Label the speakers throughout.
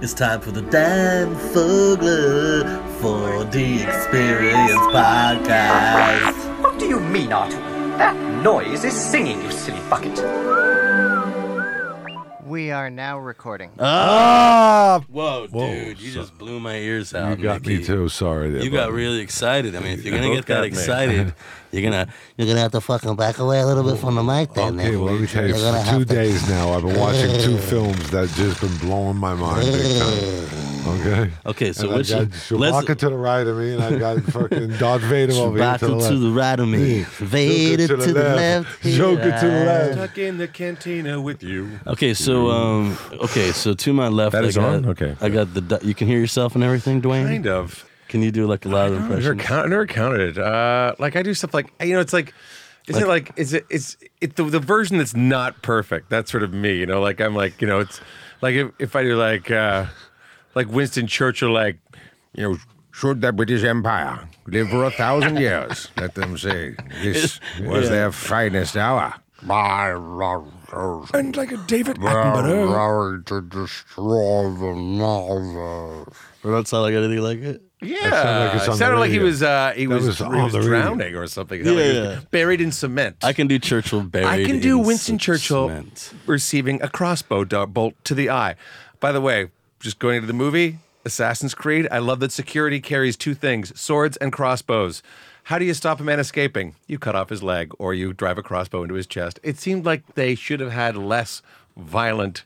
Speaker 1: It's time for the Dan Fogler 4D Experience Podcast.
Speaker 2: What do you mean, Artu? That noise is singing, you silly bucket.
Speaker 3: We are now recording.
Speaker 4: Ah,
Speaker 1: Whoa,
Speaker 4: Whoa,
Speaker 1: dude, you
Speaker 4: so-
Speaker 1: just blew my ears
Speaker 4: you
Speaker 1: out.
Speaker 4: got
Speaker 1: Mickey.
Speaker 4: me too. Sorry, there,
Speaker 1: You got
Speaker 4: buddy.
Speaker 1: really excited. I mean, if you're gonna
Speaker 4: You
Speaker 1: get that
Speaker 4: got me.
Speaker 1: excited, you're gonna you're gonna have to fucking back away a little bit from the mic, then.
Speaker 4: Okay, well, let me tell you,
Speaker 1: You're gonna
Speaker 4: for
Speaker 1: have
Speaker 4: two
Speaker 1: to-
Speaker 4: days now, I've been watching two films that just been blowing my mind big time. Okay.
Speaker 1: Okay, so
Speaker 4: and I
Speaker 1: which
Speaker 4: got
Speaker 1: let's
Speaker 4: Chewbacca to the right of me, and I got fucking Darth Vader over here
Speaker 1: back
Speaker 4: to the left.
Speaker 1: to the right of me, Vader to the left,
Speaker 4: Joker to the left.
Speaker 5: Stuck in the cantina with you.
Speaker 1: Okay, so um, okay, so to my left,
Speaker 5: That
Speaker 1: I
Speaker 5: is
Speaker 1: got,
Speaker 5: on? Okay.
Speaker 1: I got the. du- You can hear yourself and everything, Dwayne.
Speaker 5: Kind of.
Speaker 1: Can you do like a loud
Speaker 5: I never,
Speaker 1: impression?
Speaker 5: count, I never counted it. Uh, like I do stuff like you know, it's like. Isn't it like is it is it the, the version that's not perfect? That's sort of me, you know. Like I'm like you know, it's like if, if I do like uh, like Winston Churchill, like you know, should the British Empire live for a thousand years? Let them say this was their finest hour.
Speaker 6: and
Speaker 5: like a David
Speaker 1: uh,
Speaker 6: to destroy the novel.
Speaker 1: I don't sound like anything like it.
Speaker 5: Yeah,
Speaker 4: sounded like
Speaker 5: it
Speaker 4: it's on
Speaker 5: sounded
Speaker 4: the
Speaker 5: like he
Speaker 4: radio.
Speaker 5: was uh, he
Speaker 4: That
Speaker 5: was,
Speaker 4: was
Speaker 5: he
Speaker 4: on
Speaker 5: was
Speaker 4: the radio.
Speaker 5: drowning or something. It sounded like he was
Speaker 1: Yeah.
Speaker 5: buried in cement.
Speaker 1: I can do Churchill buried.
Speaker 5: I can do
Speaker 1: in
Speaker 5: Winston
Speaker 1: s-
Speaker 5: Churchill
Speaker 1: cement.
Speaker 5: receiving a crossbow do- bolt to the eye. By the way, just going into the movie Assassin's Creed. I love that security carries two things: swords and crossbows. How do you stop a man escaping? You cut off his leg, or you drive a crossbow into his chest. It seemed like they should have had less violent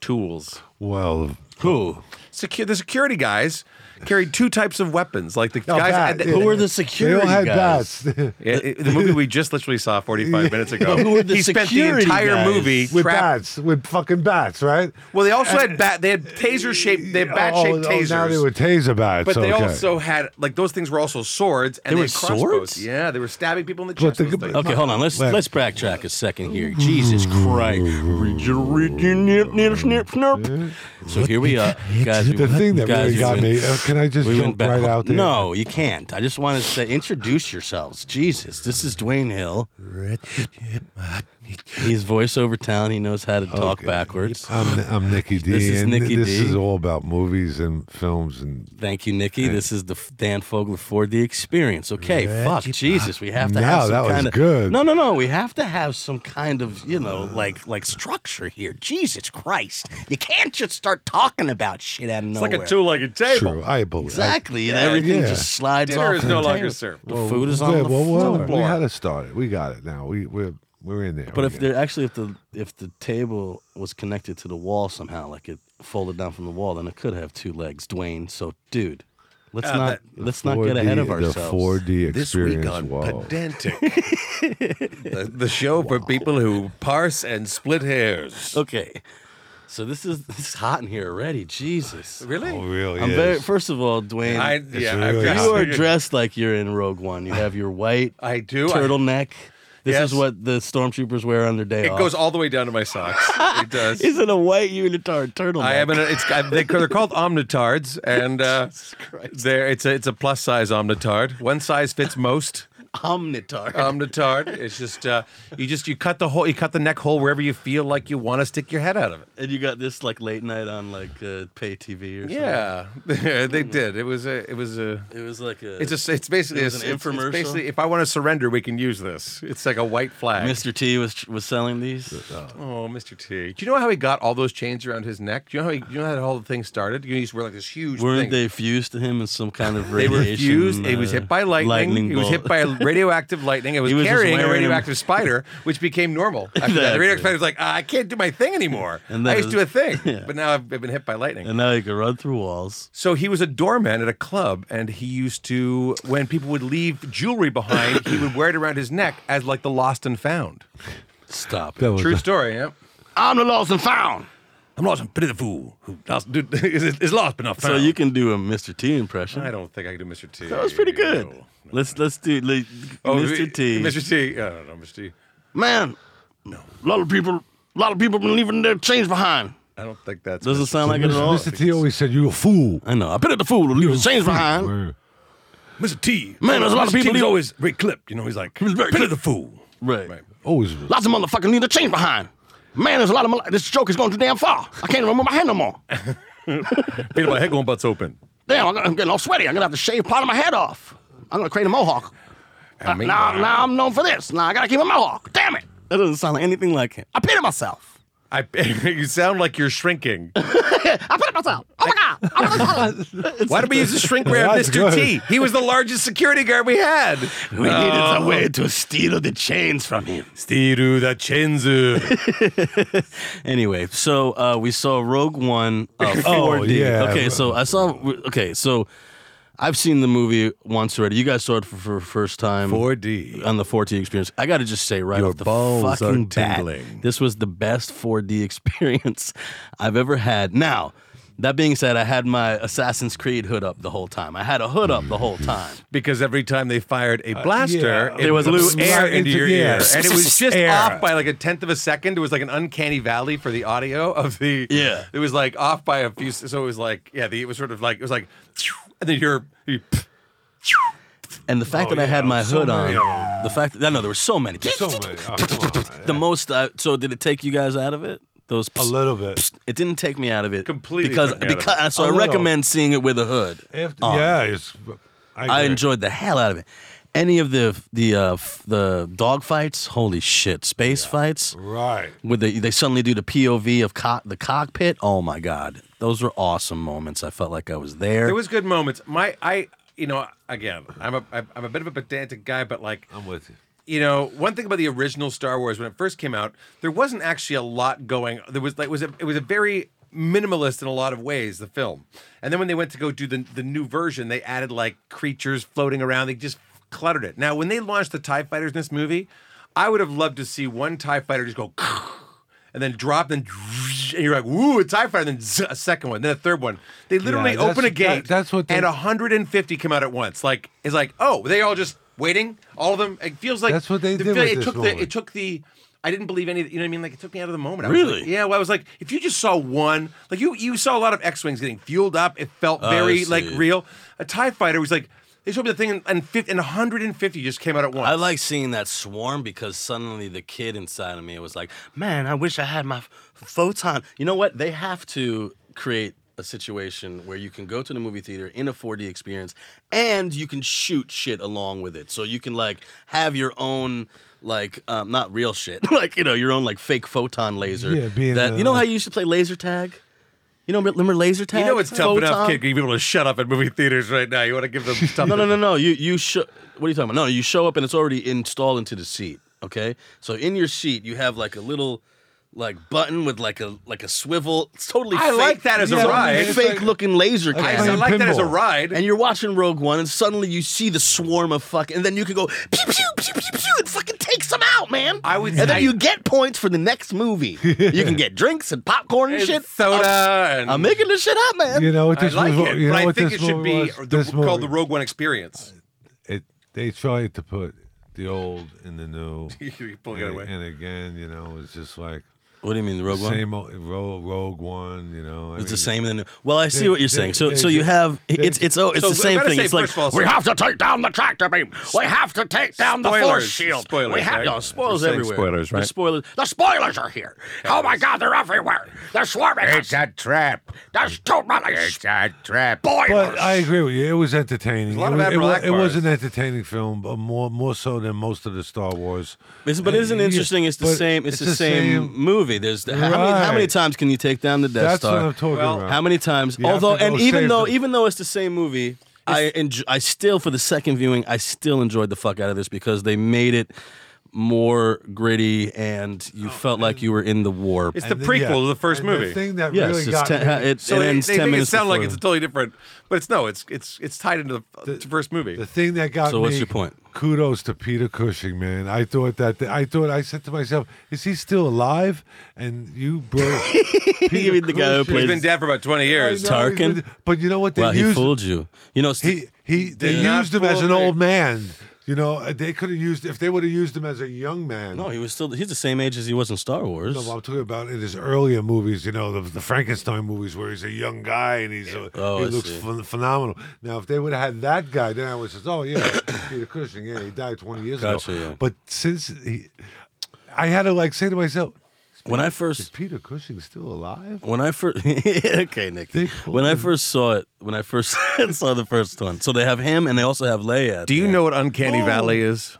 Speaker 5: tools.
Speaker 4: Well,
Speaker 1: Who?
Speaker 5: Secu- the security guys carried two types of weapons, like the guys.
Speaker 4: that-
Speaker 5: and-
Speaker 1: Who are the
Speaker 4: they
Speaker 1: security
Speaker 4: all had
Speaker 1: guys?
Speaker 4: bats with
Speaker 5: Yeah, it- the movie we just literally saw 45 minutes ago.
Speaker 1: Who were the
Speaker 5: he spent the
Speaker 1: security
Speaker 5: entire
Speaker 1: guys?
Speaker 5: movie trapped.
Speaker 4: bats, with fucking bats, right?
Speaker 5: Well, they also had bat. They had taser shaped. They had bat
Speaker 4: oh,
Speaker 5: shaped
Speaker 4: oh,
Speaker 5: tasers.
Speaker 4: now they were taser bats.
Speaker 5: but they
Speaker 4: okay.
Speaker 5: also had like those things were also swords and
Speaker 1: They
Speaker 5: they,
Speaker 1: were
Speaker 5: had crossbows.
Speaker 1: swords?
Speaker 5: Yeah, they were stabbing people in the
Speaker 4: But
Speaker 5: chest.
Speaker 4: the-
Speaker 5: with things.
Speaker 1: Okay, hold on. Let's
Speaker 4: Wait.
Speaker 1: let's backtrack a second here. Jesus Christ! So here we are, guys. we
Speaker 4: the
Speaker 1: went-
Speaker 4: thing that
Speaker 1: guys,
Speaker 4: really
Speaker 1: we
Speaker 4: got
Speaker 1: went-
Speaker 4: me. Uh, can I just
Speaker 1: We went
Speaker 4: jump
Speaker 1: back.
Speaker 4: right out there?
Speaker 1: No, you can't. I just want to say, introduce yourselves. Jesus, this is Dwayne Hill. He's voiceover town. He knows how to talk backwards.
Speaker 4: I'm, I'm Nicky D.
Speaker 1: This is
Speaker 4: and
Speaker 1: Nicky
Speaker 4: This
Speaker 1: D.
Speaker 4: is all about movies and films and
Speaker 1: Thank you, Nikki. This is the F- Dan Fogler for the experience. Okay, fuck, Jesus, we have to
Speaker 4: Now,
Speaker 1: have some
Speaker 4: that was
Speaker 1: kind of
Speaker 4: good.
Speaker 1: No, no, no. We have to have some kind of you know like like structure here. Jesus Christ, you can't just start talking about shit out of
Speaker 5: It's
Speaker 1: nowhere.
Speaker 5: like a two-legged table.
Speaker 4: True, I believe.
Speaker 1: Exactly, and everything
Speaker 4: yeah.
Speaker 1: just slides
Speaker 5: Dinner
Speaker 1: off.
Speaker 5: is
Speaker 1: the
Speaker 5: no
Speaker 1: table.
Speaker 5: longer served.
Speaker 1: The food is
Speaker 4: Oh, Yeah,
Speaker 1: on the
Speaker 4: well, well,
Speaker 1: floor.
Speaker 4: we had to start it. We got it now. We we're we're in there.
Speaker 1: But
Speaker 4: We're
Speaker 1: if
Speaker 4: in it.
Speaker 1: there actually if the if the table was connected to the wall somehow, like it folded down from the wall, then it could have two legs, Dwayne. So, dude, let's
Speaker 5: Ah,
Speaker 1: not let's not get ahead of
Speaker 4: 4D
Speaker 1: ourselves.
Speaker 4: The 4D experience.
Speaker 5: This week on
Speaker 4: whoa.
Speaker 5: Pedantic, the, the show for people who parse and split hairs.
Speaker 1: Okay, so this is this is hot in here already. Jesus,
Speaker 5: Really?
Speaker 4: Oh, really?
Speaker 1: I'm
Speaker 4: is.
Speaker 1: very. First of all, Dwayne,
Speaker 5: I,
Speaker 4: It's
Speaker 5: yeah,
Speaker 4: really
Speaker 5: I've
Speaker 1: you are
Speaker 5: got-
Speaker 1: dressed like you're in Rogue One. You have your white
Speaker 5: I do. Oh, I-
Speaker 1: turtleneck. This
Speaker 5: Yes.
Speaker 1: is what the stormtroopers wear on their day
Speaker 5: it
Speaker 1: off.
Speaker 5: goes all the way down to my socks. It does.
Speaker 1: is it a white unitard turtleneck?
Speaker 5: I am an. It's I, they, they're called omnitards, and uh, they're it's a it's a plus size omnitard. One size fits most
Speaker 1: omnitard.
Speaker 5: Uh, omnitard. It's just uh, you just you cut the hole, you cut the neck hole wherever you feel like you want to stick your head out of it.
Speaker 1: And you got this like late night on like uh, pay TV or
Speaker 5: Yeah, they did. It was a it was a.
Speaker 1: something. Hmm. It was like a.
Speaker 5: It's just it's basically
Speaker 1: It was
Speaker 5: a-
Speaker 1: an
Speaker 5: it's- it's
Speaker 1: infomercial.
Speaker 5: basically, if I want to surrender, we can use this. It's like a white flag.
Speaker 1: Mr. T was was selling these.
Speaker 5: Oh, Mr. T. Do you know how he got all those chains around his neck? Do you know how he, you know how the whole thing started? You know, he used to wear like this huge.
Speaker 1: Weren't
Speaker 5: thing.
Speaker 1: they fused to him in some kind of
Speaker 5: They
Speaker 1: radiation?
Speaker 5: were fused. It was
Speaker 1: uh,
Speaker 5: hit by lightning. it was hit
Speaker 1: bolt?
Speaker 5: by a radioactive lightning. It was,
Speaker 1: He was just
Speaker 5: carrying a
Speaker 1: wearing 'em.
Speaker 5: radioactive spider, which became normal. After that. The
Speaker 1: Exactly.
Speaker 5: radioactive spider was like, "Ah, I can't do my thing anymore.
Speaker 1: And
Speaker 5: I
Speaker 1: that
Speaker 5: used to do a
Speaker 1: was-
Speaker 5: thing,
Speaker 1: yeah.
Speaker 5: but now I've, I've been hit by lightning.
Speaker 1: And now you can run through walls.
Speaker 5: so he was a doorman at a club, and he used to, when people would leave jewelry behind, he would wear it around his neck as like the lost and found.
Speaker 1: Stop.
Speaker 4: That was
Speaker 5: True story. Yeah.
Speaker 1: I'm the lost and found.
Speaker 5: I'm lost and pity the fool who lost, dude, is, is lost but not
Speaker 1: So
Speaker 5: found.
Speaker 1: you can do a Mr. T impression.
Speaker 5: I don't think I can do Mr. T.
Speaker 1: That was pretty good. Let's let's do like,
Speaker 5: Oh,
Speaker 1: Mr. T.
Speaker 5: Mr. T. I don't know, Mr. T.
Speaker 1: Man, a lot of people, a lot of people been leaving their change behind.
Speaker 5: I don't think that's
Speaker 1: Doesn't sound like it at all.
Speaker 4: Mr. T always said, "You a fool."
Speaker 1: I know. I pity the fool who leaves their change behind.
Speaker 4: Word.
Speaker 5: Mr. T.
Speaker 1: Man, there's a lot of
Speaker 5: Mr.
Speaker 1: people
Speaker 5: T was
Speaker 1: who-
Speaker 5: always very clipped. You know, he's like, pity the fool.
Speaker 1: Right.
Speaker 5: Right.
Speaker 4: Always.
Speaker 1: Lots of motherfuckers leave their change behind. Man, there's a lot of my li- this stroke is going too damn far. I can't even remove my hand no more.
Speaker 5: Peter, my head going butts open.
Speaker 1: Damn, I'm, I'm getting all sweaty. I'm gonna have to shave part of my head off. I'm gonna create a mohawk. Uh,
Speaker 5: make
Speaker 1: now,
Speaker 5: one.
Speaker 1: now I'm known for this. Now I gotta keep a mohawk. Damn it! That doesn't sound like anything like him. I pity myself.
Speaker 5: I, you sound like you're shrinking.
Speaker 1: I pity myself. Oh my god! Oh my God.
Speaker 5: Why did we use the shrink ray on
Speaker 4: That's
Speaker 5: Mr.
Speaker 4: good.
Speaker 5: T? He was the largest security guard we had.
Speaker 1: we needed a way to steal the chains from him.
Speaker 5: Stiru the Chenzu.
Speaker 1: Anyway, so uh, we saw Rogue One uh, 4D.
Speaker 4: yeah.
Speaker 1: Okay, so I saw. Okay, so I've seen the movie once already. You guys saw it for, for the first time
Speaker 5: 4D.
Speaker 1: on the 4D experience. I got to just say right
Speaker 5: Your
Speaker 1: off the
Speaker 5: balls are
Speaker 1: fucking bat,
Speaker 5: tingling.
Speaker 1: this was the best 4D experience I've ever had. Now, that being said, I had my Assassin's Creed hood up the whole time. I had a hood up the whole time.
Speaker 5: Because every time they fired a blaster,
Speaker 4: yeah.
Speaker 5: it
Speaker 1: There was
Speaker 5: blew
Speaker 1: a
Speaker 5: air
Speaker 4: smart
Speaker 5: into
Speaker 4: into
Speaker 5: your
Speaker 4: the
Speaker 5: ear.
Speaker 4: air.
Speaker 5: And it was just
Speaker 4: Air.
Speaker 5: off by like a tenth of a second. It was like an uncanny valley for the audio of the.
Speaker 1: Yeah.
Speaker 5: It was like off by a few. So it was like, yeah, the, it was sort of like, it was like, and then you're. You,
Speaker 1: And the fact that I had my
Speaker 4: so
Speaker 1: hood
Speaker 4: many of
Speaker 1: on, the fact that, I know there were so many.
Speaker 4: So many. Oh, come on.
Speaker 1: The most. Uh, so did it take you guys out of it? Those
Speaker 4: A little bit.
Speaker 1: It didn't take me out of it
Speaker 5: Completely
Speaker 1: because
Speaker 5: took me out of
Speaker 1: because so
Speaker 4: A
Speaker 1: I
Speaker 4: little.
Speaker 1: recommend seeing it with a hood.
Speaker 4: After,
Speaker 1: on.
Speaker 4: yeah, it's.
Speaker 1: Oh. I
Speaker 4: agree.
Speaker 1: enjoyed the hell out of it. Any of the the uh, f- the dog fights, holy shit! Space fights
Speaker 4: Right.
Speaker 1: with the they suddenly do the POV of co- the cockpit. Oh my god, those were awesome moments. I felt like I was there.
Speaker 5: There was good moments. My, I, you know, again, I'm a, I'm a bit of a pedantic guy, but like,
Speaker 4: I'm with you.
Speaker 5: you know, one thing about the original Star Wars when it first came out, there wasn't actually a lot going. There was like it was a, it was a very minimalist in a lot of ways the film, and then when they went to go do the the new version, they added like creatures floating around. They just cluttered it. Now when they launched the Tie Fighters in this movie, I would have loved to see one Tie Fighter just go. And then drop, and, and you're like, "Woo, a Tie Fighter!" And then zzz, a second one, then a third one. They literally
Speaker 4: that's-
Speaker 5: open a
Speaker 4: that-
Speaker 5: gate,
Speaker 4: that's what they-
Speaker 5: and 150 come out at once. Like it's like, oh, they all just waiting. All of them. It feels like
Speaker 4: That's what they
Speaker 5: the-
Speaker 4: did with
Speaker 5: it
Speaker 4: this
Speaker 5: took the
Speaker 4: movie.
Speaker 5: it took the. I didn't believe any. You know what I mean? Like it took me out of the moment. I Was
Speaker 1: Really?
Speaker 5: like, yeah. Well, I was like, if you just saw one, like you you saw a lot of X wings getting fueled up. It felt very like
Speaker 1: see.
Speaker 5: real. A Tie Fighter was like they showed me the thing, and and, 50, and 150 just came out at once.
Speaker 1: I like seeing that swarm because suddenly the kid inside of me was like, "Man, I wish I had my photon." You know what? They have to create a situation where you can go to the movie theater in a 4D experience and you can shoot shit along with it. So you can like have your own like um, not real shit, like you know, your own like fake photon laser.
Speaker 4: Yeah, being
Speaker 1: that
Speaker 4: the-
Speaker 1: you know how you used to play laser tag. You know, remember laser tag?
Speaker 5: You know it's tough enough,
Speaker 1: Photon?
Speaker 5: kid. You be able to shut up at movie theaters right now. You want to give them tough.
Speaker 1: No, no, no, no. You you show. What are you talking about? No, you show up and it's already installed into the seat. Okay, so in your seat you have like a little like button with like a like a swivel. It's totally.
Speaker 5: I
Speaker 1: fake,
Speaker 5: like that as a
Speaker 1: totally
Speaker 5: ride.
Speaker 1: Fake looking laser
Speaker 5: I,
Speaker 1: cam.
Speaker 5: I like that as a
Speaker 4: Pinball.
Speaker 5: ride.
Speaker 1: And you're watching Rogue One, and suddenly you see the swarm of fuck, and then you can go pew pew pew pew pew and fucking takes them out, man.
Speaker 5: I would
Speaker 1: and
Speaker 5: say-
Speaker 1: then you get points for the next movie. you can get drinks and popcorn and,
Speaker 5: And
Speaker 1: shit.
Speaker 5: soda
Speaker 1: I'm,
Speaker 5: and-
Speaker 1: I'm making this shit up, man.
Speaker 4: You know what
Speaker 5: I
Speaker 4: this
Speaker 5: like
Speaker 4: movie,
Speaker 5: it,
Speaker 4: you know
Speaker 5: but I
Speaker 4: what
Speaker 5: think it
Speaker 4: this
Speaker 5: should
Speaker 4: movie
Speaker 5: be
Speaker 4: was?
Speaker 5: the,
Speaker 4: This
Speaker 5: called the
Speaker 4: movie-
Speaker 5: Rogue One Experience.
Speaker 4: it they tried to put the old in the new
Speaker 5: you pull it
Speaker 4: and,
Speaker 5: away.
Speaker 4: and again you know it's just like
Speaker 1: What do you mean, the Rogue
Speaker 4: same old rogue, rogue one you know I
Speaker 1: It's the
Speaker 4: mean,
Speaker 1: same. Then well, I see
Speaker 4: They-
Speaker 1: what you're
Speaker 4: they-
Speaker 1: saying. So,
Speaker 4: they-
Speaker 1: so you
Speaker 4: they-
Speaker 1: have it's it's oh, it's
Speaker 5: So
Speaker 1: the
Speaker 5: I
Speaker 1: same
Speaker 5: gotta
Speaker 1: thing.
Speaker 5: say,
Speaker 1: it's like
Speaker 5: first of all,
Speaker 1: we have to take down the tractor beam. We have to take down the force
Speaker 5: Spoilers.
Speaker 1: shield.
Speaker 5: Spoilers,
Speaker 1: we have
Speaker 5: right?
Speaker 1: no, spoilers
Speaker 5: We're saying
Speaker 1: everywhere.
Speaker 5: spoilers,
Speaker 1: The
Speaker 5: right?
Speaker 1: spoilers. The spoilers are here. Oh my God, they're everywhere. They're swarming us.
Speaker 7: It's a trap.
Speaker 1: There's too many
Speaker 7: It's a trap.
Speaker 1: spoilers.
Speaker 4: but I agree with you. It was entertaining.
Speaker 5: a lot
Speaker 4: it,
Speaker 5: of
Speaker 4: was, it,
Speaker 5: Admiral
Speaker 4: wa- it was
Speaker 5: Akbars.
Speaker 4: an entertaining film, but more more so than most of the Star Wars.
Speaker 1: Isn't- but
Speaker 4: Uh,
Speaker 1: isn't it
Speaker 4: yeah,
Speaker 1: interesting? It's the
Speaker 4: but
Speaker 1: same. It's, the, same, movie. There's how, many, how many
Speaker 4: Right.
Speaker 1: times can you take down the Death
Speaker 4: That's
Speaker 1: Star?
Speaker 4: what I'm talking
Speaker 5: Well,
Speaker 4: about.
Speaker 1: How many times?
Speaker 4: You have
Speaker 1: Although,
Speaker 4: to go
Speaker 1: and even
Speaker 4: save
Speaker 1: though,
Speaker 4: them.
Speaker 1: even though it's the same movie, I enjoy, I still for the second viewing, I still enjoyed the fuck out of this because they made it more gritty and
Speaker 4: Oh,
Speaker 1: you felt like you were in the war.
Speaker 5: It's the
Speaker 4: And
Speaker 5: prequel
Speaker 4: yeah.
Speaker 5: to the first
Speaker 4: And
Speaker 5: movie.
Speaker 4: The thing that
Speaker 1: yes,
Speaker 4: really
Speaker 1: it's
Speaker 4: got
Speaker 1: ten,
Speaker 4: me-
Speaker 1: it,
Speaker 5: so
Speaker 1: it
Speaker 5: they,
Speaker 1: ends
Speaker 5: they
Speaker 1: ten
Speaker 5: make it
Speaker 1: minutes.
Speaker 5: sound like it's
Speaker 1: before.
Speaker 5: totally different, but it's no, it's it's it's tied into the, the first movie.
Speaker 4: The thing that got
Speaker 1: So what's
Speaker 4: me-
Speaker 1: your point?
Speaker 4: Kudos to Peter Cushing, man. I thought that I thought I said to myself, "Is he still alive?" And you, bro,
Speaker 1: You mean the guy who
Speaker 5: He's
Speaker 1: plays-
Speaker 5: been dead for about twenty
Speaker 1: I
Speaker 5: years.
Speaker 1: know. Tarkin?
Speaker 4: But you know what? They
Speaker 1: Wow, he
Speaker 4: used
Speaker 1: fooled you. You know, Steve,
Speaker 4: he he they
Speaker 5: did not
Speaker 4: used him as
Speaker 5: fool
Speaker 4: an
Speaker 5: me.
Speaker 4: old man. You know, uh, they could have used if they would have used him as a young man.
Speaker 1: no, he was still. He's the same age as he was in Star Wars.
Speaker 4: No, I'm talking about in his earlier movies, you know, the, the Frankenstein movies where he's a young guy and he's a,
Speaker 1: Oh,
Speaker 4: he
Speaker 1: I
Speaker 4: looks
Speaker 1: see.
Speaker 4: phen- phenomenal. Now, if they would have had that guy, then I would have said, oh, yeah, Peter Cushing, yeah, he died 20 years
Speaker 1: Gotcha,
Speaker 4: ago.
Speaker 1: yeah.
Speaker 4: But since he, I had to like say to myself,
Speaker 1: When I first
Speaker 4: Is Peter Cushing still alive?
Speaker 1: When I first okay, Nick.
Speaker 4: Dick
Speaker 1: When I
Speaker 4: Holden.
Speaker 1: first saw it, when I first saw the first one, so they have him and they also have Leia. at
Speaker 5: Do you
Speaker 1: the end.
Speaker 5: know what Uncanny
Speaker 4: Oh.
Speaker 5: Valley is?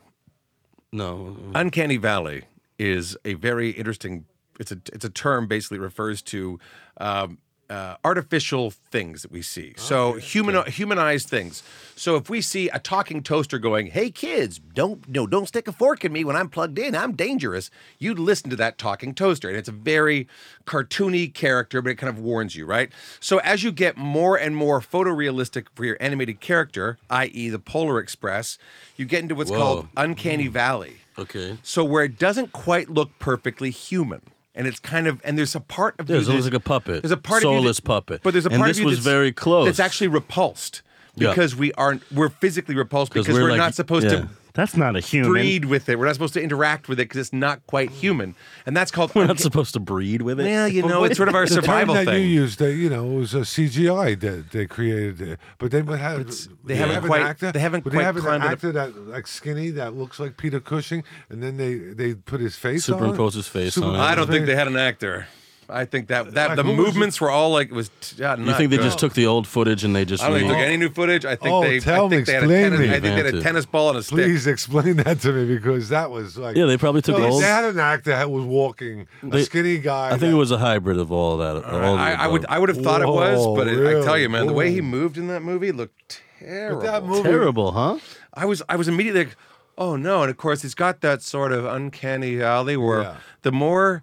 Speaker 1: No,
Speaker 5: Uncanny Valley is a very interesting. It's a it's a term basically refers to um, uh, artificial things that we see. so human humanized things. So if we see a talking toaster going, "Hey kids, don't no don't stick a fork in me when I'm plugged in. I'm dangerous." You listen to that talking toaster, and it's a very cartoony character, but it kind of warns you, right? So as you get more and more photorealistic for your animated character, i.e., the Polar Express, you get into what's called
Speaker 1: Whoa.
Speaker 5: uncanny valley.
Speaker 1: okay.
Speaker 5: So where it doesn't quite look perfectly human, and it's kind of and there's a part of
Speaker 1: Yeah,
Speaker 5: you
Speaker 1: it looks
Speaker 5: that-
Speaker 1: like a puppet.
Speaker 5: There's a part of you
Speaker 1: Soulless
Speaker 5: that-
Speaker 1: puppet.
Speaker 5: But there's a
Speaker 1: And
Speaker 5: part
Speaker 1: this
Speaker 5: of you
Speaker 1: was
Speaker 5: that's,
Speaker 1: very close.
Speaker 5: That's actually repulsed
Speaker 1: Yeah.
Speaker 5: because we aren't. We're physically repulsed because we're,
Speaker 1: like-
Speaker 5: not supposed
Speaker 1: yeah.
Speaker 5: to.
Speaker 8: That's not a human.
Speaker 5: Breed with it. We're not supposed to interact with it because it's not quite human, and that's called.
Speaker 1: We're not
Speaker 5: unca-
Speaker 1: supposed to breed with it.
Speaker 5: well, you know, it's sort of our
Speaker 4: The term
Speaker 5: survival
Speaker 4: that
Speaker 5: thing.
Speaker 4: you used, that you know, it was a CGI that they created, uh, but they would have
Speaker 5: they haven't
Speaker 4: have
Speaker 5: quite-
Speaker 4: an actor,
Speaker 5: they haven't
Speaker 4: would
Speaker 5: quite
Speaker 4: they have an
Speaker 5: climbed it up.
Speaker 4: actor that like skinny that looks like Peter Cushing, and then they they put his face on it?
Speaker 1: Superimpose his face on it.
Speaker 5: I don't
Speaker 4: Superimpose
Speaker 5: think they had an actor. I think that that
Speaker 4: Like,
Speaker 5: the
Speaker 4: what was it?
Speaker 5: movements were all like it was. Yeah,
Speaker 1: you think they just took the old footage and they just
Speaker 5: I don't think they
Speaker 1: re-
Speaker 5: took any new footage. I think
Speaker 4: Oh,
Speaker 5: they.
Speaker 4: tell
Speaker 5: I
Speaker 4: me,
Speaker 5: think they had a
Speaker 4: explain
Speaker 5: tennis,
Speaker 4: me.
Speaker 5: I think they had a
Speaker 1: Invented.
Speaker 5: tennis ball and a stick.
Speaker 4: Please explain that to me because that was like
Speaker 1: Yeah, they probably took
Speaker 4: no,
Speaker 1: old-
Speaker 4: They had an actor that was walking,
Speaker 1: They-
Speaker 4: a skinny guy.
Speaker 1: I think it was a hybrid of all that. of all the
Speaker 5: I, I would
Speaker 1: above.
Speaker 5: I would have thought it was,
Speaker 4: Whoa,
Speaker 5: but it, I tell you, man, the way he
Speaker 4: really?
Speaker 5: moved in that movie looked
Speaker 4: that,
Speaker 5: terrible.
Speaker 4: but that movie.
Speaker 1: Terrible, huh?
Speaker 5: I was I was immediately like, oh no, and of course it's got that sort of uncanny alley where
Speaker 4: Yeah.
Speaker 5: the more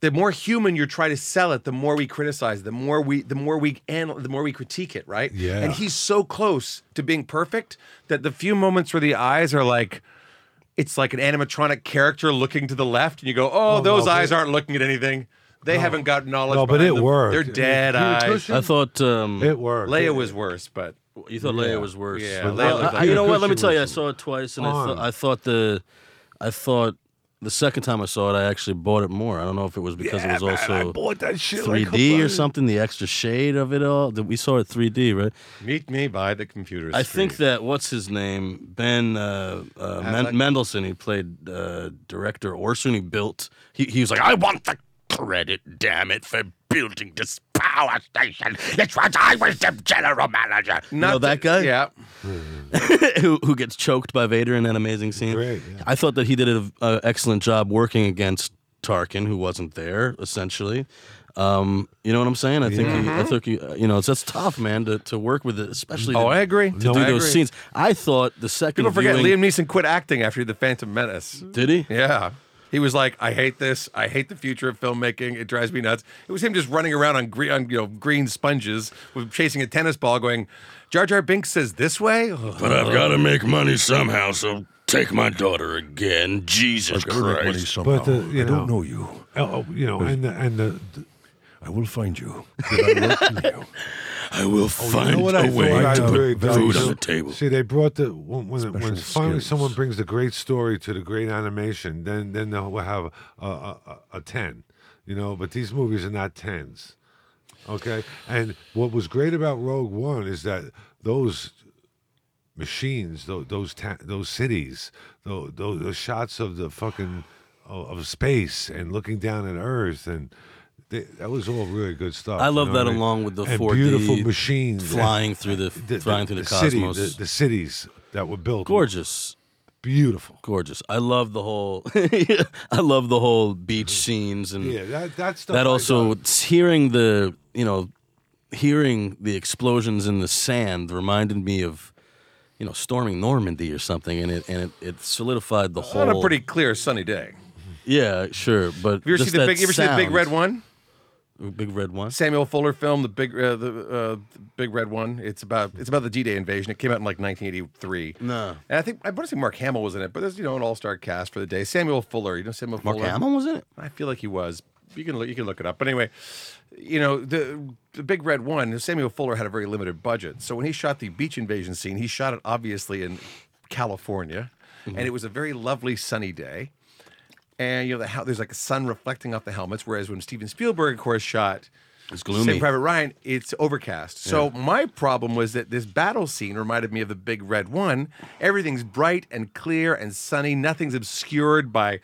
Speaker 5: the more human you're trying to sell it, the more we criticize, the more we the more we anal- the more we critique it, right?
Speaker 4: Yeah.
Speaker 5: And he's so close to being perfect that the few moments where the eyes are like it's like an animatronic character looking to the left, and you go, "Oh,
Speaker 4: Oh,
Speaker 5: those
Speaker 4: no,
Speaker 5: eyes
Speaker 4: but-
Speaker 5: aren't looking at anything. They haven't got knowledge."
Speaker 4: No, but
Speaker 5: behind
Speaker 4: it
Speaker 5: them.
Speaker 4: worked.
Speaker 5: They're dead
Speaker 4: Peter
Speaker 5: eyes.
Speaker 4: Cushing-
Speaker 1: I thought um,
Speaker 4: It worked.
Speaker 5: Leia was worse, but
Speaker 1: you thought Leia was worse.
Speaker 5: Yeah,
Speaker 1: But
Speaker 5: Leia
Speaker 1: well,
Speaker 5: looked
Speaker 1: I-
Speaker 5: like-
Speaker 1: you know what? Let me
Speaker 4: Cushing
Speaker 1: tell you, I
Speaker 4: was
Speaker 1: saw it twice, and I thought,
Speaker 4: on.
Speaker 1: I thought the, I thought the second time I saw it, I actually bought it more. I don't know if it was because it was also.
Speaker 4: bought that shit
Speaker 1: 3D or something, the extra shade of it all. That we saw it 3D, right?
Speaker 5: meet me by the computer.
Speaker 1: I think
Speaker 5: screen.
Speaker 1: that what's his name, Ben uh, uh, Men- Mendelsohn, he played uh, director Orson. He built. He, he was like, I want the credit, damn it, for building this power station.
Speaker 7: This was I was the general manager.
Speaker 5: Not
Speaker 1: know that guy?
Speaker 5: Yeah.
Speaker 1: who, who gets choked by Vader in that amazing scene.
Speaker 4: Great, yeah.
Speaker 1: I thought that he did an excellent job working against Tarkin, who wasn't there essentially. Um, you know what I'm saying? I think he, I think he, uh, you know it's that's tough, man, to, to work with it, especially
Speaker 5: Oh,
Speaker 1: to,
Speaker 5: I agree.
Speaker 1: to do
Speaker 5: I
Speaker 1: those
Speaker 5: agree.
Speaker 1: scenes. I thought the second
Speaker 5: People forget
Speaker 1: viewing,
Speaker 5: Liam Neeson quit acting after The Phantom Menace.
Speaker 1: did he?
Speaker 5: Yeah. He was like, I hate this. I hate the future of filmmaking. It drives me nuts. It was him just running around on green, on, you know, green sponges, with- chasing a tennis ball, going, Jar Jar Binks says this way. Ugh.
Speaker 1: But I've
Speaker 4: Uh-huh.
Speaker 1: got to make money somehow, so take my daughter again. Jesus Christ!
Speaker 4: But the, you know,
Speaker 9: you.
Speaker 4: oh, you know, and the, and the, the
Speaker 9: I will find you. Did I work for you?
Speaker 1: I will
Speaker 4: you know
Speaker 1: find
Speaker 4: what I
Speaker 1: a way
Speaker 4: thought I
Speaker 1: to
Speaker 4: really
Speaker 1: put
Speaker 4: dug?
Speaker 1: food
Speaker 4: So-
Speaker 1: on the table.
Speaker 4: See, they brought the when when, when
Speaker 9: Special
Speaker 4: finally
Speaker 9: skills.
Speaker 4: someone brings the great story to the great animation, then then they'll have a a, a, a ten, you know. But these movies are not tens, okay. And what was great about Rogue One is that those machines, those those, ta- those cities, those, those those shots of the fucking of, of space and looking down at Earth and. They, that was all really good stuff.
Speaker 1: I
Speaker 4: you
Speaker 1: love
Speaker 4: know
Speaker 1: that
Speaker 4: what mean?
Speaker 1: along with the
Speaker 4: And
Speaker 1: 4D
Speaker 4: beautiful machines and-
Speaker 1: flying through the, flying through the,
Speaker 4: city,
Speaker 1: cosmos.
Speaker 4: the, the cities that were built.
Speaker 1: gorgeous,
Speaker 4: Beautiful.
Speaker 1: gorgeous. I love the whole. I love the whole beach scenes and
Speaker 4: Yeah, that, that
Speaker 1: Hmm.
Speaker 4: stuff. uh,
Speaker 1: that
Speaker 4: I
Speaker 1: also
Speaker 4: love.
Speaker 1: it's hearing the you know hearing the explosions in the sand reminded me of you know storming Normandy or something, and it and it, it solidified the whole.
Speaker 5: On a pretty clear sunny day.
Speaker 1: yeah, sure, but
Speaker 5: Have you ever
Speaker 1: just
Speaker 5: seen the
Speaker 1: that
Speaker 5: big? You ever seen the big
Speaker 1: sound.
Speaker 5: red one?
Speaker 1: Big red one.
Speaker 5: Samuel Fuller film, the big, uh, the, uh, the big red one. It's about it's about the D-Day invasion. It came out in like 1983.
Speaker 1: No.
Speaker 5: and I think I want to say Mark Hamill was in it, but there's you know an all-star cast for the day. Samuel Fuller, you know Samuel
Speaker 1: Mark
Speaker 5: Fuller.
Speaker 1: Hamill was in it.
Speaker 5: I feel like he was. You can look, you can look it up. But anyway, you know the the Big Red One. Samuel Fuller had a very limited budget, so when he shot the beach invasion scene, he shot it obviously in California, and it was a very lovely sunny day. And you know the hel- there's like a sun reflecting off the helmets, whereas when Steven Spielberg, of course, shot
Speaker 1: It's
Speaker 5: Saving
Speaker 1: gloomy.
Speaker 5: Private Ryan, it's overcast. So my problem was that this battle scene reminded me of the Big Red One. Everything's bright and clear and sunny. Nothing's obscured by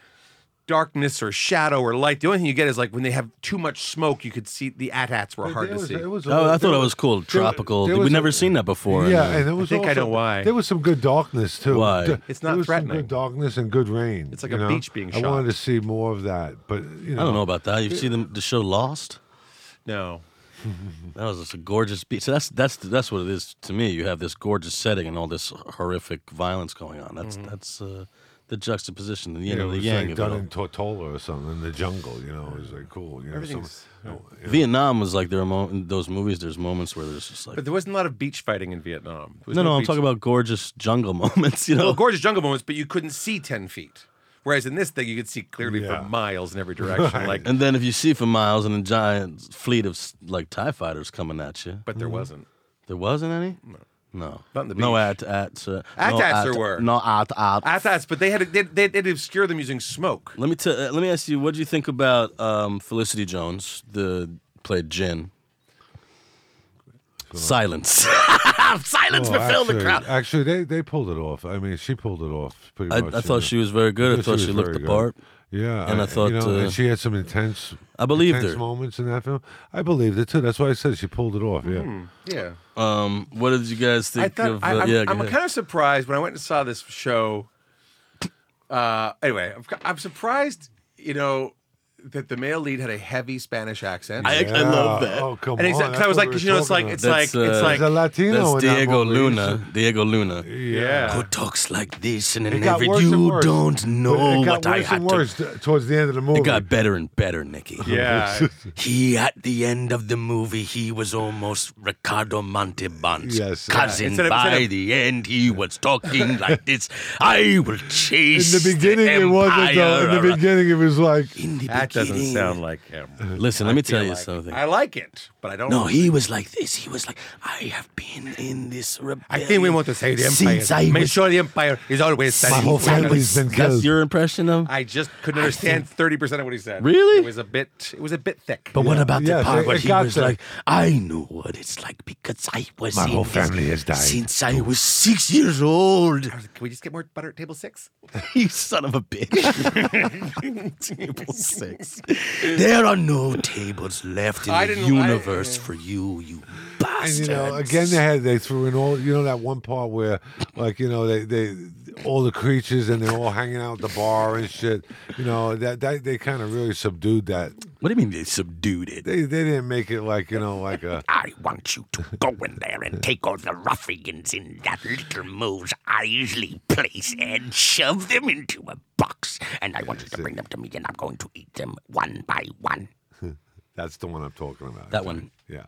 Speaker 5: darkness or shadow or light. The only thing you get is like when they have too much smoke, you could see the at-ats were hard
Speaker 4: It
Speaker 5: to
Speaker 4: was-
Speaker 5: see.
Speaker 4: it was a
Speaker 1: Oh,
Speaker 4: little-
Speaker 1: I thought
Speaker 4: there
Speaker 1: it was cool. Tropical.
Speaker 4: there
Speaker 1: We've
Speaker 4: was
Speaker 1: never
Speaker 4: a-
Speaker 1: seen that before.
Speaker 4: Yeah, and it was.
Speaker 5: think I
Speaker 4: also-
Speaker 5: know why.
Speaker 4: There was some good darkness too.
Speaker 1: Why?
Speaker 4: Th-
Speaker 5: It's not
Speaker 4: there was some
Speaker 5: threatening.
Speaker 4: good darkness and good rain.
Speaker 5: It's like
Speaker 4: you
Speaker 5: a
Speaker 4: know?
Speaker 5: beach being
Speaker 4: I
Speaker 5: shot.
Speaker 4: wanted to see more of that, but you know,
Speaker 1: I don't know about that. You see the, the show Lost?
Speaker 5: no.
Speaker 1: That was just a gorgeous beach. So that's that's that's what it is to me. You have this gorgeous setting and all this horrific violence going on. That's that's uh, the juxtaposition, the yin
Speaker 4: You know,
Speaker 1: and the
Speaker 4: it was
Speaker 1: yang
Speaker 4: like
Speaker 1: of it
Speaker 4: done
Speaker 1: all.
Speaker 4: in Tortola or something in the jungle. You know, it was like cool. You know,
Speaker 5: Everything's-
Speaker 4: some, Oh, you know,
Speaker 1: Vietnam was like there are mo- in those movies. There's moments where there's just like
Speaker 5: But there wasn't a lot of beach fighting in Vietnam. There was
Speaker 1: no, no. I'm
Speaker 5: beach-
Speaker 1: talking about gorgeous jungle moments. You know,
Speaker 5: well, gorgeous jungle moments, but you couldn't see ten feet. Whereas in this thing, you could see clearly
Speaker 4: Yeah.
Speaker 5: for miles in every direction. Like,
Speaker 1: and then if you see for miles and a giant fleet of s- like Tie fighters coming at you,
Speaker 5: but there wasn't.
Speaker 1: there wasn't any. No. No,
Speaker 5: Not on the
Speaker 1: no at
Speaker 5: beach.
Speaker 1: at uh, no
Speaker 5: At-ats there were.
Speaker 1: no at at
Speaker 5: At-ats, but they had they they they'd obscure them using smoke.
Speaker 1: Let me tell. uh, Let me ask you. What do you think about um, Felicity Jones, the played Jin? Silence. Silence
Speaker 4: Oh,
Speaker 1: befell
Speaker 4: actually,
Speaker 1: the crowd. I,
Speaker 4: Actually, they, they pulled it off. I mean, she pulled it off pretty
Speaker 1: I,
Speaker 4: much. you know.
Speaker 1: thought she was very good. I thought she,
Speaker 4: was
Speaker 1: looked
Speaker 4: very
Speaker 1: the
Speaker 4: good.
Speaker 1: part.
Speaker 4: Yeah,
Speaker 1: And I thought,
Speaker 4: you know,
Speaker 1: uh,
Speaker 4: and she had some intense.
Speaker 1: I believed
Speaker 4: intense
Speaker 1: her.
Speaker 4: moments in that film. I believed it too. That's why I said she pulled it off. Yeah,
Speaker 1: Hmm.
Speaker 5: Yeah.
Speaker 1: Um, what did you guys think
Speaker 5: I thought
Speaker 1: of?
Speaker 5: I,
Speaker 1: uh,
Speaker 5: am
Speaker 1: yeah, go
Speaker 5: I'm
Speaker 1: ahead.
Speaker 5: kind of surprised when I went and saw this show. Uh, anyway, I'm, I'm surprised, you know, that the male lead had a heavy Spanish accent.
Speaker 1: I- I love that.
Speaker 4: Oh come
Speaker 5: and
Speaker 4: on!
Speaker 5: exactly,
Speaker 4: that's
Speaker 5: I was
Speaker 4: what
Speaker 5: like,
Speaker 4: we
Speaker 5: 'cause,
Speaker 4: were
Speaker 5: you know, it's like
Speaker 4: talking
Speaker 5: it's
Speaker 4: about.
Speaker 1: That's,
Speaker 5: like it's
Speaker 1: uh,
Speaker 5: like
Speaker 4: There's a Latino.
Speaker 1: That's
Speaker 4: in that
Speaker 1: Diego
Speaker 4: movie.
Speaker 1: Luna. Diego Luna.
Speaker 5: yeah.
Speaker 1: Who talks like this and
Speaker 4: It
Speaker 1: then
Speaker 4: got
Speaker 1: every
Speaker 4: worse and
Speaker 1: you
Speaker 4: worse.
Speaker 1: don't know
Speaker 4: it
Speaker 1: what
Speaker 4: got
Speaker 1: I
Speaker 4: worse
Speaker 1: had
Speaker 4: and worse
Speaker 1: to.
Speaker 4: t- towards the end of the movie.
Speaker 1: It got better and better, Nikki.
Speaker 5: Yeah,
Speaker 1: He at the end of the movie, he was almost Ricardo Montalban's
Speaker 4: Yes. uh,
Speaker 1: cousin.
Speaker 5: Instead of-
Speaker 1: By
Speaker 5: instead of-
Speaker 1: the end, he was talking like this. I will
Speaker 4: in
Speaker 1: chase
Speaker 4: the beginning, it wasn't though. In
Speaker 1: empire
Speaker 4: the beginning, it was like
Speaker 1: In the
Speaker 5: that doesn't
Speaker 1: beginning.
Speaker 5: sound like him.
Speaker 1: Listen, let me tell
Speaker 5: I
Speaker 1: you
Speaker 5: like it.
Speaker 1: something.
Speaker 5: I like it, but I don't.
Speaker 1: no, he was like this. He was like, I have been in this rebellion.
Speaker 5: I think we want to say the empire.
Speaker 1: Since I
Speaker 5: Make
Speaker 1: was-
Speaker 5: sure the empire is always
Speaker 4: my whole family's been
Speaker 1: That's
Speaker 4: killed.
Speaker 1: your impression of.
Speaker 5: I just couldn't understand thirty percent of what he said.
Speaker 1: Really?
Speaker 5: it was a bit. It was a bit thick.
Speaker 1: But what about
Speaker 4: Yeah,
Speaker 1: the part
Speaker 4: it-
Speaker 1: where
Speaker 4: it
Speaker 1: he
Speaker 4: got
Speaker 1: was
Speaker 4: there.
Speaker 1: like, I know what it's like because I was
Speaker 4: My
Speaker 1: in
Speaker 4: whole
Speaker 1: this
Speaker 4: family has died."
Speaker 1: since I was six years old.
Speaker 5: I was like, Can we just get more butter at table six?
Speaker 1: you son of a bitch. Table six. There are no tables left in
Speaker 5: I
Speaker 1: the
Speaker 5: didn't- I-
Speaker 1: universe for you, you
Speaker 4: And
Speaker 1: bastards.
Speaker 4: you know, again, they had they threw in all you know that one part where, like you know, they they all the creatures and they're all hanging out at the bar and shit. You know that that they kind of really subdued that.
Speaker 1: what do you mean they subdued it?
Speaker 4: They they didn't make it like you know like a
Speaker 7: I want you to go in there and take all the ruffians in that little mole's Isley place and shove them into a box. And I want you to bring them to me, and I'm going to eat them one by one.
Speaker 4: that's the one I'm talking about.
Speaker 1: That one.
Speaker 4: Yeah.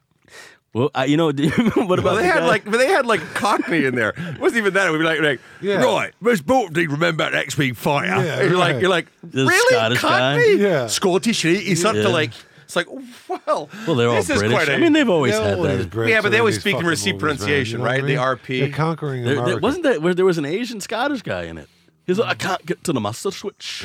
Speaker 1: Well, I, you know, do you remember what about
Speaker 5: Well, they
Speaker 1: the
Speaker 5: had
Speaker 1: guy?
Speaker 5: like, but they had like Cockney in there. It wasn't even that. It would be like, like
Speaker 4: Yeah.
Speaker 5: right, Miss Baltimore, remember that next week fighter?
Speaker 4: Yeah,
Speaker 5: And you're like,
Speaker 4: right.
Speaker 5: you're like,
Speaker 1: The
Speaker 5: really,
Speaker 1: Scottish guy?
Speaker 5: Cockney?
Speaker 4: Yeah.
Speaker 5: Scottish. eh? It's up
Speaker 1: Yeah.
Speaker 5: to like, it's like, well,
Speaker 1: well, they're all
Speaker 5: this is
Speaker 1: British.
Speaker 5: quite a-
Speaker 1: I mean, they've always
Speaker 4: They're
Speaker 1: had
Speaker 4: all these
Speaker 1: that.
Speaker 4: Brits
Speaker 5: Yeah, but they
Speaker 4: are in
Speaker 5: always
Speaker 4: these
Speaker 5: speak in
Speaker 4: fucking
Speaker 5: received
Speaker 4: movies, man,
Speaker 5: pronunciation,
Speaker 4: you know what I
Speaker 5: right? The
Speaker 4: mean?
Speaker 5: RP.
Speaker 4: They're conquering
Speaker 1: There,
Speaker 4: America.
Speaker 1: there, wasn't that where there was an Asian Scottish guy in it? He's like, I can't get to the master switch.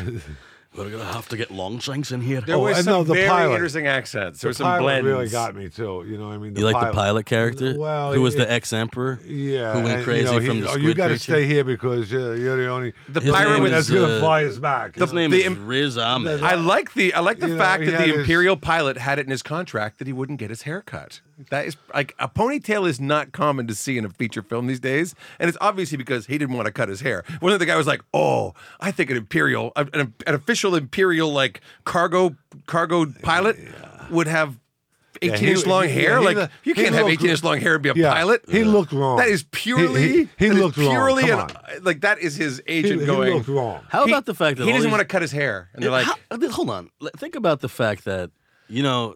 Speaker 1: We're gonna have to get Longshanks in here.
Speaker 5: There
Speaker 4: Oh,
Speaker 5: was
Speaker 4: and
Speaker 5: some
Speaker 4: no, the
Speaker 5: very
Speaker 4: pilot.
Speaker 5: interesting accents. There were
Speaker 4: the
Speaker 5: some
Speaker 4: pilot
Speaker 5: blends.
Speaker 4: really got me too. You know, what I mean,
Speaker 1: you like the pilot character,
Speaker 4: Well,
Speaker 1: who was
Speaker 4: it-
Speaker 1: the ex-emperor,
Speaker 4: Yeah,
Speaker 1: who
Speaker 4: and,
Speaker 1: went
Speaker 4: you
Speaker 1: crazy
Speaker 4: know, he-
Speaker 1: from the
Speaker 4: oh,
Speaker 1: squid
Speaker 4: you got to
Speaker 1: creature?
Speaker 4: stay here because you're, you're the only
Speaker 5: The
Speaker 1: His
Speaker 5: pirate
Speaker 1: name
Speaker 5: was
Speaker 1: is,
Speaker 4: that's gonna
Speaker 1: uh,
Speaker 4: fly us back.
Speaker 1: His name
Speaker 5: the
Speaker 1: is
Speaker 5: im-
Speaker 1: Riz Ahmed.
Speaker 5: I like the I like the
Speaker 4: You know,
Speaker 5: fact
Speaker 4: he
Speaker 5: that
Speaker 4: had
Speaker 5: the
Speaker 4: his-
Speaker 5: imperial pilot had it in his contract that he wouldn't get his hair cut. That is like a ponytail is not common to see in a feature film these days, and it's obviously because he didn't want to cut his hair. Wasn't the guy was like, "Oh, I think an imperial, an, an official imperial like cargo cargo pilot would have." 18
Speaker 4: he-
Speaker 5: inch long
Speaker 4: he-
Speaker 5: hair?
Speaker 4: yeah, he
Speaker 5: like,
Speaker 4: look-
Speaker 5: you
Speaker 4: he
Speaker 5: can't have
Speaker 4: looked-
Speaker 5: 18 inch long hair and be a
Speaker 4: Yeah,
Speaker 5: pilot.
Speaker 4: he looked wrong.
Speaker 5: That is
Speaker 4: He- he-
Speaker 5: purely.
Speaker 4: he
Speaker 5: that is
Speaker 4: looked wrong.
Speaker 5: purely
Speaker 4: Come
Speaker 5: an- like, that is his agent
Speaker 4: he
Speaker 5: going.
Speaker 4: looked wrong.
Speaker 1: How
Speaker 5: He-
Speaker 1: about the fact that
Speaker 5: he
Speaker 1: all
Speaker 5: doesn't
Speaker 1: these-
Speaker 5: want to cut his hair? And they're like,
Speaker 1: How- th- hold on. L- Think about the fact that you know.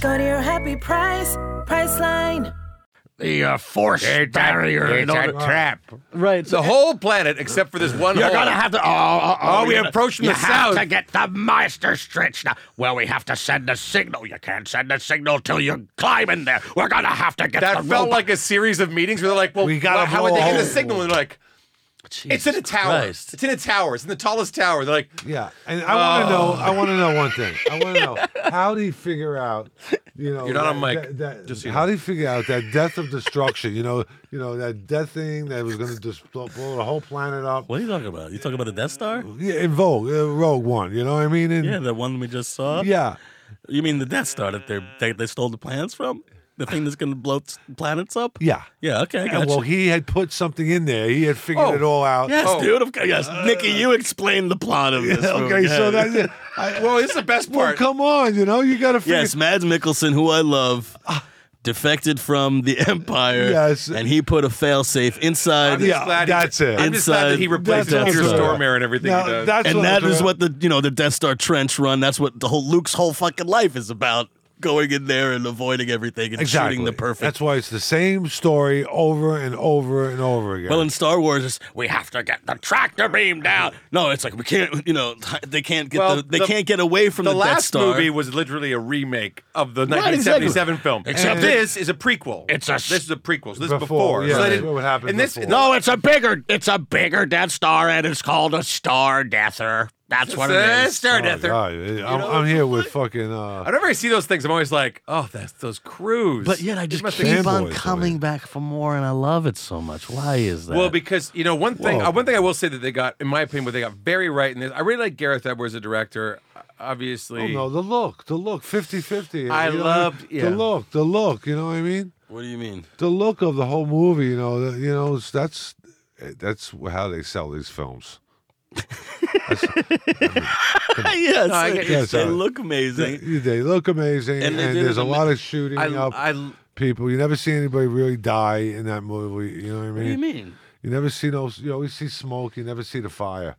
Speaker 9: Go to your happy price, Priceline.
Speaker 7: the uh, force barrier. in order-
Speaker 1: Right.
Speaker 5: The whole planet, except for this one.
Speaker 7: You're
Speaker 5: hole.
Speaker 7: gonna have to. Oh, oh, oh,
Speaker 5: Oh, we
Speaker 7: you're gonna-
Speaker 5: approached from
Speaker 7: you
Speaker 5: the
Speaker 7: have
Speaker 5: south.
Speaker 7: to get the master stretch now. Well, we have to send a signal. You can't send a signal till you climb in there. We're gonna have to get
Speaker 5: That
Speaker 7: the
Speaker 5: felt
Speaker 7: rope.
Speaker 5: like a series of meetings where they're like, "Well,
Speaker 4: We gotta
Speaker 5: wh- how would they
Speaker 4: blow a
Speaker 5: get the
Speaker 4: hole.
Speaker 5: signal?" And they're like, "It's in a
Speaker 1: Jesus
Speaker 5: tower.
Speaker 1: Christ.
Speaker 5: It's in a tower. It's in the tallest tower." They're like,
Speaker 4: Yeah, and I
Speaker 5: Oh.
Speaker 4: want to know. I want to know one thing. I want to know how do you figure out? You know,
Speaker 5: You're not on
Speaker 4: that-
Speaker 5: mic,
Speaker 4: that- that-
Speaker 5: just so you
Speaker 4: how do you figure out that death of destruction? You know, you know that death thing that was going to just blow, blow the whole planet up.
Speaker 1: What are you talking about? You talking about the Death Star?
Speaker 4: Yeah, in Vogue, uh, Rogue One. You know what I mean? And,
Speaker 1: Yeah, the one we just saw.
Speaker 4: yeah.
Speaker 1: You mean the Death Star that they they, they stole the planets from? The thing that's gonna blow t- planets up?
Speaker 4: Yeah.
Speaker 1: Yeah. Okay. I
Speaker 4: Yeah,
Speaker 1: got
Speaker 4: well,
Speaker 1: you.
Speaker 4: he had put something in there. He had figured
Speaker 5: Oh,
Speaker 4: it all out. Oh,
Speaker 1: Yes,
Speaker 5: Oh.
Speaker 1: dude. Of course. Yes, Nikki, you explained the plot of this. movie.
Speaker 4: Okay, so
Speaker 1: Yes.
Speaker 4: that's it. I,
Speaker 5: "Well, this is the best
Speaker 4: well,
Speaker 5: part."
Speaker 4: come on, you know, you got to figure.
Speaker 1: Yes, Mads Mikkelsen, who I love, defected from the Empire.
Speaker 4: Yes.
Speaker 1: And he put a failsafe inside.
Speaker 5: just
Speaker 4: Yeah,
Speaker 5: glad he-
Speaker 4: that's it.
Speaker 5: I'm just glad that he
Speaker 1: Inside-
Speaker 5: replaced
Speaker 4: That's
Speaker 5: Peter
Speaker 4: also-
Speaker 5: Stormare and everything
Speaker 4: Now,
Speaker 5: he does.
Speaker 4: that's
Speaker 1: And that is
Speaker 4: I'm-
Speaker 1: what the you know the Death Star trench run. That's what the whole Luke's whole fucking life is about: going in there and avoiding everything and shooting the perfect.
Speaker 4: That's why it's the same story over and over and over again.
Speaker 1: well, in Star Wars, it's, we have to get the tractor beam down. No, it's like we can't. You know, they can't get
Speaker 5: Well,
Speaker 1: the, they
Speaker 5: the-
Speaker 1: can't get away from
Speaker 5: the
Speaker 1: the, Death
Speaker 5: last
Speaker 1: Star.
Speaker 5: movie was literally a remake of the
Speaker 1: Right,
Speaker 5: 1977 film.
Speaker 7: Except
Speaker 5: this is a prequel.
Speaker 7: It's a s-
Speaker 5: this is a prequel. So this
Speaker 4: Before,
Speaker 5: is before.
Speaker 4: yeah,
Speaker 5: so they
Speaker 4: that's
Speaker 5: didn't-
Speaker 4: what happened
Speaker 5: And this
Speaker 4: before.
Speaker 5: no,
Speaker 1: Oh,
Speaker 7: No, it's a bigger, it's a bigger Death Star, and it's called a Star Deather. That's what it
Speaker 5: it's a
Speaker 7: is.
Speaker 5: Star
Speaker 4: Oh,
Speaker 5: Deather.
Speaker 4: God, I'm, I'm here with fucking. Uh,
Speaker 5: Whenever I see those things, I'm always like, "Oh, that's those crews."
Speaker 1: But yet, I just
Speaker 5: must
Speaker 1: keep
Speaker 4: fanboys
Speaker 1: on
Speaker 4: over
Speaker 1: coming back for more, and I love it so much. Why is that?
Speaker 5: Well, because you know one thing.
Speaker 4: Whoa.
Speaker 5: Uh, one thing I will say that they got, in my opinion, what they got very right in this. I really like Gareth Edwards as a director. Obviously,
Speaker 4: oh no, the look, the look, 50-50.
Speaker 5: I
Speaker 4: you know,
Speaker 5: loved- yeah.
Speaker 4: the look, the look. You know what I mean?
Speaker 1: what do you mean?
Speaker 4: The look of the whole movie. You know, the, you know it's- that's that's how they sell these films.
Speaker 1: yes,
Speaker 5: I
Speaker 1: they,
Speaker 5: get-
Speaker 4: Yes,
Speaker 1: they
Speaker 4: uh,
Speaker 1: look amazing.
Speaker 4: They, they look amazing,
Speaker 1: And
Speaker 4: and,
Speaker 1: they did
Speaker 4: there's
Speaker 1: it
Speaker 4: a
Speaker 1: ama-
Speaker 4: lot of shooting
Speaker 5: I,
Speaker 4: up
Speaker 5: I,
Speaker 4: people. You never see anybody really die in that movie. You know what I mean?
Speaker 1: What do you mean?
Speaker 4: You never see those. You always see smoke. You never see the fire.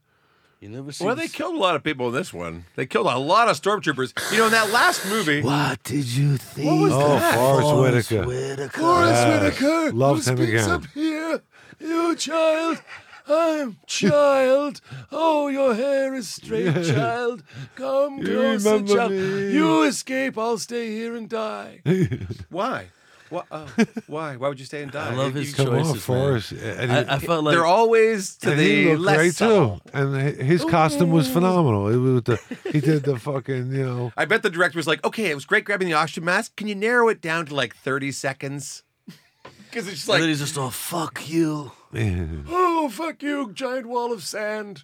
Speaker 1: You never see.
Speaker 5: well, they killed a lot of people in this one. They killed a lot of stormtroopers. You know, in that last movie,
Speaker 1: What did you think? What
Speaker 5: was
Speaker 4: Oh,
Speaker 5: that?
Speaker 4: Forrest Whitaker.
Speaker 1: Whitaker.
Speaker 4: Yes. Loves
Speaker 5: who
Speaker 4: him
Speaker 5: speaks
Speaker 4: again.
Speaker 5: up here, you child. I'm child. Oh, your hair is straight, child. Come closer,
Speaker 4: remember
Speaker 5: child.
Speaker 4: me.
Speaker 5: You escape, I'll stay here and die. Why? Why? Uh, why? Why would you stay and die?
Speaker 1: I love
Speaker 5: You-
Speaker 1: his
Speaker 5: you-
Speaker 4: Come on,
Speaker 1: Choices, man.
Speaker 4: Forrest. And he,
Speaker 1: I, I felt like
Speaker 5: They're always to
Speaker 4: and he
Speaker 5: the Oh,
Speaker 4: looked
Speaker 5: less
Speaker 4: great
Speaker 5: subtle.
Speaker 4: too. And hi- his costume was phenomenal. It was the, he did the fucking you know.
Speaker 5: I bet the director was like, "Okay, it was great grabbing the oxygen mask. Can you narrow it down to like 30 seconds?" Because it's just
Speaker 1: and
Speaker 5: like,
Speaker 1: then he's just all fuck you.
Speaker 5: "Oh, fuck you, giant wall of sand."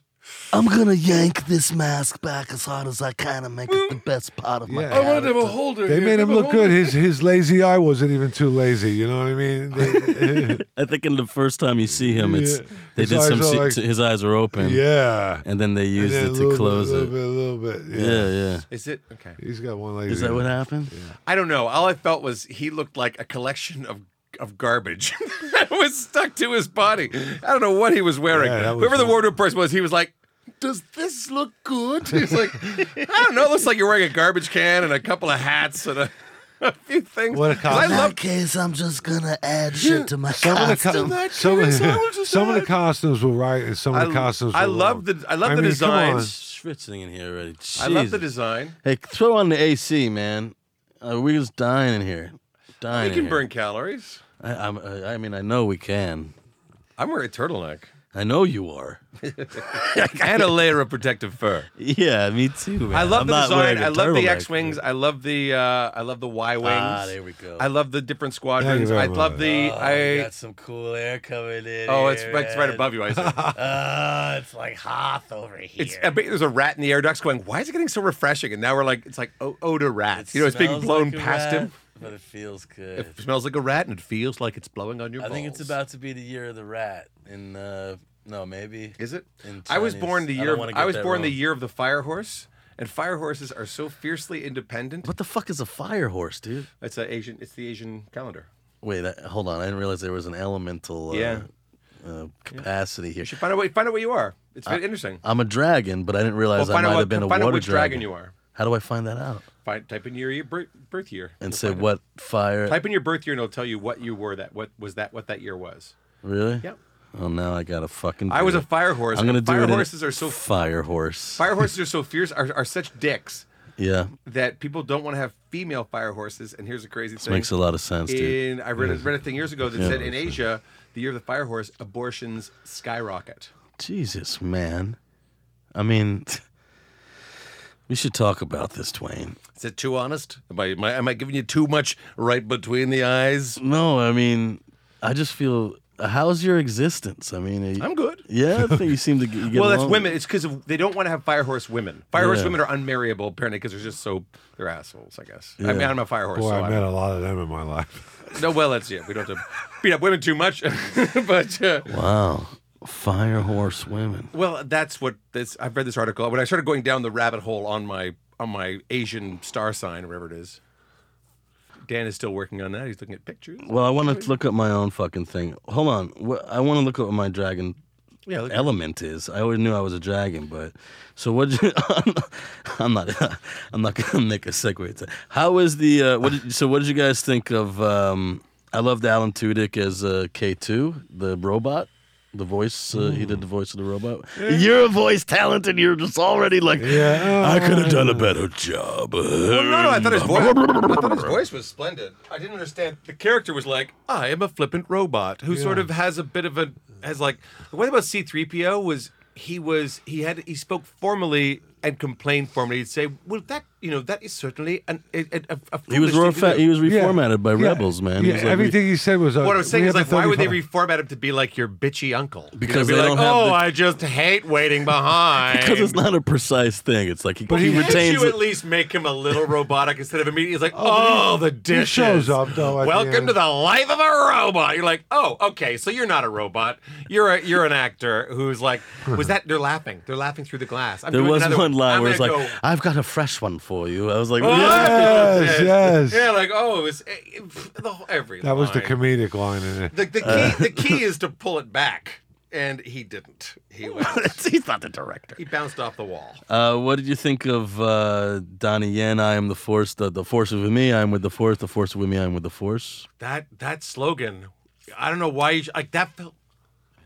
Speaker 1: I'm gonna yank this mask back as hard as I can and make it the best part of my.
Speaker 4: Yeah.
Speaker 5: I wanted to have a holder.
Speaker 4: They
Speaker 5: here.
Speaker 4: made him
Speaker 5: Have a
Speaker 4: look good.
Speaker 5: holder.
Speaker 4: His his lazy eye wasn't even too lazy. You know what I mean? They-
Speaker 1: I think in the first time you see him, it's
Speaker 4: Yeah.
Speaker 1: they
Speaker 4: His
Speaker 1: did
Speaker 4: eyes
Speaker 1: some.
Speaker 4: are
Speaker 1: se-
Speaker 4: like-
Speaker 1: to- his eyes were open.
Speaker 4: yeah.
Speaker 1: And then they used
Speaker 4: And
Speaker 1: it
Speaker 4: then a
Speaker 1: to
Speaker 4: little
Speaker 1: close
Speaker 4: bit,
Speaker 1: it.
Speaker 4: A little bit, a little bit. Yeah.
Speaker 1: yeah, yeah.
Speaker 5: Is it okay?
Speaker 4: He's got one lazy.
Speaker 1: Is that
Speaker 4: eye.
Speaker 1: what happened?
Speaker 5: I don't know. All I felt was he looked like a collection of of garbage that was stuck to his body. I don't know what he was wearing.
Speaker 4: Yeah, that was-
Speaker 5: Whoever the wardrobe person was, he was like. Does this look good? He's like, I don't know. It looks like you're wearing a garbage can and a couple of hats and a, a few things.
Speaker 4: What a
Speaker 5: 'Cause I
Speaker 4: costume.
Speaker 5: love
Speaker 1: case, I'm just gonna add shit to my
Speaker 4: Some of, the co- some, of-
Speaker 5: That was just
Speaker 4: some of the
Speaker 5: that.
Speaker 4: costumes were right, and some of the
Speaker 5: I-
Speaker 4: costumes.
Speaker 5: I
Speaker 4: were
Speaker 5: love
Speaker 4: wrong.
Speaker 5: the- I love the
Speaker 4: mean, come
Speaker 5: design.
Speaker 4: on.
Speaker 1: Schwitzing in here already.
Speaker 5: I love the
Speaker 1: Jesus.
Speaker 5: design.
Speaker 1: Hey, throw on the AC, man. Uh, we was dying in here. Dying.
Speaker 5: We
Speaker 1: in
Speaker 5: can
Speaker 1: here.
Speaker 5: burn calories.
Speaker 1: I, I'm, uh, I mean, I know we can.
Speaker 5: I'm wearing a turtleneck
Speaker 1: I know you are.
Speaker 5: and a layer of protective fur.
Speaker 1: Yeah, me too. Man.
Speaker 5: I love
Speaker 1: I'm
Speaker 5: the
Speaker 1: not
Speaker 5: design.
Speaker 1: wearing a
Speaker 5: I love the
Speaker 1: turtleneck.
Speaker 5: X wings. I love the uh, I love the Y wings.
Speaker 1: Ah, there we go.
Speaker 5: I love the different squadrons.
Speaker 4: very
Speaker 5: I love
Speaker 4: much.
Speaker 5: the
Speaker 1: Oh, we
Speaker 5: I.
Speaker 1: got some cool air coming in.
Speaker 5: Oh, it's,
Speaker 1: here,
Speaker 5: right- it's right
Speaker 1: man.
Speaker 5: above you. I said.
Speaker 1: Ah, it's like Hoth over here.
Speaker 5: It's, I bet there's a rat in the air ducts going, why is it getting so refreshing? And now we're like, it's like oh, odor rat.
Speaker 1: It
Speaker 5: you know, it's being
Speaker 1: smells
Speaker 5: blown
Speaker 1: like a
Speaker 5: past
Speaker 1: rat,
Speaker 5: him.
Speaker 1: but it feels good.
Speaker 5: It smells like a rat and it feels like it's blowing on your
Speaker 1: I think it's
Speaker 5: balls.
Speaker 1: about to be the year of the rat. In uh, no, maybe
Speaker 5: Is it?
Speaker 1: In
Speaker 5: I was
Speaker 1: Chinese.
Speaker 5: born the
Speaker 1: I
Speaker 5: year.
Speaker 1: don't
Speaker 5: of-
Speaker 1: wanna
Speaker 5: I,
Speaker 1: get
Speaker 5: was
Speaker 1: that
Speaker 5: born the
Speaker 1: wrong.
Speaker 5: year of the fire horse, and fire horses are so fiercely independent.
Speaker 1: What the fuck is a fire horse, dude?
Speaker 5: It's a Asian. It's the Asian calendar.
Speaker 1: Wait, I, hold on. I didn't realize there was an elemental uh,
Speaker 5: Yeah.
Speaker 1: uh, capacity here.
Speaker 5: You should find out. What, find out where you are. It's been interesting.
Speaker 1: I'm a dragon, but I didn't realize
Speaker 5: Well,
Speaker 1: I
Speaker 5: find
Speaker 1: might
Speaker 5: out
Speaker 1: have
Speaker 5: what,
Speaker 1: been a
Speaker 5: find out
Speaker 1: water
Speaker 5: which
Speaker 1: dragon.
Speaker 5: you are.
Speaker 9: How do I find that out?
Speaker 5: Find, type in your year, birth, birth year
Speaker 9: And
Speaker 5: You'll
Speaker 9: say
Speaker 5: find out.
Speaker 9: what fire?
Speaker 5: Type in your birth year, and it'll tell you what you were that what was that what that year was.
Speaker 9: really?
Speaker 5: Yep.
Speaker 9: Oh, now I gotta fucking.
Speaker 5: I
Speaker 9: do
Speaker 5: was
Speaker 9: it.
Speaker 5: a fire horse.
Speaker 9: I'm gonna do
Speaker 5: fire
Speaker 9: it. in-
Speaker 5: horses are so
Speaker 9: fire horse.
Speaker 5: fire horses are so fierce are, are such dicks
Speaker 9: Yeah,
Speaker 5: that people don't want to have female fire horses. And here's a crazy
Speaker 9: this
Speaker 5: thing.
Speaker 9: makes a lot of sense, dude.
Speaker 5: in I read, a- read a thing years ago that
Speaker 9: Yeah.
Speaker 5: said in Asia, the year of the fire horse, abortions skyrocket.
Speaker 9: Jesus, man. I mean, we should talk about this, Twain.
Speaker 5: Is it too honest? Am I, am I, am I giving you too much right between the eyes?
Speaker 9: No, I mean, I just feel. How's your existence? I mean, are you-
Speaker 5: I'm good.
Speaker 9: Yeah, I think you seem to g- you get
Speaker 5: well, that's
Speaker 9: along.
Speaker 5: women. It's because they don't want to have fire horse women. Fire horse
Speaker 9: Yeah.
Speaker 5: women are unmarriable apparently because they're just so they're assholes. I guess. I mean,
Speaker 9: Yeah.
Speaker 5: I'm a fire horse.
Speaker 4: Boy,
Speaker 5: so
Speaker 4: I
Speaker 5: I'm-
Speaker 4: met a lot of them in my life.
Speaker 5: no, well, that's it. We don't have to beat up women too much, but. Uh,
Speaker 9: Wow, fire horse women.
Speaker 5: Well, that's what this. I've read this article when I started going down the rabbit hole on my on my Asian star sign, whatever it is. Dan is still working on that. He's looking at pictures.
Speaker 9: Well, I want to look up my own fucking thing. Hold on, Wh- I want to look up what my dragon
Speaker 5: Yeah, look-
Speaker 9: element is. I always knew I was a dragon, but so what? You, I'm not. I'm not gonna make a segue. To, how is the? Uh, what? Did, so what did you guys think of? Um, I loved Alan Tudyk as uh, K2, the robot. The voice, uh, he did the
Speaker 4: Mm.
Speaker 9: voice of the robot. You're a voice talent, and you're just already like,
Speaker 4: Yeah.
Speaker 9: I could have done a better job.
Speaker 5: no, Oh, no, I thought his voice. I thought his voice was splendid. I didn't understand. The character was like, I am a flippant robot who sort of has a bit of a has like. The way about C three PO was he was he had he spoke formally and complained formally. He'd say, "Well, that you know that is certainly an a, a, a
Speaker 9: He was
Speaker 5: foolish thing to
Speaker 9: refa-
Speaker 5: do."
Speaker 9: he was
Speaker 4: Yeah.
Speaker 9: reformatted by
Speaker 4: Yeah.
Speaker 9: rebels, man. He
Speaker 4: Yeah,
Speaker 9: was like, we-
Speaker 4: everything he said was. uh,
Speaker 5: What I'm saying
Speaker 4: we
Speaker 5: is,
Speaker 4: have
Speaker 5: like,
Speaker 4: a
Speaker 5: why would they
Speaker 4: 35
Speaker 5: reformat him to be like your bitchy uncle? You know,
Speaker 9: Because
Speaker 5: be
Speaker 9: they
Speaker 5: like,
Speaker 9: don't have
Speaker 5: oh,
Speaker 9: the-
Speaker 5: I just hate waiting behind.
Speaker 9: Because it's not a precise thing. It's like he,
Speaker 5: But
Speaker 9: he
Speaker 5: can't
Speaker 9: retains
Speaker 5: you
Speaker 9: it.
Speaker 5: at least make him a little robotic instead of immediately? He's like, oh, the dishes.
Speaker 4: shows up, though, at the
Speaker 5: Welcome
Speaker 4: end.
Speaker 5: to the life of a robot. You're like, oh, okay, so you're not a robot. You're a you're an actor who's like, was that? They're laughing. They're laughing through the glass. I'm
Speaker 9: there
Speaker 5: doing
Speaker 9: was
Speaker 5: another
Speaker 9: one line
Speaker 5: I'm
Speaker 9: where it's like,
Speaker 5: gonna go,
Speaker 9: "I've got a fresh one for you." I was like,
Speaker 5: "Oh,
Speaker 9: "Yeah."
Speaker 4: Yes, yes.
Speaker 5: Yeah, like oh, it was eh, eh, pff, the whole, every.
Speaker 4: That was the
Speaker 5: line.
Speaker 4: comedic line in it.
Speaker 5: The, the key
Speaker 9: Uh.
Speaker 5: the key is to pull it back, and he didn't. He went,
Speaker 9: Oh.
Speaker 7: He's not the director.
Speaker 5: he bounced off the wall.
Speaker 9: Uh, what did you think of uh, Donnie Yen? I am the force. The, the force is with me. I am with the force. The force is with me. I am with the force.
Speaker 5: That that slogan, I don't know why you sh- like that felt.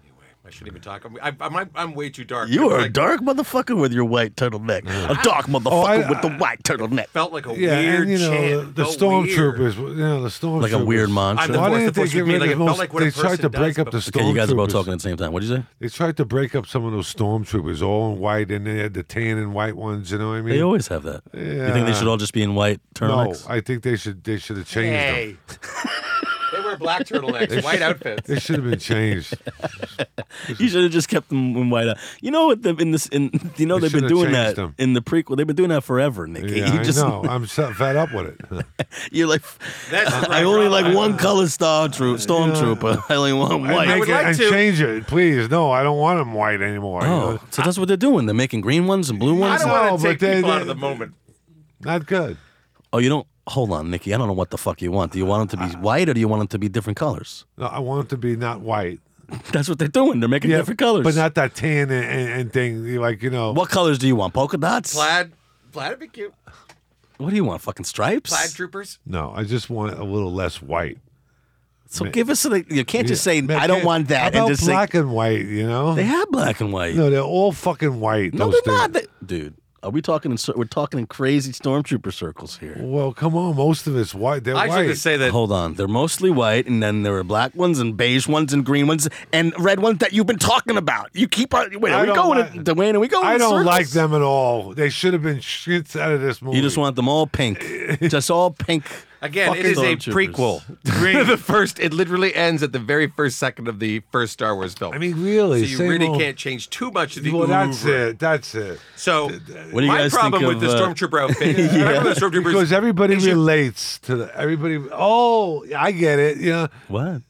Speaker 5: Anyway, I shouldn't even talk. I'm I, I'm, I'm way too dark.
Speaker 9: You
Speaker 5: It's
Speaker 9: are a
Speaker 5: like-
Speaker 9: dark motherfucker with your white turtleneck. A dark motherfucker
Speaker 4: Oh, I-
Speaker 9: with the white turtleneck.
Speaker 5: Felt like a
Speaker 4: Yeah,
Speaker 5: weird
Speaker 4: and you know
Speaker 5: chant,
Speaker 4: the, the
Speaker 5: felt weird.
Speaker 4: stormtroopers. You know the stormtroopers.
Speaker 9: Like a weird
Speaker 5: I'm
Speaker 9: mantra.
Speaker 5: the
Speaker 4: Why
Speaker 5: force,
Speaker 4: didn't
Speaker 5: the
Speaker 4: they
Speaker 5: force
Speaker 4: get
Speaker 5: with me.
Speaker 4: rid
Speaker 5: Like,
Speaker 4: of
Speaker 5: it felt
Speaker 4: most?
Speaker 5: like what a
Speaker 4: they tried to
Speaker 5: person
Speaker 4: break
Speaker 5: does,
Speaker 4: up the
Speaker 5: but-
Speaker 4: stormtroopers.
Speaker 9: Okay, you guys are both talking at the same time. What did you say?
Speaker 4: They tried to break up some of those stormtroopers, all in white, and they had the tan and white ones. You know what I mean?
Speaker 9: They always have that. You think they should all just be in white
Speaker 4: no,
Speaker 9: turtlenecks?
Speaker 4: I think they should. They should have changed them.
Speaker 5: Hey, they wear black turtlenecks, white outfits.
Speaker 4: They should have been changed.
Speaker 9: You should have just kept them in white. out. You know what? The, in this, in you know
Speaker 4: They
Speaker 9: they have been
Speaker 4: should have
Speaker 9: doing that
Speaker 4: changed them.
Speaker 9: in the prequel. They've been doing that forever, Nicky.
Speaker 4: Yeah,
Speaker 9: you just,
Speaker 4: I know. I'm so fed up with it.
Speaker 9: You're like,
Speaker 5: That's the
Speaker 9: I
Speaker 5: right
Speaker 9: only
Speaker 5: problem.
Speaker 9: like one color star troop, stormtrooper. I only want
Speaker 4: And
Speaker 9: white.
Speaker 4: make
Speaker 5: would
Speaker 4: it-
Speaker 5: like
Speaker 4: and
Speaker 5: to-
Speaker 4: change it, please. No, I don't want them white anymore. you
Speaker 9: Oh,
Speaker 4: know?
Speaker 9: so that's what they're doing. They're making green ones and blue
Speaker 5: I
Speaker 9: ones.
Speaker 5: don't
Speaker 4: No, but
Speaker 5: want to take
Speaker 4: they-
Speaker 5: people out of
Speaker 4: they-
Speaker 5: the moment.
Speaker 4: Not good.
Speaker 9: Oh, you don't. Hold on, Nikki. I don't know what the fuck you want. Do you want them to be white or do you want them to be different colors?
Speaker 4: No, I want it to be not white.
Speaker 9: That's what they're doing. They're making different colors.
Speaker 4: but not that tan and, and, and thing. Like you know,
Speaker 9: What colors do you want? Polka dots?
Speaker 5: Plaid, plaid would be cute.
Speaker 9: What do you want? Fucking stripes?
Speaker 5: Plaid troopers.
Speaker 4: no, I just want a little less white.
Speaker 9: So give us. A, you can't just say
Speaker 4: Man,
Speaker 9: I don't
Speaker 4: can't-
Speaker 9: want
Speaker 4: how
Speaker 9: that
Speaker 4: About
Speaker 9: and just
Speaker 4: black
Speaker 9: say
Speaker 4: and white, you know.
Speaker 9: they have black and white.
Speaker 4: no, they're all fucking white.
Speaker 9: No,
Speaker 4: those
Speaker 9: they're not.
Speaker 4: things.
Speaker 9: They- dude, are we talking? In, cir- we're talking in crazy stormtrooper circles here.
Speaker 4: Well, come on. Most of it's white. They're
Speaker 5: I should
Speaker 4: white.
Speaker 5: just say that
Speaker 9: Hold on, they're mostly white, and then there are black ones, and beige ones, and green ones, and red ones that you've been talking about. You keep on. Wait,
Speaker 4: I
Speaker 9: are we
Speaker 4: don't
Speaker 9: going?
Speaker 4: like-
Speaker 9: in, Dwayne, are we going?
Speaker 4: I
Speaker 9: in
Speaker 4: don't
Speaker 9: circles?
Speaker 4: like them at all. They should have been shits out of this movie.
Speaker 9: You just want them all pink, just all pink.
Speaker 5: Again, it
Speaker 9: Fucking
Speaker 5: is a
Speaker 9: stormtroopers.
Speaker 5: prequel. the first, it literally ends at the very first second of the first Star Wars film.
Speaker 4: I mean, really.
Speaker 5: so you
Speaker 4: same
Speaker 5: really
Speaker 4: old-
Speaker 5: can't change too much of the
Speaker 4: Well, that's
Speaker 5: oeuvre.
Speaker 4: it. That's it.
Speaker 5: So
Speaker 9: What do you
Speaker 5: my
Speaker 9: guys
Speaker 5: problem
Speaker 9: think
Speaker 5: with the
Speaker 9: of, uh,
Speaker 5: stormtrooper outfit, yeah. my problem with the stormtroopers,
Speaker 4: Because everybody
Speaker 5: is you-
Speaker 4: relates to the, everybody. Oh, I get it. You know,
Speaker 9: What?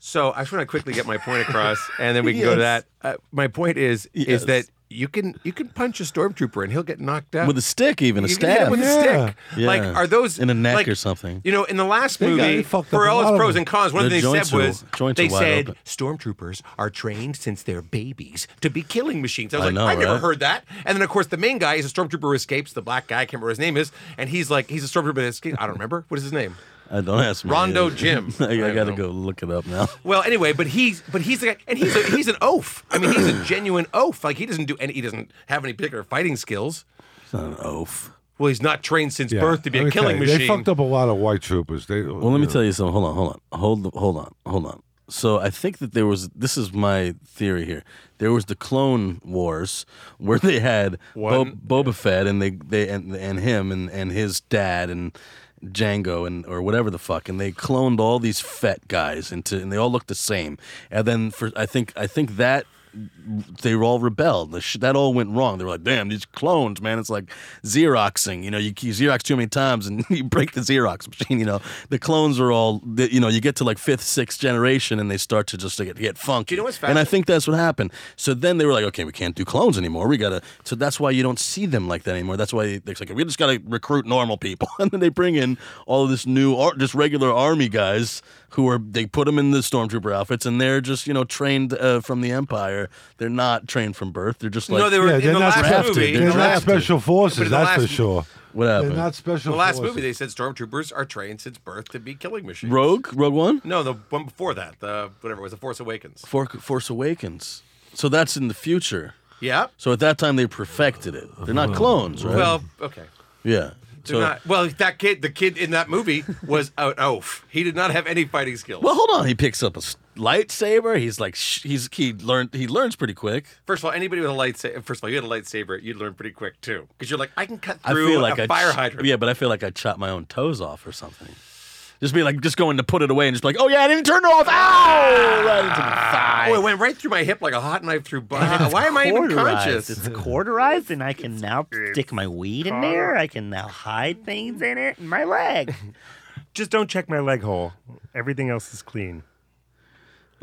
Speaker 5: So I just want to quickly get my point across, and then we can go to that. Uh, my point is, is
Speaker 9: Yes.
Speaker 5: that you can you can punch a stormtrooper and he'll get knocked out
Speaker 9: With a stick, even a
Speaker 5: You can hit him
Speaker 9: staff.
Speaker 5: with
Speaker 4: Yeah.
Speaker 5: a stick.
Speaker 9: Yeah.
Speaker 5: Like, are those
Speaker 9: In a neck
Speaker 5: like,
Speaker 9: or something.
Speaker 5: You know, in the last
Speaker 4: They got- they
Speaker 5: movie,
Speaker 4: fucked
Speaker 5: for
Speaker 4: up a
Speaker 5: all
Speaker 4: lot
Speaker 5: its
Speaker 4: of
Speaker 5: pros
Speaker 4: them.
Speaker 5: and cons, one
Speaker 9: Their
Speaker 5: thing they
Speaker 9: joints
Speaker 5: said
Speaker 9: are-
Speaker 5: was
Speaker 9: joints are
Speaker 5: they
Speaker 9: wide
Speaker 5: said
Speaker 9: open.
Speaker 5: stormtroopers are trained since they're babies to be killing machines. I was
Speaker 9: I
Speaker 5: like,
Speaker 9: know,
Speaker 5: I've never
Speaker 9: right?
Speaker 5: heard that. And then of course the main guy is a stormtrooper who escapes. The black guy, I can't remember what his name is, and he's like he's a stormtrooper that escapes. I don't remember what is his name.
Speaker 9: I don't ask me.
Speaker 5: Rondo
Speaker 9: Yeah.
Speaker 5: Jim.
Speaker 9: I, I
Speaker 5: I
Speaker 9: gotta
Speaker 5: don't
Speaker 9: go
Speaker 5: know.
Speaker 9: look it up now.
Speaker 5: Well, anyway, but he's but he's the guy, and he's a, he's an oaf. I mean, he's a genuine oaf. Like he doesn't do any, he doesn't have any particular fighting skills.
Speaker 9: It's not an oaf.
Speaker 5: Well, he's not trained since birth to be a
Speaker 4: Okay,
Speaker 5: killing machine.
Speaker 4: They fucked up a lot of white troopers. They
Speaker 9: Well, let me tell you something. Hold on, hold on, hold, the- hold on, hold on. So I think that there was. This is my theory here. There was the Clone Wars where they had Bo-
Speaker 5: One-
Speaker 9: Boba Fett and they they and, and him and and his dad and Django and or whatever the fuck, and they cloned all these Fett guys into, and they all looked the same. And then for I think I think that they all rebelled. The sh- that all went wrong. They were like, damn, these clones, man. It's like Xeroxing. You know, you, you Xerox too many times and you break the Xerox machine. You know, the clones are all, the- you know, you get to like fifth, sixth generation and they start to just get, get funky.
Speaker 5: you know what's
Speaker 9: and I
Speaker 5: fascinating?
Speaker 9: think that's what happened. So then they were like, okay, we can't do clones anymore. We got to, so that's why you don't see them like that anymore. That's why they're like, we just got to recruit normal people. and then they bring in all of this new, ar- just regular army guys who are they put them in the stormtrooper outfits and they're just you know trained uh, from the empire they're not trained from birth they're just like
Speaker 5: no, they were
Speaker 4: Yeah,
Speaker 5: in
Speaker 4: they're
Speaker 5: the
Speaker 4: not
Speaker 5: last
Speaker 9: drafted.
Speaker 5: movie.
Speaker 9: They're
Speaker 4: They're
Speaker 5: in the
Speaker 4: not
Speaker 5: last-
Speaker 9: drafted.
Speaker 4: special forces,
Speaker 5: But in the
Speaker 4: that's for
Speaker 5: last-
Speaker 4: sure.
Speaker 9: what
Speaker 4: They're
Speaker 9: happened
Speaker 4: not special
Speaker 5: in the last
Speaker 4: forces.
Speaker 5: movie, they said stormtroopers are trained since birth to be killing machines.
Speaker 9: rogue rogue one
Speaker 5: No, the one before that, the whatever it was, the Force Awakens.
Speaker 9: For- force awakens so that's in the future
Speaker 5: Yeah.
Speaker 9: so at that time they perfected it they're not clones right
Speaker 5: Well, okay.
Speaker 9: yeah
Speaker 5: They're
Speaker 9: so
Speaker 5: not, well, that kid, the kid in that movie was an oaf. He did not have any fighting skills.
Speaker 9: well hold on he picks up a s- lightsaber he's like sh- he's he learned he learns pretty quick
Speaker 5: First of all, anybody with a lightsaber, first of all, you had a lightsaber, you'd learn pretty quick too, because you're like, I can cut through
Speaker 9: I feel like
Speaker 5: a
Speaker 9: I
Speaker 5: fire
Speaker 9: ch-
Speaker 5: hydrant.
Speaker 9: Yeah, but I feel like I chopped my own toes off or something. Just be like, just going to put it away and just be like, oh yeah, I didn't turn it off. Ow! Right into my thigh.
Speaker 5: Oh, it went right through my hip like a hot knife through butter. Why am I even
Speaker 3: Cordurized.
Speaker 5: conscious?
Speaker 3: It's cordurized, and I can now stick my weed in there. I can now hide things in it. and My leg. Just don't check my leg hole. Everything else is clean.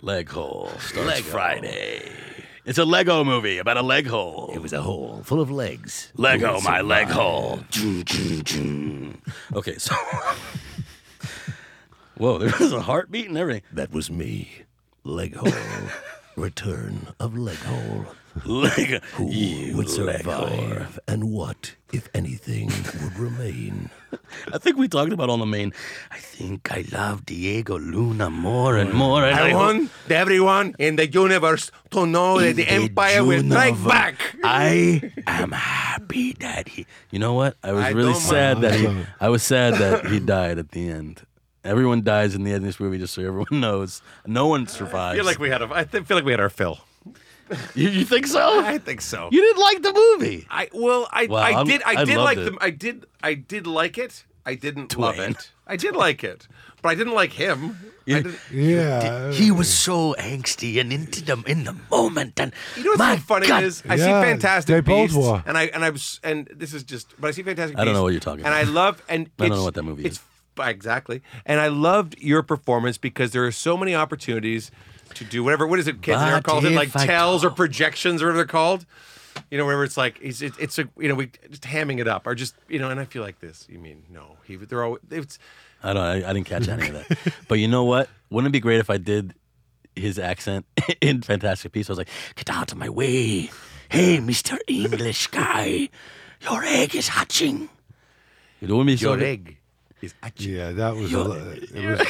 Speaker 9: Leg hole. Starts Friday. It's a Lego movie about a leg hole. It was a hole full of legs. Lego, my leg hole. okay, so. Whoa, there was a heartbeat and everything.
Speaker 1: That was me. Leg hole. Return of leg hole.
Speaker 9: Lego.
Speaker 1: Who
Speaker 9: You
Speaker 1: would
Speaker 9: leg hole.
Speaker 1: survive? And what, if anything, would remain?
Speaker 9: I think we talked about on the main. I think I love Diego Luna more and more. And
Speaker 5: I
Speaker 9: hope-
Speaker 5: want everyone in the universe to know that the Empire will strike back.
Speaker 9: I am happy that he. You know what? I was
Speaker 5: I
Speaker 9: really
Speaker 5: don't
Speaker 9: sad
Speaker 5: mind.
Speaker 9: that he. I was sad that he died at the end. Everyone dies in the end of this movie, just so everyone knows. No one
Speaker 5: I
Speaker 9: survives.
Speaker 5: feel like we had a, I th- feel like we had our fill.
Speaker 9: you, you think so?
Speaker 5: I think so.
Speaker 9: Oh. you didn't like the movie.
Speaker 5: I well, I,
Speaker 9: Wow,
Speaker 5: I
Speaker 9: I'm-
Speaker 5: did, I,
Speaker 9: I
Speaker 5: did
Speaker 9: loved
Speaker 5: like
Speaker 9: it.
Speaker 5: them. I did, I did like it. I didn't love
Speaker 9: Twin.
Speaker 5: it. I did like it, but I didn't like him. I didn't,
Speaker 4: Yeah.
Speaker 7: He was so angsty and into the, in the moment, and
Speaker 5: you know what's
Speaker 7: my
Speaker 5: so funny
Speaker 7: God,
Speaker 5: is I see
Speaker 4: Yeah,
Speaker 5: Fantastic
Speaker 4: they both
Speaker 5: Beasts,
Speaker 4: were.
Speaker 5: and I and I was and this is just, but I see Fantastic.
Speaker 9: I don't know
Speaker 5: Beasts,
Speaker 9: what you're talking
Speaker 5: And
Speaker 9: about.
Speaker 5: I love and
Speaker 9: I don't
Speaker 5: it's-
Speaker 9: know what that movie
Speaker 5: it's-
Speaker 9: is.
Speaker 5: Exactly, and I loved your performance because there are so many opportunities to do whatever. What is it? Kids they're
Speaker 9: But
Speaker 5: called it
Speaker 9: if
Speaker 5: like
Speaker 9: I
Speaker 5: tells or projections or whatever they're called. You know, wherever it's like it's it, it's a you know we just hamming it up or just you know, and I feel like this. You mean no? He they're all it's
Speaker 9: I don't. I, I didn't catch any of that. But you know what? Wouldn't it be great if I did his accent in Fantastic Beasts? I was like,
Speaker 7: Get out of my way. Hey, Mr. English guy, your egg is hatching.
Speaker 9: you know what I mean?
Speaker 5: your
Speaker 9: So-
Speaker 5: egg is actually
Speaker 4: Yeah, that was. A, lo- it was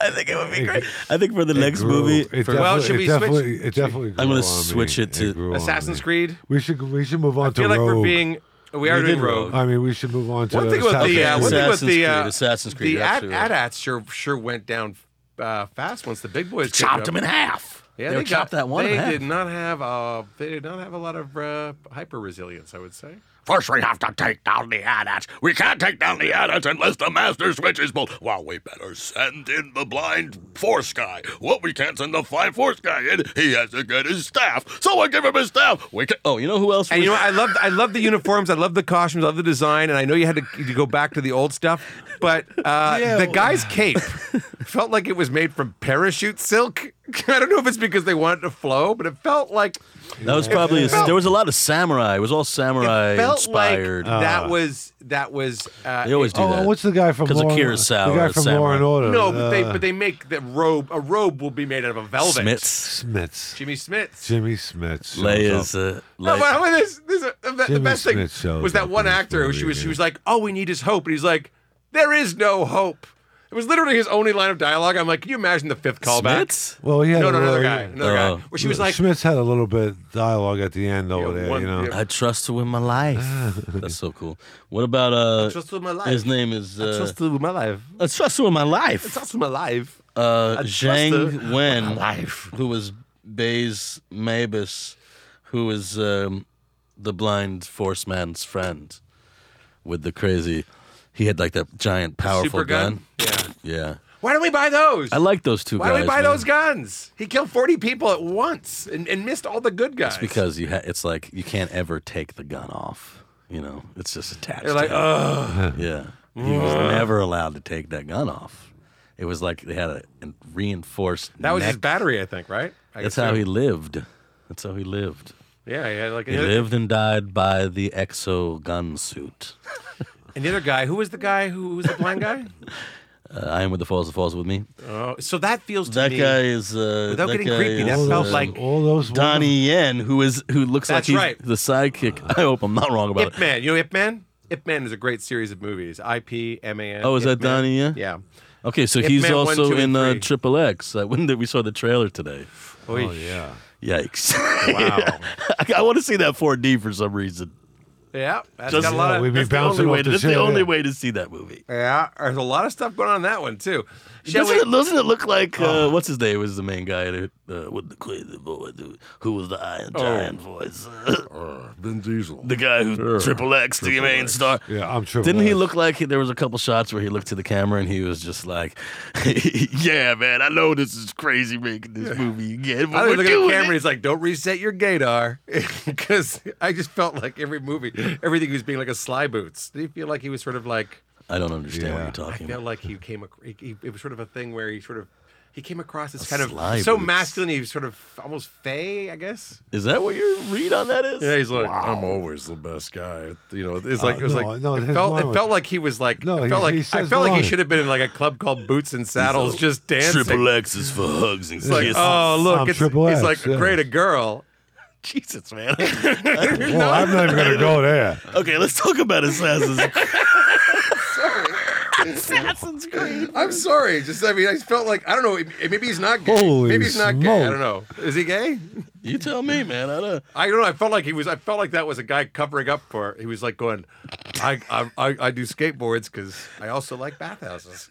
Speaker 9: I think it would be great. I think for the next
Speaker 4: grew.
Speaker 9: movie,
Speaker 4: It
Speaker 9: for-
Speaker 5: Well,
Speaker 4: definitely-
Speaker 5: should
Speaker 4: it
Speaker 5: we switch-
Speaker 4: definitely, It definitely.
Speaker 9: I'm gonna
Speaker 4: grew on
Speaker 9: switch
Speaker 4: me.
Speaker 9: it to
Speaker 4: grew on
Speaker 5: Assassin's
Speaker 4: me.
Speaker 5: Creed.
Speaker 4: We should we should move on
Speaker 5: I
Speaker 4: to
Speaker 5: feel like we're
Speaker 4: Rogue.
Speaker 5: being we are
Speaker 9: We
Speaker 5: doing
Speaker 9: did
Speaker 5: rogue.
Speaker 4: I mean, we should move on to.
Speaker 5: One thing about the uh,
Speaker 4: Assassin's
Speaker 5: one thing
Speaker 4: Creed.
Speaker 5: about the uh,
Speaker 9: Assassin's Creed, Assassin's Creed,
Speaker 5: the
Speaker 9: you're
Speaker 5: ad,
Speaker 9: absolutely right.
Speaker 5: AT-ATs sure sure went down uh, fast once the big boys
Speaker 7: Chopped him in half.
Speaker 5: Yeah,
Speaker 9: They were chopped that one in
Speaker 5: They
Speaker 9: half.
Speaker 5: did not have uh, they did not have a lot of uh, hyper resilience. I would say.
Speaker 7: First, we have to take down the adats. We can't take down the adats unless the master switches both. Well, we better send in the blind force guy. Well, we can't send the blind force guy in. He has to get his staff. Someone give him his staff. We can-
Speaker 9: oh, you know who else?
Speaker 5: And
Speaker 9: was-
Speaker 5: you know, I love I love the uniforms. I love the costumes. I love the design. And I know you had to, you go back to the old stuff, but uh, the guy's cape felt like it was made from parachute silk. I don't know if it's because they wanted to flow, but it felt like
Speaker 1: That was probably a, there was a lot of samurai. It was all samurai
Speaker 5: it felt
Speaker 1: inspired.
Speaker 5: Like that was that was. Uh,
Speaker 1: They always do
Speaker 4: Oh,
Speaker 1: that.
Speaker 4: what's the guy from
Speaker 1: 'Cause
Speaker 4: Law and-
Speaker 1: Akira Sauer,
Speaker 4: The guy from
Speaker 1: Samurai.
Speaker 4: Law and Order.
Speaker 5: No, but they
Speaker 4: uh,
Speaker 5: but they make the robe. A robe will be made out of a velvet.
Speaker 1: Smits.
Speaker 4: Smiths.
Speaker 5: Jimmy Smits.
Speaker 4: Jimmy Smiths.
Speaker 1: Layers. Uh,
Speaker 5: No,
Speaker 1: like,
Speaker 5: but I mean, this, this, uh, the, the
Speaker 4: Jimmy
Speaker 5: best thing
Speaker 4: Smith shows
Speaker 5: was
Speaker 4: up
Speaker 5: that
Speaker 4: in
Speaker 5: one
Speaker 4: this
Speaker 5: actor who she
Speaker 4: movie,
Speaker 5: was she
Speaker 4: yeah.
Speaker 5: was like, "All we need is hope," and he's like, "There is no hope." It was literally his only line of dialogue. I'm like, "Can you imagine the fifth callback?"
Speaker 1: Smits?
Speaker 4: Well, he had
Speaker 5: No,
Speaker 4: a
Speaker 5: no, another
Speaker 4: little-
Speaker 5: guy, another
Speaker 1: Oh.
Speaker 5: guy. Where she was like,
Speaker 4: Smiths had a little bit dialogue at the end over
Speaker 5: Yeah,
Speaker 4: there,
Speaker 5: one-
Speaker 4: you know.
Speaker 5: yeah.
Speaker 1: I trust her with my life. That's so cool. What about uh?
Speaker 5: "I trust with my life."
Speaker 1: His name is
Speaker 5: I
Speaker 1: uh,
Speaker 5: trust with my life.
Speaker 1: I trust her with my
Speaker 5: I
Speaker 1: life.
Speaker 5: trust with my life.
Speaker 1: Uh,
Speaker 5: I trust her
Speaker 1: Zhang
Speaker 5: with my
Speaker 1: Wen,
Speaker 5: life.
Speaker 1: who was Bay's Mabus, who is um, the blind force man's friend with the crazy. He had like that giant powerful
Speaker 5: Super gun.
Speaker 1: gun.
Speaker 5: Yeah.
Speaker 1: Yeah,
Speaker 5: Why don't we buy those?
Speaker 1: I like those two
Speaker 5: Why
Speaker 1: guys.
Speaker 5: don't we buy
Speaker 1: man.
Speaker 5: those guns? He killed 40 people at once and, and missed all the good guys.
Speaker 1: It's because you ha- it's like you can't ever take the gun off. You know, it's just attached.
Speaker 5: they're like,
Speaker 1: to him.
Speaker 5: oh,
Speaker 1: yeah. He was never allowed to take that gun off. It was like they had a, a reinforced.
Speaker 5: that was
Speaker 1: neck.
Speaker 5: his battery, I think, right? I
Speaker 1: That's
Speaker 5: guess
Speaker 1: how
Speaker 5: so.
Speaker 1: he lived. That's how he lived.
Speaker 5: Yeah, yeah, like
Speaker 1: He lived and died by the exo gun suit.
Speaker 5: And the other guy, who was the guy who was the blind guy?
Speaker 1: Uh, I am with the falls. The falls with me.
Speaker 5: Oh, so that feels to
Speaker 1: That
Speaker 5: me.
Speaker 1: guy is. Uh,
Speaker 5: Without
Speaker 1: that
Speaker 5: getting
Speaker 1: guy
Speaker 5: creepy, that
Speaker 1: is,
Speaker 5: felt
Speaker 1: uh,
Speaker 5: like-
Speaker 4: all those
Speaker 1: Donnie
Speaker 4: women-
Speaker 1: Yen, who is who looks
Speaker 5: Hmm. That's
Speaker 1: like he's
Speaker 5: right.
Speaker 1: the sidekick. I hope I'm not wrong about
Speaker 5: Ip
Speaker 1: it.
Speaker 5: Man. You know Ip Man? Ip Man is a great series of movies. I P M A N.
Speaker 1: Oh, is
Speaker 5: Ip
Speaker 1: that
Speaker 5: Man.
Speaker 1: Donnie Yen?
Speaker 5: Yeah.
Speaker 1: Okay, so
Speaker 5: Ip
Speaker 1: he's
Speaker 5: Man one,
Speaker 1: also
Speaker 5: two, and
Speaker 1: in uh,
Speaker 5: three.
Speaker 1: Triple X. Uh, when did we saw the trailer today?
Speaker 5: Oh,
Speaker 4: Yeah.
Speaker 1: Yikes!
Speaker 5: Wow.
Speaker 1: I, want to see that 4D for some reason.
Speaker 5: yeah. That's
Speaker 1: Just-
Speaker 5: got a lot
Speaker 4: Yeah, we
Speaker 5: of.
Speaker 4: be
Speaker 1: That's the only
Speaker 4: bouncing off
Speaker 1: way.
Speaker 4: the
Speaker 1: that's the
Speaker 4: chair,
Speaker 1: only
Speaker 4: yeah.
Speaker 1: way to see that movie.
Speaker 5: Yeah, there's a lot of stuff going on in that one too. Shall
Speaker 1: Doesn't
Speaker 5: we?
Speaker 1: it, doesn't it look like uh, what's his name was the main guy that, uh, with the crazy boy dude, who was the
Speaker 5: Oh.
Speaker 1: Iron Giant voice?
Speaker 10: Ben Diesel.
Speaker 1: the guy who Triple X, the main star.
Speaker 4: Yeah, I'm sure.
Speaker 1: Didn't he look like he, there was a couple shots where he looked to the camera and he was just like, "Yeah, man, I know this is crazy making this movie again,
Speaker 5: I
Speaker 1: but
Speaker 5: was
Speaker 1: we're
Speaker 5: looking at the
Speaker 1: doing
Speaker 5: camera.
Speaker 1: it."
Speaker 5: He's like, "Don't reset your gaydar," because I just felt like every movie, everything he was being like a sly boots. Did you feel like he was sort of like?
Speaker 1: I don't understand what
Speaker 4: Yeah.
Speaker 1: you're
Speaker 5: I
Speaker 1: talking
Speaker 5: feel
Speaker 1: about.
Speaker 5: like he came. ac- He, he, it was sort of a thing where he sort of he came across as kind
Speaker 1: sly
Speaker 5: of so
Speaker 1: boots.
Speaker 5: masculine. He was sort of almost fey, I guess.
Speaker 1: Is that what your read on that is?
Speaker 5: Yeah, he's like
Speaker 10: I'm always the best guy.
Speaker 5: you know, it's like it was
Speaker 4: Uh, no,
Speaker 5: like
Speaker 4: no,
Speaker 5: it
Speaker 4: his
Speaker 5: felt
Speaker 4: line
Speaker 5: it
Speaker 4: was-
Speaker 5: felt like he was like
Speaker 4: No,
Speaker 5: no,
Speaker 4: he-
Speaker 5: felt like
Speaker 4: he
Speaker 5: I
Speaker 4: says
Speaker 5: felt like he
Speaker 4: line.
Speaker 5: should have been in like a club called Boots and Saddles, just dancing.
Speaker 1: Triple X is for hugs and
Speaker 5: It's like,
Speaker 1: kisses.
Speaker 5: oh
Speaker 4: I'm
Speaker 5: look, it's,
Speaker 4: Triple
Speaker 5: it's
Speaker 4: X,
Speaker 5: like
Speaker 4: yeah.
Speaker 5: great a girl.
Speaker 1: Jesus, man.
Speaker 4: Well, I'm not even gonna go there.
Speaker 1: okay, let's talk about Assassin's
Speaker 5: I'm sorry, just I mean, I felt like I don't know. Maybe he's not gay.
Speaker 4: Holy
Speaker 5: maybe he's not gay. I
Speaker 4: smoke.
Speaker 5: don't know. Is he gay?
Speaker 1: You tell me, man. I don't.
Speaker 5: I don't know. I felt like he was. I felt like that was a guy covering up for. He was like going, I I I, I do skateboards because I also like bathhouses.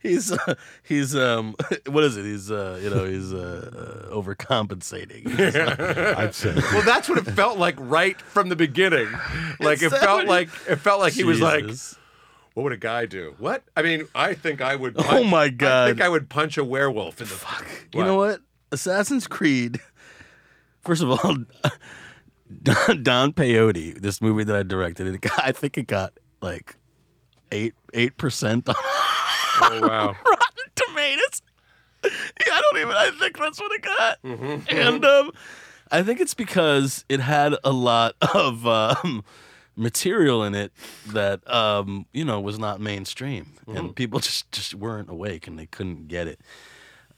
Speaker 1: He's uh, he's um what is it? He's uh you know he's uh, uh overcompensating. He's like,
Speaker 4: I'd say.
Speaker 5: Well, that's what it felt like right from the beginning. Like it
Speaker 1: Is that
Speaker 5: felt
Speaker 1: what-
Speaker 5: like it felt like he was like,
Speaker 1: Jesus.
Speaker 5: "What would a guy do?" What I mean, I think I would.
Speaker 1: Oh
Speaker 5: punch-
Speaker 1: my
Speaker 5: I
Speaker 1: God.
Speaker 5: think I would punch a werewolf in the fuck.
Speaker 1: you know what? Assassin's Creed. First of all, Don, Don Peyote, this movie that I directed, it got, I think it got like eight eight percent on
Speaker 5: Oh, wow.
Speaker 1: Rotten Tomatoes. Yeah, I don't even. I think that's what it got. And um, I think it's because it had a lot of um, material in it that um, you know was not mainstream, and people just just weren't awake and they couldn't get it.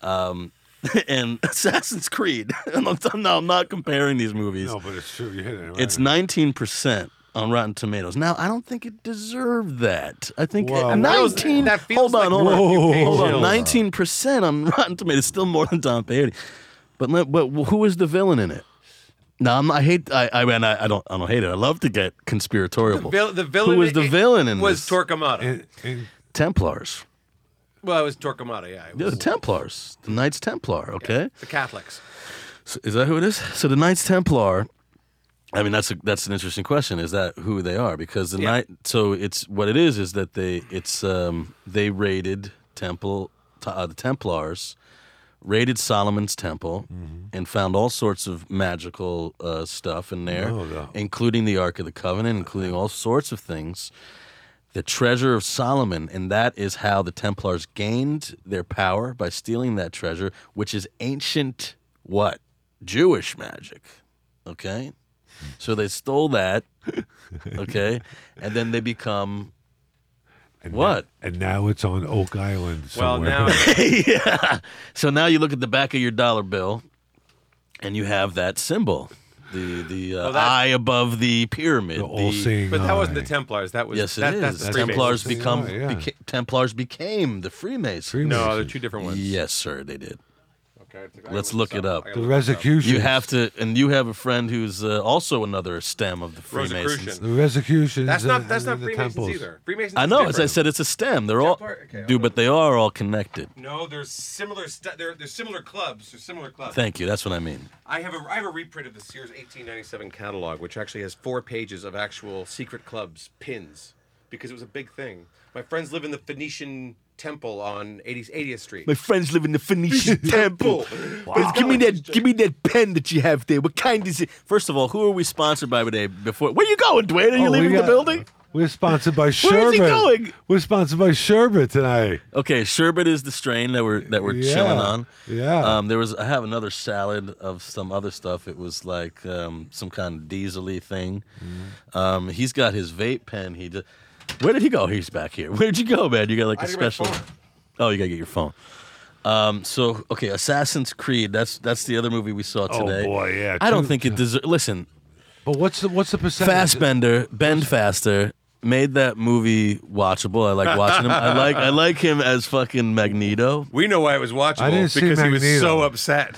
Speaker 1: Um, and Assassin's Creed. And I'm, no, I'm not comparing these movies.
Speaker 4: No, but it's true. You hit it. Right?
Speaker 1: It's 19% on Rotten Tomatoes. Now, I don't think it deserved that. I think
Speaker 4: Whoa.
Speaker 1: uh, 19
Speaker 5: That feels
Speaker 1: Hold on,
Speaker 5: like
Speaker 1: hold on.
Speaker 5: what you paid
Speaker 1: Hold on.
Speaker 5: Jill.
Speaker 1: 19% on Rotten Tomatoes It's still more than Tom Peyote. But, let- but who is the villain in it? No, I'm, I hate. I, I mean, I, I don't. I don't hate it. I love to get conspiratorial.
Speaker 5: Vil- the villain
Speaker 1: Who was the
Speaker 5: in-
Speaker 1: villain in
Speaker 5: was
Speaker 1: this?
Speaker 5: Torquemada.
Speaker 4: And, and
Speaker 1: Templars.
Speaker 5: well, it was Torquemada. Yeah, it
Speaker 1: Yeah,
Speaker 5: was
Speaker 1: the Templars. The Knights Templar. Okay.
Speaker 5: the Catholics.
Speaker 1: So is that who it is? So the Knights Templar. I mean, that's a, that's an interesting question. Is that who they are? Because the
Speaker 5: Yeah.
Speaker 1: knight. So it's what it is. Is that they it's um they raided temple t- uh, the Templars raided Solomon's temple and found all sorts of magical uh, stuff in there,
Speaker 4: No, no.
Speaker 1: including the Ark of the Covenant, including all sorts of things. the treasure of Solomon, and that is how the Templars gained their power by stealing that treasure, which is ancient what? Jewish magic. Okay? So they stole that, okay? And then they become what?
Speaker 4: and now it's on Oak Island.
Speaker 5: Well,
Speaker 4: Somewhere.
Speaker 5: now
Speaker 1: yeah. So now you look at the back of your dollar bill, and you have that symbol, the the uh,
Speaker 5: that-
Speaker 1: eye above the pyramid.
Speaker 4: the all
Speaker 1: the-
Speaker 4: seeing.
Speaker 5: But that wasn't the
Speaker 4: eye.
Speaker 5: Templars. That was
Speaker 1: Yes, it is.
Speaker 5: that, That's the Freemasons.
Speaker 1: Templars
Speaker 4: Freemasons.
Speaker 1: become
Speaker 4: Yeah, yeah.
Speaker 1: beca- Templars became the Freemasons.
Speaker 5: No, they're two different ones.
Speaker 1: Yes, sir, they did.
Speaker 5: Okay,
Speaker 1: Let's look it up.
Speaker 4: The Rosicrucians.
Speaker 1: You have to, and you have a friend who's uh, also another stem of the Freemasons.
Speaker 5: Rosicrucian.
Speaker 4: The Rosicrucians.
Speaker 5: That's
Speaker 4: uh,
Speaker 5: not that's not
Speaker 4: and the
Speaker 5: Freemasons
Speaker 4: temples.
Speaker 5: either. Freemasons.
Speaker 1: I
Speaker 5: is
Speaker 1: know, as I
Speaker 5: different.
Speaker 1: said, it's a stem. They're all,
Speaker 5: Templar- okay,
Speaker 1: dude,
Speaker 5: okay.
Speaker 1: but they are all connected.
Speaker 5: No, there's similar. St- there, there's similar clubs. There's similar clubs.
Speaker 1: Thank you. That's what I mean.
Speaker 5: I have a I have a reprint of the Sears 1897 catalog, which actually has four pages of actual secret clubs pins because it was a big thing. My friends live in the Phoenician Temple on 80th, 80th Street.
Speaker 11: My friends live in the Phoenician temple.
Speaker 5: Wow.
Speaker 11: Give me that. Give me that pen that you have there. What kind is it?
Speaker 1: First of all, who are we sponsored by today? Before where you going, Dwayne? Are you
Speaker 4: Oh, we
Speaker 1: leaving the
Speaker 4: got-
Speaker 1: building?
Speaker 4: We're sponsored by Sherbet.
Speaker 1: Where is he going?
Speaker 4: We're sponsored by Sherbet tonight.
Speaker 1: Okay, sherbet is the strain that we're that we're
Speaker 4: Yeah,
Speaker 1: chilling on.
Speaker 4: yeah.
Speaker 1: Um, there was I have another salad of some other stuff. It was like um, some kind of diesely thing.
Speaker 4: Mm.
Speaker 1: Um, he's got his vape pen. He just where did he go? He's back here. Where'd you go, man? You got like a
Speaker 5: didn't get my
Speaker 1: special.
Speaker 5: phone.
Speaker 1: Oh, you gotta get your phone. Um, so okay, Assassin's Creed. That's that's the other movie we saw today.
Speaker 4: Oh, boy, yeah,
Speaker 1: I don't
Speaker 4: two-
Speaker 1: think it deserves. Listen,
Speaker 4: But what's the what's the percentage?
Speaker 1: Fassbender, Bend Faster, made that movie watchable. I like watching him. I like I like him as fucking Magneto.
Speaker 5: We know why it was watchable
Speaker 4: I didn't see
Speaker 5: because he was
Speaker 4: Magneto.
Speaker 5: so upset.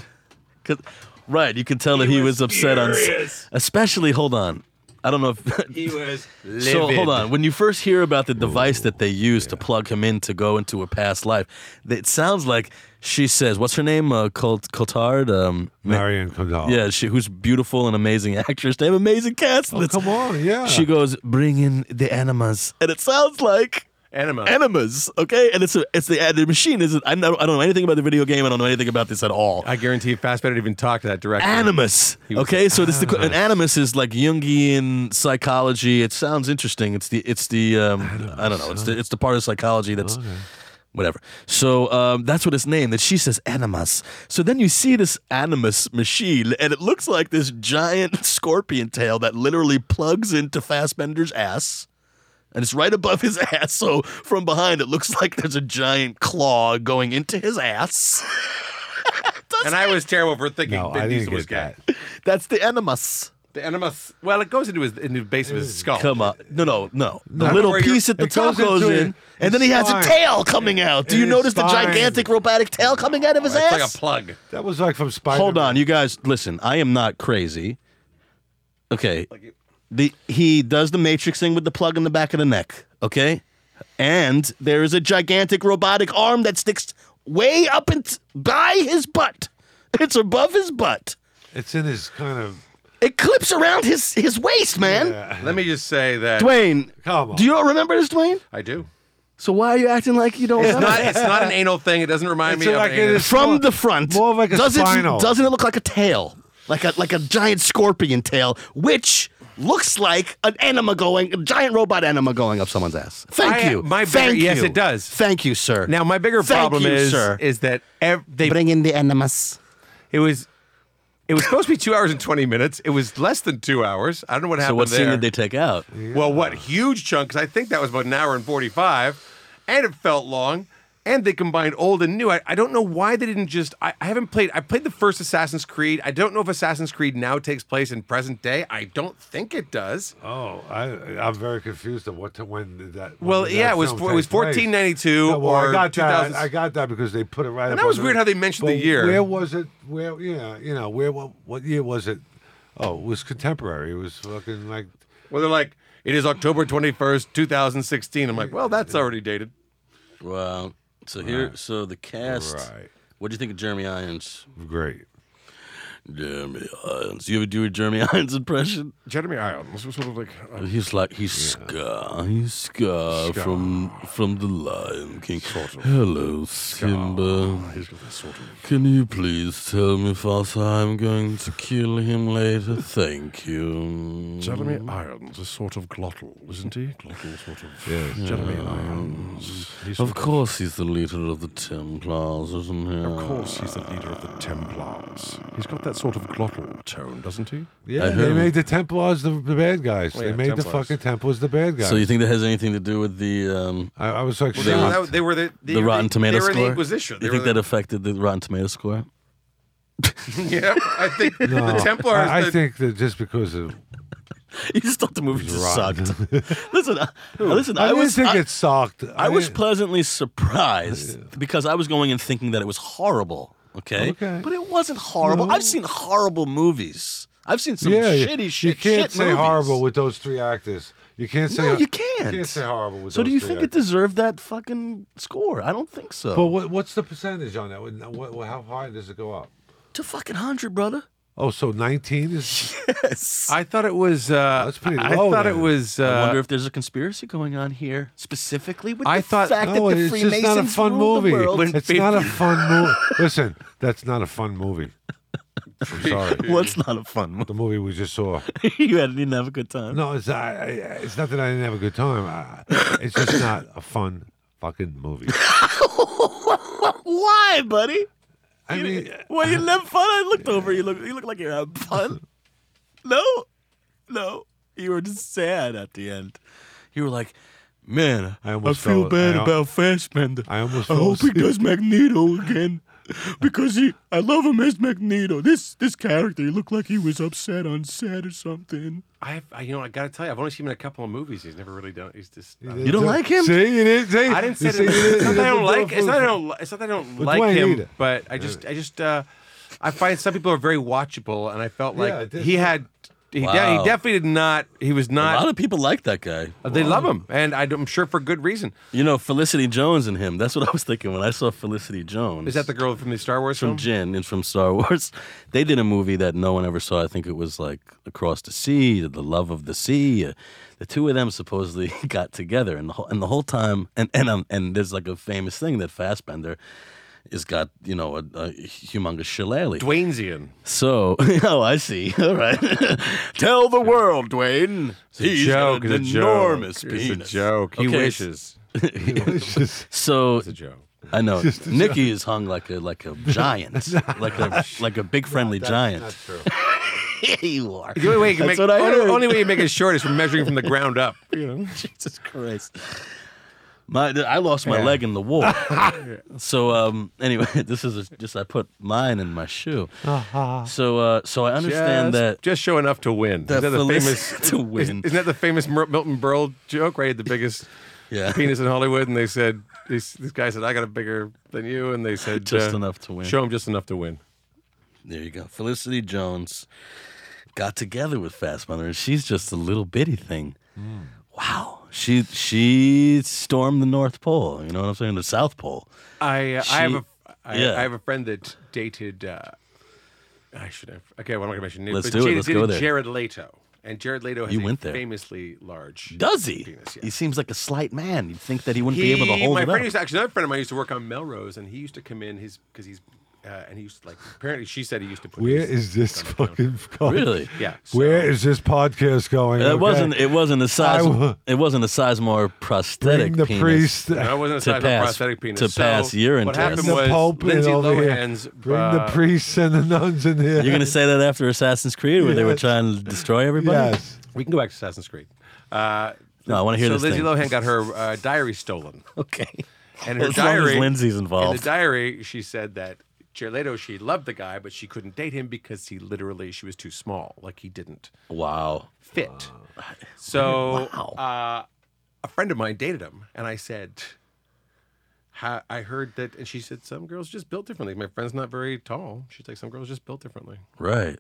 Speaker 1: 'Cause- right, you can tell that he, was, upset on s- especially hold on. I don't know if
Speaker 5: He was livid.
Speaker 1: So hold on. When you first hear about the device that they use to plug him in to go into a past life, it sounds like she says, "What's her name? Uh, Colt Cotard." Um, Ma-
Speaker 4: Marion Condal.
Speaker 1: yeah, she who's beautiful and amazing actress. They have amazing cast.
Speaker 4: Oh, come on, yeah.
Speaker 1: She goes, "Bring in the animas," and it sounds like
Speaker 5: Anima.
Speaker 1: enemas. Okay, and it's a, it's the uh, the machine isn't. I know I don't know anything about the video game. I don't know anything about this at all.
Speaker 5: I guarantee you, Fastbender didn't even talk to that director.
Speaker 1: Animus.
Speaker 5: He was
Speaker 1: Okay, so this the, an animus is like Jungian psychology. It sounds interesting. It's the it's the um, I don't know. It's the it's the part of psychology that's. Whatever. So um, that's what it's named. That she says animus. So then you see this animus machine, and it looks like this giant scorpion tail that literally plugs into Fassbender's ass and it's right above his ass. So from behind, it looks like there's a giant claw going into his ass.
Speaker 5: And I was terrible for thinking
Speaker 4: No,
Speaker 5: Vin
Speaker 4: I
Speaker 5: Diesel
Speaker 4: didn't
Speaker 5: was
Speaker 4: get
Speaker 5: gay.
Speaker 4: that.
Speaker 1: That's the animus.
Speaker 5: The animus. Well, it goes into his in the base of his skull.
Speaker 1: Come on, no, no, no. The
Speaker 5: No.
Speaker 1: little
Speaker 5: Where you're-
Speaker 1: piece at the
Speaker 4: it
Speaker 1: top goes
Speaker 4: goes into
Speaker 1: in,
Speaker 4: it.
Speaker 1: and then he has a
Speaker 4: It's
Speaker 1: tail coming out. Do you
Speaker 4: It's
Speaker 1: notice the
Speaker 4: fine.
Speaker 1: gigantic robotic tail coming out of his
Speaker 5: It's
Speaker 1: ass?
Speaker 5: like a plug.
Speaker 4: That was like from Spider.
Speaker 1: Hold on, you guys. Listen, I am not crazy. Okay, the he does the matrix thing with the plug in the back of the neck. Okay, and there is a gigantic robotic arm that sticks way up and by his butt. It's above his butt.
Speaker 4: It's in his kind of.
Speaker 1: It clips around his his waist, man.
Speaker 5: Let me just say that
Speaker 1: Dwayne,
Speaker 4: Come on.
Speaker 1: do you all remember this, Dwayne?
Speaker 5: I do.
Speaker 1: So why are you acting like you don't?
Speaker 5: It's
Speaker 1: remember
Speaker 5: not. It's not an anal thing. It doesn't remind
Speaker 4: It's
Speaker 5: me
Speaker 4: like
Speaker 5: of anal.
Speaker 4: it is-
Speaker 1: from
Speaker 4: more-
Speaker 1: the front.
Speaker 4: more of like a
Speaker 1: doesn't,
Speaker 4: spinal.
Speaker 1: Doesn't it look like a tail? Like a like a giant scorpion tail, which looks like an enema going, a giant robot enema going up someone's ass. Thank
Speaker 5: I-
Speaker 1: you.
Speaker 5: my bigger-
Speaker 1: Thank you.
Speaker 5: yes, it does.
Speaker 1: Thank you, sir.
Speaker 5: Now my bigger
Speaker 1: Thank
Speaker 5: problem
Speaker 1: you,
Speaker 5: is
Speaker 1: sir.
Speaker 5: is that ev- they
Speaker 1: bring in the enemas.
Speaker 5: it was it was supposed to be two hours and twenty minutes. It was less than two hours. I don't know what happened there.
Speaker 1: take out?
Speaker 5: Well, what huge chunks? I think that was about an hour and forty-five, and it felt long. And they combined old and new. I, I don't know why they didn't just. I, I haven't played. I played the first Assassin's Creed. I don't know if Assassin's Creed now takes place in present day. I don't think it does.
Speaker 4: Oh, I, I'm very confused of what to when did that. when
Speaker 5: Well,
Speaker 4: did
Speaker 5: yeah,
Speaker 4: that
Speaker 5: it was
Speaker 4: film
Speaker 5: for- it
Speaker 4: take
Speaker 5: was
Speaker 4: place?
Speaker 5: 1492
Speaker 4: No, well,
Speaker 5: or
Speaker 4: I got that.
Speaker 5: 2000s.
Speaker 4: I got that because they put it right.
Speaker 5: And
Speaker 4: up
Speaker 5: that was
Speaker 4: on
Speaker 5: weird how they mentioned the
Speaker 4: but
Speaker 5: year.
Speaker 4: Where was it? Where yeah, you know where what, what year was it? Oh, it was contemporary. It was fucking like
Speaker 5: Well, they're like, it is October 21st, 2016. I'm like, well, that's already dated.
Speaker 1: Well, so here, so the cast.
Speaker 4: Right.
Speaker 1: What do you think of Jeremy Irons?
Speaker 4: great.
Speaker 9: Jeremy Irons. You ever do a Jeremy Irons impression?
Speaker 5: Jeremy Irons was sort of like uh,
Speaker 9: He's like he's Scar. He's Scar,
Speaker 5: Scar.
Speaker 9: from from the Lion King. Hello, Simba.
Speaker 5: he's got this sort of
Speaker 9: Can you please tell me, Father, I'm going to kill him later? Thank you.
Speaker 5: Jeremy Irons is sort of glottal, isn't he? Glottal sort of
Speaker 4: Yes.
Speaker 5: Jeremy Irons. He's
Speaker 9: Of
Speaker 5: sort
Speaker 9: course, he's the leader of the Templars, isn't he?
Speaker 5: Of course, he's the leader of the Templars. He's got that sort of glottal tone, doesn't he?
Speaker 4: Yeah,
Speaker 9: I
Speaker 4: they
Speaker 9: heard-
Speaker 4: made the Templars the, the bad guys.
Speaker 5: Oh,
Speaker 4: they
Speaker 5: yeah,
Speaker 4: made the
Speaker 5: Templars.
Speaker 4: fucking Templars the bad guys.
Speaker 9: So you think that has anything to do with the um,
Speaker 4: I, I was like,
Speaker 9: Well,
Speaker 5: They
Speaker 9: Yeah.
Speaker 5: were,
Speaker 4: shocked.
Speaker 5: that- they were the, they
Speaker 9: the
Speaker 5: were
Speaker 9: Rotten Tomato
Speaker 5: they were
Speaker 9: score?
Speaker 5: The Inquisition.
Speaker 9: You
Speaker 5: They
Speaker 9: think that affected the Rotten Tomato score?
Speaker 5: that? yeah, I think
Speaker 4: No,
Speaker 5: the Templars.
Speaker 4: I, I
Speaker 5: the-
Speaker 4: think that just because of
Speaker 9: You just thought the movie just
Speaker 4: rotten.
Speaker 9: sucked. listen, I, listen,
Speaker 4: I,
Speaker 9: I,
Speaker 4: didn't
Speaker 9: was
Speaker 4: think
Speaker 9: I,
Speaker 4: it sucked.
Speaker 9: I was
Speaker 4: didn't-
Speaker 9: pleasantly surprised because I was going in thinking that it was horrible. Okay,
Speaker 4: Okay.
Speaker 9: but it wasn't horrible. I've seen horrible movies. I've seen some
Speaker 4: yeah, you-
Speaker 9: shitty shit.
Speaker 4: You can't
Speaker 9: shit
Speaker 4: say
Speaker 9: movies.
Speaker 4: horrible with those three actors. You can't say
Speaker 9: No, you
Speaker 4: You
Speaker 9: can't.
Speaker 4: can't say horrible with
Speaker 9: So
Speaker 4: those
Speaker 9: do you
Speaker 4: three
Speaker 9: think it
Speaker 4: actors.
Speaker 9: deserved that fucking score? I don't think so.
Speaker 4: But what, what's the percentage on that? What, what, how high does it go up?
Speaker 9: to fucking hundred, brother.
Speaker 4: Oh, so 19 is
Speaker 9: Yes.
Speaker 5: I thought it was. Uh,
Speaker 4: That's pretty
Speaker 5: I
Speaker 4: low,
Speaker 5: thought
Speaker 4: then.
Speaker 5: it was. Uh,
Speaker 9: I wonder if there's a conspiracy going on here, specifically with
Speaker 5: I
Speaker 9: the
Speaker 5: thought-
Speaker 9: fact
Speaker 4: no,
Speaker 9: that the
Speaker 4: it's
Speaker 9: Freemasons
Speaker 4: just not a fun
Speaker 9: ruled
Speaker 4: movie.
Speaker 9: the world.
Speaker 4: It's not a fun movie. Listen, that's not a fun movie. I'm sorry.
Speaker 9: What's not a fun movie?
Speaker 4: The movie we just saw.
Speaker 9: you had, didn't have a good time.
Speaker 4: No, it's I, I, it's not that I didn't have a good time. I, it's just not a fun fucking movie.
Speaker 9: Why, buddy?
Speaker 4: I mean,
Speaker 9: Well, you didn't have fun. I looked over. You look. You look like you're having fun. No, no. You were just sad at the end. You were like, "Man,
Speaker 4: I
Speaker 9: I,
Speaker 4: almost
Speaker 9: feel
Speaker 4: fell-
Speaker 9: bad
Speaker 4: I al-
Speaker 9: about Fassbender.
Speaker 4: I almost
Speaker 9: I
Speaker 4: fell
Speaker 9: hope he
Speaker 4: asleep."
Speaker 9: does Magneto again, because he. I love him as Magneto. This this character. He looked like he was upset on set or something.
Speaker 5: I, I, you know, I gotta tell you, I've only seen him in a couple of movies. He's never really done. He's just. I
Speaker 9: You don't like him?
Speaker 4: See, you didn't say.
Speaker 5: I didn't say
Speaker 4: you
Speaker 5: that,
Speaker 4: see, you didn't-
Speaker 5: it's not
Speaker 4: you
Speaker 5: that I
Speaker 4: didn't
Speaker 5: don't
Speaker 4: do
Speaker 5: like.
Speaker 4: it
Speaker 5: It's not that I
Speaker 4: for-
Speaker 5: don't. It's not that I don't
Speaker 4: But
Speaker 5: like
Speaker 4: Dwayne
Speaker 5: him.
Speaker 4: either.
Speaker 5: But I just, I just, uh, I find some people are very watchable, and I felt like
Speaker 4: Yeah, it did-
Speaker 5: he had. He, de-
Speaker 9: Wow.
Speaker 5: he definitely did not. He was
Speaker 9: A lot
Speaker 5: not. uh,
Speaker 9: of people like that guy.
Speaker 5: they love him, and I, am sure for good reason.
Speaker 9: You know, Felicity Jones and him. That's what I was thinking when I saw Felicity Jones.
Speaker 5: Is that the girl from the Star Wars
Speaker 9: from
Speaker 5: film?
Speaker 9: Jin and from Star Wars. They did a movie that no one ever saw. I think it was like Across the Sea, The Love of the Sea. Uh, The two of them supposedly got together, and the whole, and the whole time, and and um, and there's like a famous thing that Fassbender has got, you know, a, a humongous shillelagh.
Speaker 5: Dwayne'sian.
Speaker 9: So, oh, I see. All right, tell the world, Dwayne. He's got an
Speaker 5: it's a
Speaker 9: enormous
Speaker 5: joke.
Speaker 9: penis.
Speaker 5: It's a joke. He
Speaker 9: Okay,
Speaker 5: wishes.
Speaker 4: It's just-
Speaker 9: So
Speaker 5: It's a joke.
Speaker 9: I know. Nikki is hung like a like a giant, like a like a big friendly giant.
Speaker 4: That's true.
Speaker 9: you are.
Speaker 5: The only way you can
Speaker 9: That's
Speaker 5: make,
Speaker 9: what I
Speaker 5: only,
Speaker 9: heard.
Speaker 5: only way you make it short is from measuring from the ground up.
Speaker 9: Jesus Christ. My, I lost my leg in the war. so um, anyway, this is a, just I put mine in my shoe. So uh, so I
Speaker 5: Just-
Speaker 9: understand that.
Speaker 5: Just show enough to win.
Speaker 9: That
Speaker 5: Isn't that the
Speaker 9: Felicity
Speaker 5: famous
Speaker 9: to
Speaker 5: is-
Speaker 9: win.
Speaker 5: Isn't that the famous Mer- Milton Berle joke? Right, the biggest
Speaker 9: Yeah.
Speaker 5: penis in Hollywood, and they said this, this guy said, "I got a bigger than you," and they said, uh,
Speaker 9: Just enough to win.
Speaker 5: Show him just enough to win.
Speaker 9: There you go. Felicity Jones got together with Fastmother, and she's just a little bitty thing. Wow. She she stormed the North Pole. You know what I'm saying? The South Pole.
Speaker 5: I uh, I have a I,
Speaker 9: yeah.
Speaker 5: I have a friend that dated. Uh, I should have. Okay, well, I'm not gonna mention names.
Speaker 9: Let's
Speaker 5: but
Speaker 9: do it.
Speaker 5: she
Speaker 9: Let's
Speaker 5: dated
Speaker 9: go there.
Speaker 5: Jared Leto, and Jared Leto has
Speaker 9: You
Speaker 5: a
Speaker 9: went there.
Speaker 5: famously large.
Speaker 9: Does he?
Speaker 5: Penis, yeah.
Speaker 9: He seems like a slight man. You'd think that he wouldn't be able to
Speaker 5: He-
Speaker 9: hold
Speaker 5: my
Speaker 9: it
Speaker 5: friend
Speaker 9: up.
Speaker 5: used to, actually another friend of mine used to work on Melrose, and he used to come in his because he's uh, and he used to, like apparently she said he used to put.
Speaker 4: Where
Speaker 5: his-
Speaker 4: is this fucking going?
Speaker 9: Really?
Speaker 5: Yeah.
Speaker 4: Where
Speaker 5: so-
Speaker 4: is this podcast going?
Speaker 9: It
Speaker 4: okay?
Speaker 9: wasn't. It wasn't a size.
Speaker 4: w-
Speaker 9: it wasn't a Sizemore prosthetic
Speaker 4: Bring the
Speaker 9: penis.
Speaker 4: priest.
Speaker 5: No, I wasn't a
Speaker 9: to
Speaker 5: size of
Speaker 9: pass-
Speaker 5: prosthetic penis.
Speaker 9: to
Speaker 5: So
Speaker 9: pass urine
Speaker 5: What
Speaker 9: test.
Speaker 5: happened
Speaker 4: the
Speaker 5: was
Speaker 4: Pope in
Speaker 5: Lindsay
Speaker 4: over here.
Speaker 5: Lohan's
Speaker 4: Bring
Speaker 5: uh,
Speaker 4: the priests and the nuns in here.
Speaker 9: You're gonna say that after Assassin's Creed, where they were
Speaker 4: Yes.
Speaker 9: trying to destroy everybody.
Speaker 4: Yes.
Speaker 5: We can go back to Assassin's Creed. Uh,
Speaker 9: No, I wanna hear
Speaker 5: so
Speaker 9: this
Speaker 5: Lindsay
Speaker 9: thing.
Speaker 5: Lohan got her uh, diary stolen,
Speaker 9: Okay.
Speaker 5: and her
Speaker 9: As long
Speaker 5: diary.
Speaker 9: as Lindsay's
Speaker 5: in
Speaker 9: involved.
Speaker 5: the diary, she said that Gerlato she loved the guy, but she couldn't date him because he literally she was too small. Like he didn't
Speaker 9: wow.
Speaker 5: fit. So
Speaker 9: Wow.
Speaker 5: uh, a friend of mine dated him, and I said, "Ha- I heard that, and she said, some girls just built differently. My friend's not very tall. She's like, some girls just built differently.
Speaker 9: Right.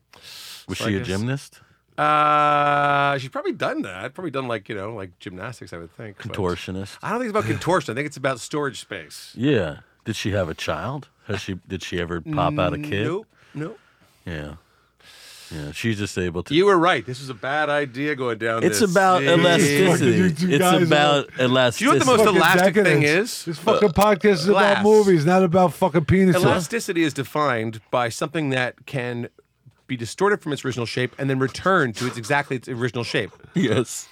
Speaker 9: Was
Speaker 5: So I
Speaker 9: she a
Speaker 5: guess-
Speaker 9: gymnast?
Speaker 5: Uh, she's probably done that. Probably done like, you know, like gymnastics, I would think. but-
Speaker 9: Contortionist.
Speaker 5: I don't think it's about contortion. I think it's about storage space.
Speaker 9: Yeah. Did she have a child? Has she? Did she ever pop out a kid?
Speaker 5: Nope. Nope.
Speaker 9: Yeah. Yeah, she's just able to.
Speaker 5: You were right. This was a bad idea going down.
Speaker 9: It's
Speaker 5: this.
Speaker 9: about
Speaker 5: Yeah.
Speaker 9: elasticity.
Speaker 4: You two guys
Speaker 9: It's
Speaker 4: are-
Speaker 9: about
Speaker 5: Do you know
Speaker 9: elasticity.
Speaker 5: what the most
Speaker 4: Fucking
Speaker 5: elastic thing
Speaker 4: decadence.
Speaker 5: is?
Speaker 4: This fucking
Speaker 5: Uh,
Speaker 4: podcast is about
Speaker 5: glass.
Speaker 4: movies, not about fucking penises.
Speaker 5: Elasticity is defined by something that can be distorted from its original shape and then returned to its exactly its original shape.
Speaker 9: yes.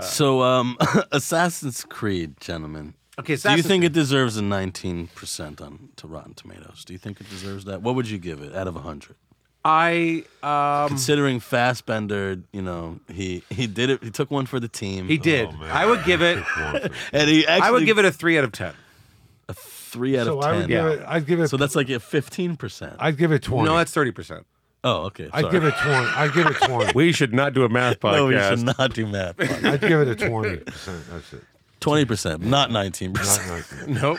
Speaker 9: so, um, Assassin's Creed, gentlemen.
Speaker 5: Okay,
Speaker 9: do you
Speaker 5: Assassin's
Speaker 9: think it deserves a 19% on to Rotten Tomatoes? Do you think it deserves that? What would you give it out of 100?
Speaker 5: I um,
Speaker 9: Considering Fassbender, you know, he he did it. He took one for the team.
Speaker 5: he did.
Speaker 4: man.
Speaker 5: I would give it.
Speaker 9: and he Oh, actually
Speaker 5: I would give it a three out of ten.
Speaker 9: a three out
Speaker 4: So
Speaker 9: of
Speaker 4: I
Speaker 9: ten.
Speaker 4: would give it. I'd give it.
Speaker 9: So that's like a 15%.
Speaker 4: I'd give it twenty.
Speaker 5: No, that's thirty percent.
Speaker 9: oh, okay. Sorry.
Speaker 4: I'd give it twenty. I'd give it twenty.
Speaker 5: We should not do a math podcast.
Speaker 9: No, we should not do math.
Speaker 4: I'd give it a twenty percent. That's it.
Speaker 9: 20%, not 19%.
Speaker 4: Not nothing.
Speaker 5: Nope. Nope.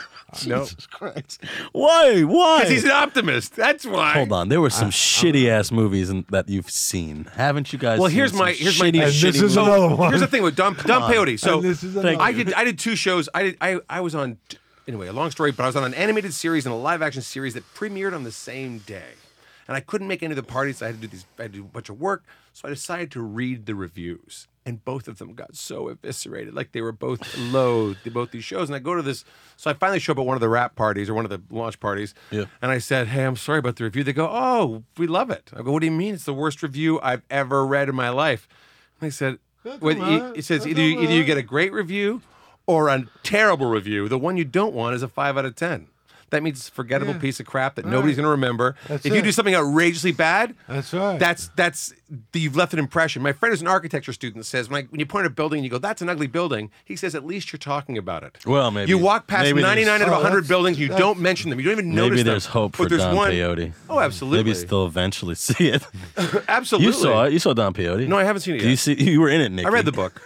Speaker 9: Jesus Christ. Why? Why?
Speaker 5: Because he's an optimist. That's why.
Speaker 9: Hold on. There were some shitty ass movies in, that you've seen. Haven't you guys?
Speaker 5: Well,
Speaker 9: seen
Speaker 5: here's
Speaker 9: some
Speaker 5: my- here's my-
Speaker 9: shitty,
Speaker 5: And
Speaker 4: this
Speaker 9: shitty
Speaker 4: is
Speaker 9: movies?
Speaker 4: another- one.
Speaker 5: Here's the thing with Don, Don Peyote. So
Speaker 4: And this is
Speaker 9: Thank
Speaker 5: I
Speaker 9: you.
Speaker 5: did I did two shows. I did I I was on anyway a long story, but I was on an animated series and a live action series that premiered on the same day, and I couldn't make any of the parties. I had to do these. I had to do a bunch of work, so I decided to read the reviews, and both of them got so eviscerated. Like they were both loathed. They both these shows, and I go to this. So I finally show up at one of the rap parties or one of the launch parties.
Speaker 9: Yeah.
Speaker 5: And I said, Hey, I'm sorry about the review. They go, Oh, we love it. I go, What do you mean? It's the worst review I've ever read in my life. And they said, well,
Speaker 4: alright.
Speaker 5: e, it, it says
Speaker 4: That's
Speaker 5: either you, either you
Speaker 4: alright.
Speaker 5: get a great review or a terrible review. The one you don't want is a five out of 10. That means it's a forgettable
Speaker 4: Yeah.
Speaker 5: piece of crap that nobody's going to remember.
Speaker 4: That's
Speaker 5: if you
Speaker 4: it.
Speaker 5: do something outrageously bad,
Speaker 4: That's right.
Speaker 5: that's that's you've left an impression. My friend is an architecture student. Says when, I, when you point at a building and you go, "That's an ugly building," he says, "At least you're talking about it."
Speaker 9: Well, maybe-
Speaker 5: you walk past
Speaker 9: maybe
Speaker 5: 99 out
Speaker 9: there's-
Speaker 5: of
Speaker 4: Oh,
Speaker 5: 100
Speaker 4: that's-
Speaker 5: buildings, you
Speaker 4: that's-
Speaker 5: don't mention them. You don't even notice
Speaker 9: Maybe
Speaker 5: them.
Speaker 9: there's hope
Speaker 5: But
Speaker 9: for
Speaker 5: there's
Speaker 9: Don
Speaker 5: one-
Speaker 9: Peyote.
Speaker 5: Oh, absolutely.
Speaker 9: Maybe they'll eventually see it.
Speaker 5: absolutely.
Speaker 9: you saw it. You saw Don Peyote.
Speaker 5: No, I haven't seen it
Speaker 9: Did You
Speaker 5: yet.
Speaker 9: see, you were in it, Nick.
Speaker 5: I read the book.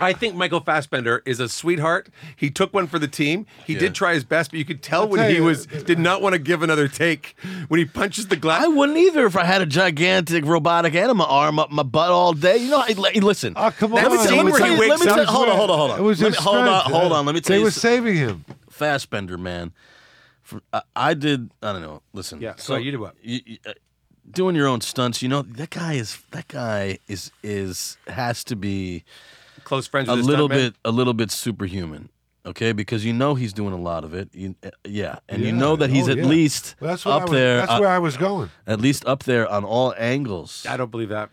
Speaker 5: I think Michael Fassbender is a sweetheart. He took one for the team. He
Speaker 9: Yeah.
Speaker 5: did try his best, but you could tell when
Speaker 4: tell
Speaker 5: he
Speaker 4: you-
Speaker 5: was did not want to give another take. When he punches the glass,
Speaker 9: I wouldn't either if I had a gigantic robotic animal arm up my butt all day. You know, I, li- listen.
Speaker 4: Oh, come
Speaker 9: Let me
Speaker 4: on.
Speaker 9: tell you.
Speaker 5: That
Speaker 9: Let me
Speaker 5: scene where
Speaker 9: tell you.
Speaker 5: he
Speaker 9: Let me
Speaker 5: wakes
Speaker 9: tell
Speaker 5: up-
Speaker 9: you. Hold on. Hold on. Hold on.
Speaker 4: It was
Speaker 9: Let me-
Speaker 4: his
Speaker 9: hold on.
Speaker 4: strength.
Speaker 9: Hold on. Let me tell
Speaker 4: They
Speaker 9: you.
Speaker 4: were
Speaker 9: so-
Speaker 4: saving him.
Speaker 9: Fassbender, man. For, I, I did. I don't know. Listen.
Speaker 5: Yeah, so you did what?
Speaker 9: you- you, uh, doing your own stunts. You know that guy is. That guy is is has to be
Speaker 5: close friends.
Speaker 9: a
Speaker 5: With this
Speaker 9: little
Speaker 5: stuntman.
Speaker 9: bit a little bit superhuman. Okay, because you know he's doing a lot of it. You, uh, yeah, and you
Speaker 4: Yeah.
Speaker 9: know that he's
Speaker 4: Oh,
Speaker 9: at
Speaker 4: yeah.
Speaker 9: least
Speaker 4: Well, that's what I
Speaker 9: up
Speaker 4: was,
Speaker 9: there.
Speaker 4: That's
Speaker 9: uh,
Speaker 4: where I was going.
Speaker 9: at least up there on all angles.
Speaker 5: I don't believe that.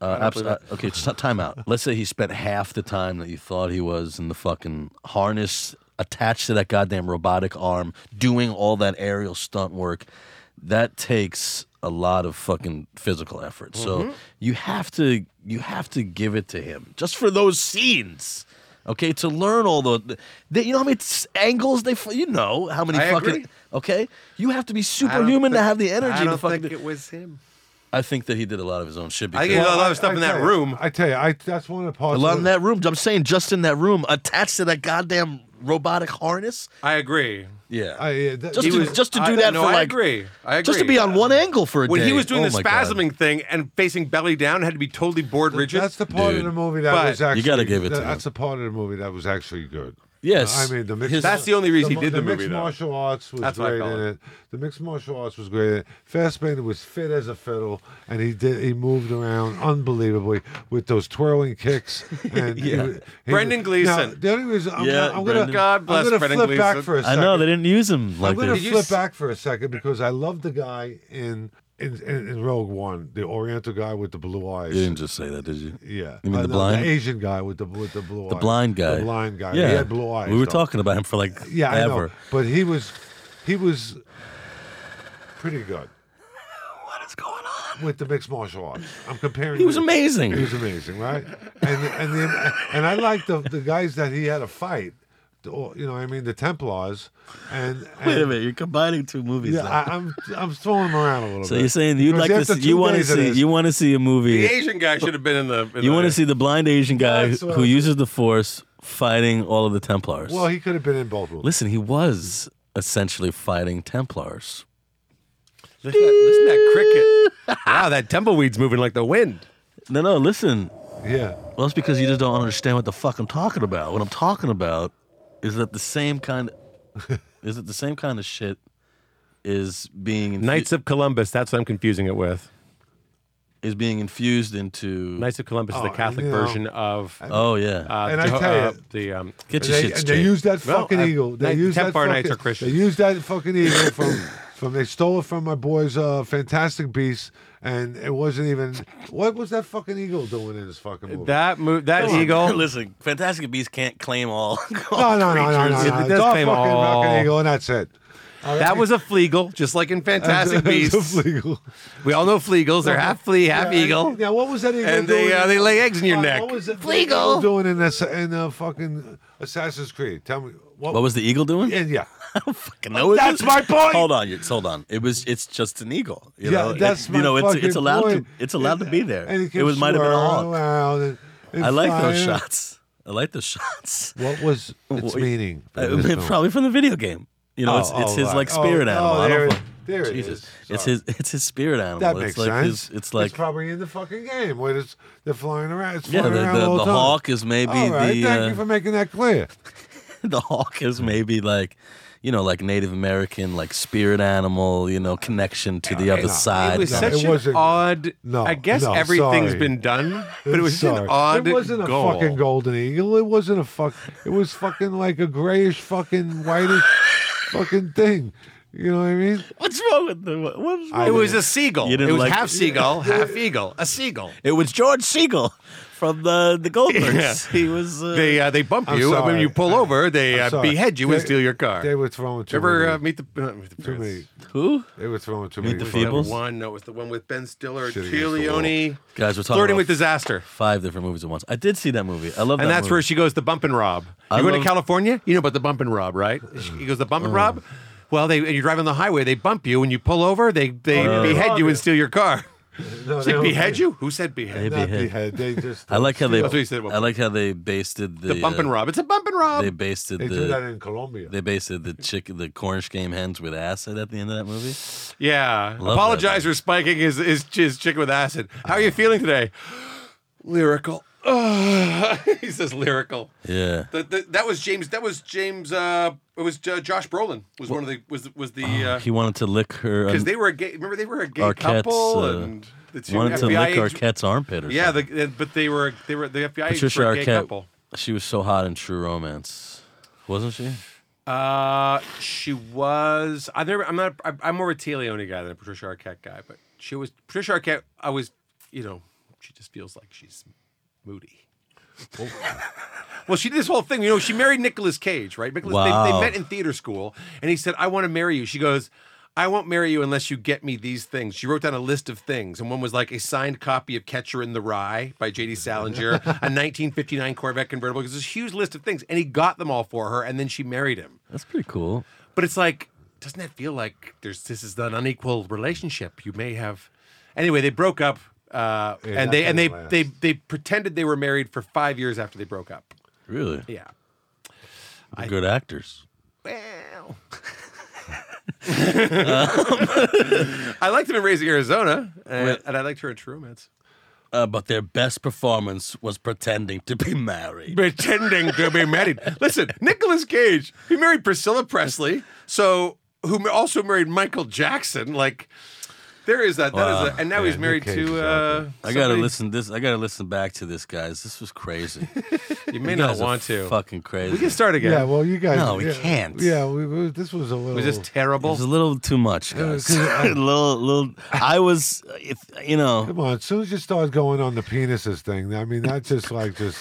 Speaker 9: Uh,
Speaker 5: don't believe
Speaker 9: abso- uh, okay, just time out. Let's say he spent half the time that you thought he was in the fucking harness attached to that goddamn robotic arm, doing all that aerial stunt work. That takes a lot of fucking physical effort.
Speaker 5: Mm-hmm.
Speaker 9: So you have to you have to give it to him just for those scenes. Okay, to learn all the, the you know how many s- angles they, f- you know how many
Speaker 5: I
Speaker 9: fucking
Speaker 5: agree.
Speaker 9: okay. You have to
Speaker 5: I
Speaker 9: be
Speaker 5: don't
Speaker 9: superhuman to
Speaker 5: think-
Speaker 9: have the energy
Speaker 5: I
Speaker 9: to
Speaker 5: don't
Speaker 9: fucking.
Speaker 5: think
Speaker 9: do-
Speaker 5: it was him.
Speaker 9: I think that he did a lot of his own shit.
Speaker 5: I
Speaker 9: Because
Speaker 5: think he did a lot of stuff
Speaker 4: I-
Speaker 5: in
Speaker 4: I
Speaker 5: that
Speaker 4: tell you-
Speaker 5: room.
Speaker 4: I tell you, I that's one of the parts.
Speaker 9: A lot
Speaker 4: of
Speaker 9: in
Speaker 4: it-
Speaker 9: that room. I'm saying just in that room, attached to that goddamn robotic harness.
Speaker 5: I agree.
Speaker 9: Yeah.
Speaker 4: I, uh, yeah, that-
Speaker 9: Just
Speaker 5: He
Speaker 9: to-
Speaker 5: was-
Speaker 9: to
Speaker 5: I-
Speaker 9: do that
Speaker 5: no,
Speaker 9: for
Speaker 5: I
Speaker 9: like
Speaker 5: agree. I
Speaker 9: just to
Speaker 5: agree.
Speaker 9: be on one angle for a
Speaker 5: When
Speaker 9: day.
Speaker 5: he was doing
Speaker 9: Oh
Speaker 5: the
Speaker 9: my God.
Speaker 5: spasming thing and facing belly down, had to be totally bored rigid.
Speaker 4: That's the part
Speaker 9: Dude.
Speaker 4: of the movie that
Speaker 5: But-
Speaker 4: was actually.
Speaker 9: You gotta give it to
Speaker 4: that-
Speaker 9: him.
Speaker 4: That's the part of the movie that was actually good.
Speaker 9: Yes.
Speaker 4: I mean the mixed.
Speaker 9: His-
Speaker 5: That's the only reason he
Speaker 4: mo-
Speaker 5: did the
Speaker 4: mixed
Speaker 5: movie, though.
Speaker 4: martial arts was
Speaker 5: That's what I
Speaker 4: great
Speaker 5: call
Speaker 4: in
Speaker 5: it.
Speaker 4: it. The mixed martial arts was great. in it. Fassbender was fit as a fiddle, and he did. He moved around unbelievably with those twirling kicks. And he
Speaker 9: Yeah.
Speaker 4: was- he
Speaker 5: Brendan
Speaker 4: was- Now,
Speaker 5: Gleeson.
Speaker 4: the only reason I'm,
Speaker 9: Yeah,
Speaker 4: gonna, I'm gonna
Speaker 9: Brendan.
Speaker 5: God bless
Speaker 4: I'm gonna
Speaker 5: Brendan
Speaker 4: flip back
Speaker 5: Gleeson.
Speaker 4: for a
Speaker 9: I
Speaker 4: second.
Speaker 9: know they didn't use him like
Speaker 4: I'm gonna
Speaker 9: this.
Speaker 5: Did you
Speaker 4: flip
Speaker 5: s-
Speaker 4: back for a second because I love the guy in in, in, in Rogue One, the Oriental guy with the blue eyes.
Speaker 9: You didn't just say that, did you?
Speaker 4: Yeah,
Speaker 9: You mean
Speaker 4: Uh,
Speaker 9: the
Speaker 4: no,
Speaker 9: blind-
Speaker 4: Asian guy with the with the blue,
Speaker 9: The
Speaker 4: eyes.
Speaker 9: blind guy.
Speaker 4: the blind guy.
Speaker 9: Yeah.
Speaker 4: he had blue eyes.
Speaker 9: We were
Speaker 4: though.
Speaker 9: talking about him for like
Speaker 4: Yeah, I
Speaker 9: ever.
Speaker 4: know, but he was, he was pretty good
Speaker 9: What is going on?
Speaker 4: with the mixed martial arts. I'm comparing.
Speaker 9: He was
Speaker 4: the-
Speaker 9: amazing.
Speaker 4: He was amazing, right? And and the, and I like the the guys that he had to fight. the- or, You know, I mean the Templars, and, and
Speaker 9: Wait a minute, you're combining two movies.
Speaker 4: Yeah,
Speaker 9: now.
Speaker 4: I, I'm I'm throwing them around a little
Speaker 9: so
Speaker 4: bit.
Speaker 9: you're saying you'd
Speaker 4: Because
Speaker 9: like to
Speaker 4: after
Speaker 9: see,
Speaker 4: two
Speaker 9: you want to
Speaker 4: days of
Speaker 9: see
Speaker 4: this-
Speaker 9: you want to see a movie.
Speaker 5: the Asian guy should have been in the. in
Speaker 9: you
Speaker 5: the-
Speaker 9: want to see the blind Asian guy
Speaker 4: That's what
Speaker 9: who
Speaker 4: I-
Speaker 9: uses the force fighting all of the Templars.
Speaker 4: Well, he could have been in both movies.
Speaker 9: Listen, he was essentially fighting Templars.
Speaker 5: Listen to that, listen to that cricket. wow, that tumbleweed's moving like the wind.
Speaker 9: No, no, listen.
Speaker 4: Yeah.
Speaker 9: Well, it's because you just don't understand what the fuck I'm talking about. What I'm talking about is that the same kind is that the same kind of shit is being infu-
Speaker 5: Knights of Columbus. That's what I'm confusing it with.
Speaker 9: is being infused into
Speaker 5: Knights of Columbus is
Speaker 9: Oh,
Speaker 5: the
Speaker 9: and,
Speaker 5: Catholic
Speaker 9: you know,
Speaker 5: version of.
Speaker 9: Oh, yeah.
Speaker 5: uh,
Speaker 9: And I
Speaker 5: Jo-
Speaker 9: tell ya,
Speaker 5: uh, the um,
Speaker 9: Get
Speaker 4: And they, and they use that
Speaker 5: Well,
Speaker 4: fucking
Speaker 5: uh,
Speaker 4: eagle. They
Speaker 5: Knight-
Speaker 4: use that
Speaker 5: Templar
Speaker 4: fucking,
Speaker 5: Knights are Christian.
Speaker 4: They use that fucking eagle from from they stole it from my boy's uh, Fantastic Beast, and it wasn't even. What was that fucking eagle doing in this fucking movie?
Speaker 5: That move, that
Speaker 9: Listen,
Speaker 5: eagle.
Speaker 9: Listen, Fantastic Beasts can't claim all.
Speaker 4: no, no, no, no, no,
Speaker 5: It
Speaker 4: no.
Speaker 5: does
Speaker 4: It's all
Speaker 5: claim
Speaker 4: fucking fucking
Speaker 5: all.
Speaker 4: eagle, and that's it. All
Speaker 5: That
Speaker 4: right?
Speaker 5: was a fleagle, just like in Fantastic
Speaker 4: That's a- that's a
Speaker 5: Beasts.
Speaker 4: fleagle.
Speaker 5: We all know fleagles; they're half flea, half
Speaker 4: Yeah, and-
Speaker 5: eagle.
Speaker 4: Now, what was that eagle
Speaker 5: And
Speaker 4: doing?
Speaker 5: they, uh, they lay eggs in your
Speaker 4: Uh,
Speaker 5: neck.
Speaker 4: What was that eagle doing in this in uh, fucking Assassin's Creed? Tell me
Speaker 9: What was the eagle doing?
Speaker 4: And yeah,
Speaker 9: fucking know it
Speaker 4: That's
Speaker 9: is.
Speaker 4: my point.
Speaker 9: Hold on, it's hold on. It was it's just an eagle. You
Speaker 4: yeah,
Speaker 9: know?
Speaker 4: that's
Speaker 9: it,
Speaker 4: my
Speaker 9: you know it's it's
Speaker 4: fucking
Speaker 9: allowed
Speaker 4: point.
Speaker 9: to it's allowed to be there.
Speaker 4: And
Speaker 9: it was might have been a hawk. I like those
Speaker 4: shots.
Speaker 9: shots. I like those shots.
Speaker 4: What was its
Speaker 9: Well,
Speaker 4: meaning? for
Speaker 9: Uh,
Speaker 4: this film?
Speaker 9: probably from the video game. You know,
Speaker 4: Oh,
Speaker 9: it's it's
Speaker 4: oh,
Speaker 9: his
Speaker 4: right.
Speaker 9: like
Speaker 4: Oh,
Speaker 9: spirit
Speaker 4: oh,
Speaker 9: animal. I
Speaker 4: there
Speaker 9: don't
Speaker 4: it-
Speaker 9: fuck-
Speaker 4: there it
Speaker 9: Jesus.
Speaker 4: is.
Speaker 9: It's
Speaker 4: Sorry.
Speaker 9: his it's his spirit animal.
Speaker 4: That
Speaker 9: it's
Speaker 4: makes
Speaker 9: like
Speaker 4: sense.
Speaker 9: His, it's like
Speaker 4: it's probably in the fucking game where it's, they're flying around. It's
Speaker 9: Yeah,
Speaker 4: flying
Speaker 9: the-
Speaker 4: around
Speaker 9: the-
Speaker 4: all
Speaker 9: the
Speaker 4: time.
Speaker 9: hawk is maybe
Speaker 4: All right,
Speaker 9: the,
Speaker 4: Thank
Speaker 9: uh,
Speaker 4: you for making that clear.
Speaker 9: the hawk is maybe like you know like Native American like spirit animal. You know, connection to the other side.
Speaker 5: It was
Speaker 4: No, it
Speaker 5: such an
Speaker 4: wasn't-
Speaker 5: odd.
Speaker 4: No,
Speaker 5: I guess
Speaker 4: no,
Speaker 5: everything's
Speaker 4: sorry.
Speaker 5: been done, but it was just
Speaker 4: Sorry.
Speaker 5: an odd.
Speaker 4: It wasn't a
Speaker 5: goal.
Speaker 4: fucking golden eagle. It wasn't a fuck. It was fucking like a grayish, fucking whitish, fucking thing. You know what I mean?
Speaker 9: What's wrong with the what- what's wrong
Speaker 5: It
Speaker 9: with
Speaker 5: was a seagull.
Speaker 9: You
Speaker 5: It
Speaker 9: didn't
Speaker 5: was
Speaker 9: like-
Speaker 5: half seagull, half eagle. A seagull.
Speaker 9: It was George Siegel from the the Goldbergs.
Speaker 5: Yeah.
Speaker 9: He was. Uh,
Speaker 5: They uh, they bump
Speaker 4: I'm
Speaker 5: you, and when
Speaker 4: sorry.
Speaker 5: you pull over, they
Speaker 4: I'm
Speaker 5: uh,
Speaker 4: sorry.
Speaker 5: behead you and
Speaker 4: They-
Speaker 5: steal your car.
Speaker 4: They were throwing too
Speaker 5: Ever
Speaker 4: many.
Speaker 5: uh, meet the uh, meet the
Speaker 4: too many.
Speaker 5: Prince?
Speaker 9: who?
Speaker 4: They were throwing too
Speaker 9: Meet
Speaker 4: many.
Speaker 9: the
Speaker 5: Was that
Speaker 9: Feebles?
Speaker 5: One, no, it was the one with Ben Stiller,
Speaker 4: Shit against the wall.
Speaker 5: Leone.
Speaker 9: Guys, we're talking
Speaker 5: flirting
Speaker 9: about
Speaker 5: with disaster.
Speaker 9: five different movies at once. I did see that movie. I love that.
Speaker 5: And that's
Speaker 9: movie.
Speaker 5: where she goes to Bump and Rob.
Speaker 9: I
Speaker 5: You're going
Speaker 9: love- Uh.
Speaker 5: to California? You know about the Bump and Rob, right? She- He goes to Bump and Rob. Well, they and you drive on the highway, they bump you, and you pull over, they they
Speaker 9: Uh.
Speaker 5: behead you and steal your car.
Speaker 4: No,
Speaker 5: They
Speaker 4: were-
Speaker 5: behead you? Who said behead?
Speaker 9: They-
Speaker 4: Not
Speaker 9: Behead.
Speaker 4: behead. They just.
Speaker 9: I like how they.
Speaker 5: That's what he said.
Speaker 9: I like how they basted the,
Speaker 5: The Bump and
Speaker 9: uh,
Speaker 5: Rob. It's a Bump and Rob.
Speaker 9: They basted
Speaker 4: They do that
Speaker 9: the.
Speaker 4: in Colombia.
Speaker 9: They basted the chick, the Cornish game hens with acid at the end of that movie.
Speaker 5: Yeah.
Speaker 9: that
Speaker 5: Apologize for spiking his, his his chicken with acid. How are you feeling today? Lyrical. Ugh. he says lyrical.
Speaker 9: Yeah,
Speaker 5: The, the, that was James. That was James. Uh, it was uh, Josh Brolin. Was one of the was was the because
Speaker 9: he wanted to lick her. un-
Speaker 5: they were a gay. Remember they were a gay
Speaker 9: Oh, Arquette's,
Speaker 5: couple
Speaker 9: uh,
Speaker 5: and the two
Speaker 9: wanted to
Speaker 5: FBI
Speaker 9: lick
Speaker 5: agents-
Speaker 9: Arquette's armpit. Or
Speaker 5: Yeah,
Speaker 9: something.
Speaker 5: the, but they were they were the FBI agents
Speaker 9: Patricia
Speaker 5: were a gay
Speaker 9: Arquette.
Speaker 5: couple.
Speaker 9: She was so hot in True Romance, wasn't she?
Speaker 5: Uh, she was. I never. I'm not. I'm I'm more of a Tia Leone guy than a Patricia Arquette guy. But she was Patricia Arquette. I was. You know, she just feels like she's moody. well, she did this whole thing. You know, she married Nicolas Cage, right? Nicolas, they,
Speaker 9: Wow.
Speaker 5: they met in theater school, and he said, "I want to marry you." She goes. I won't marry you unless you get me these things. She wrote down a list of things, and one was like a signed copy of Catcher in the Rye by J.D. Salinger, a 1959 Corvette convertible. There's this huge list of things, and he got them all for her, and then she married him.
Speaker 9: That's pretty cool.
Speaker 5: But it's like, doesn't that feel like there's this is an unequal relationship? You may have. Anyway, they broke up, uh, and they
Speaker 4: that
Speaker 5: and they,
Speaker 4: didn't
Speaker 5: they they pretended they were married for five years after they broke up.
Speaker 9: Really,
Speaker 5: Yeah.
Speaker 9: They're good actors.
Speaker 5: Well. Um, I liked him in Raising Arizona, and, and I liked her in True Romance.
Speaker 9: Uh, but their best performance was pretending to be married.
Speaker 5: pretending to be married. Listen, Nicolas Cage, he married Priscilla Presley, so who also married Michael Jackson. Like, there is that. That is
Speaker 9: Wow.
Speaker 5: a, and now he's
Speaker 4: Nick
Speaker 5: married
Speaker 4: Cage
Speaker 5: to.
Speaker 4: is out
Speaker 5: Uh,
Speaker 9: I gotta
Speaker 5: somebody-
Speaker 9: listen this. I gotta listen back to this, guys. This was crazy.
Speaker 5: You may
Speaker 9: You
Speaker 5: not
Speaker 9: guys are
Speaker 5: want to.
Speaker 9: Fucking crazy.
Speaker 5: We can start again.
Speaker 4: yeah, well, you guys.
Speaker 9: No, we
Speaker 4: yeah,
Speaker 9: can't.
Speaker 4: Yeah, we, we, this was a little.
Speaker 5: it was just
Speaker 9: it was a
Speaker 5: terrible.
Speaker 9: little too much, guys. a little, little. I was, if, you know,
Speaker 4: Come on, as soon as you start going on the penises thing, I mean, that's just like, just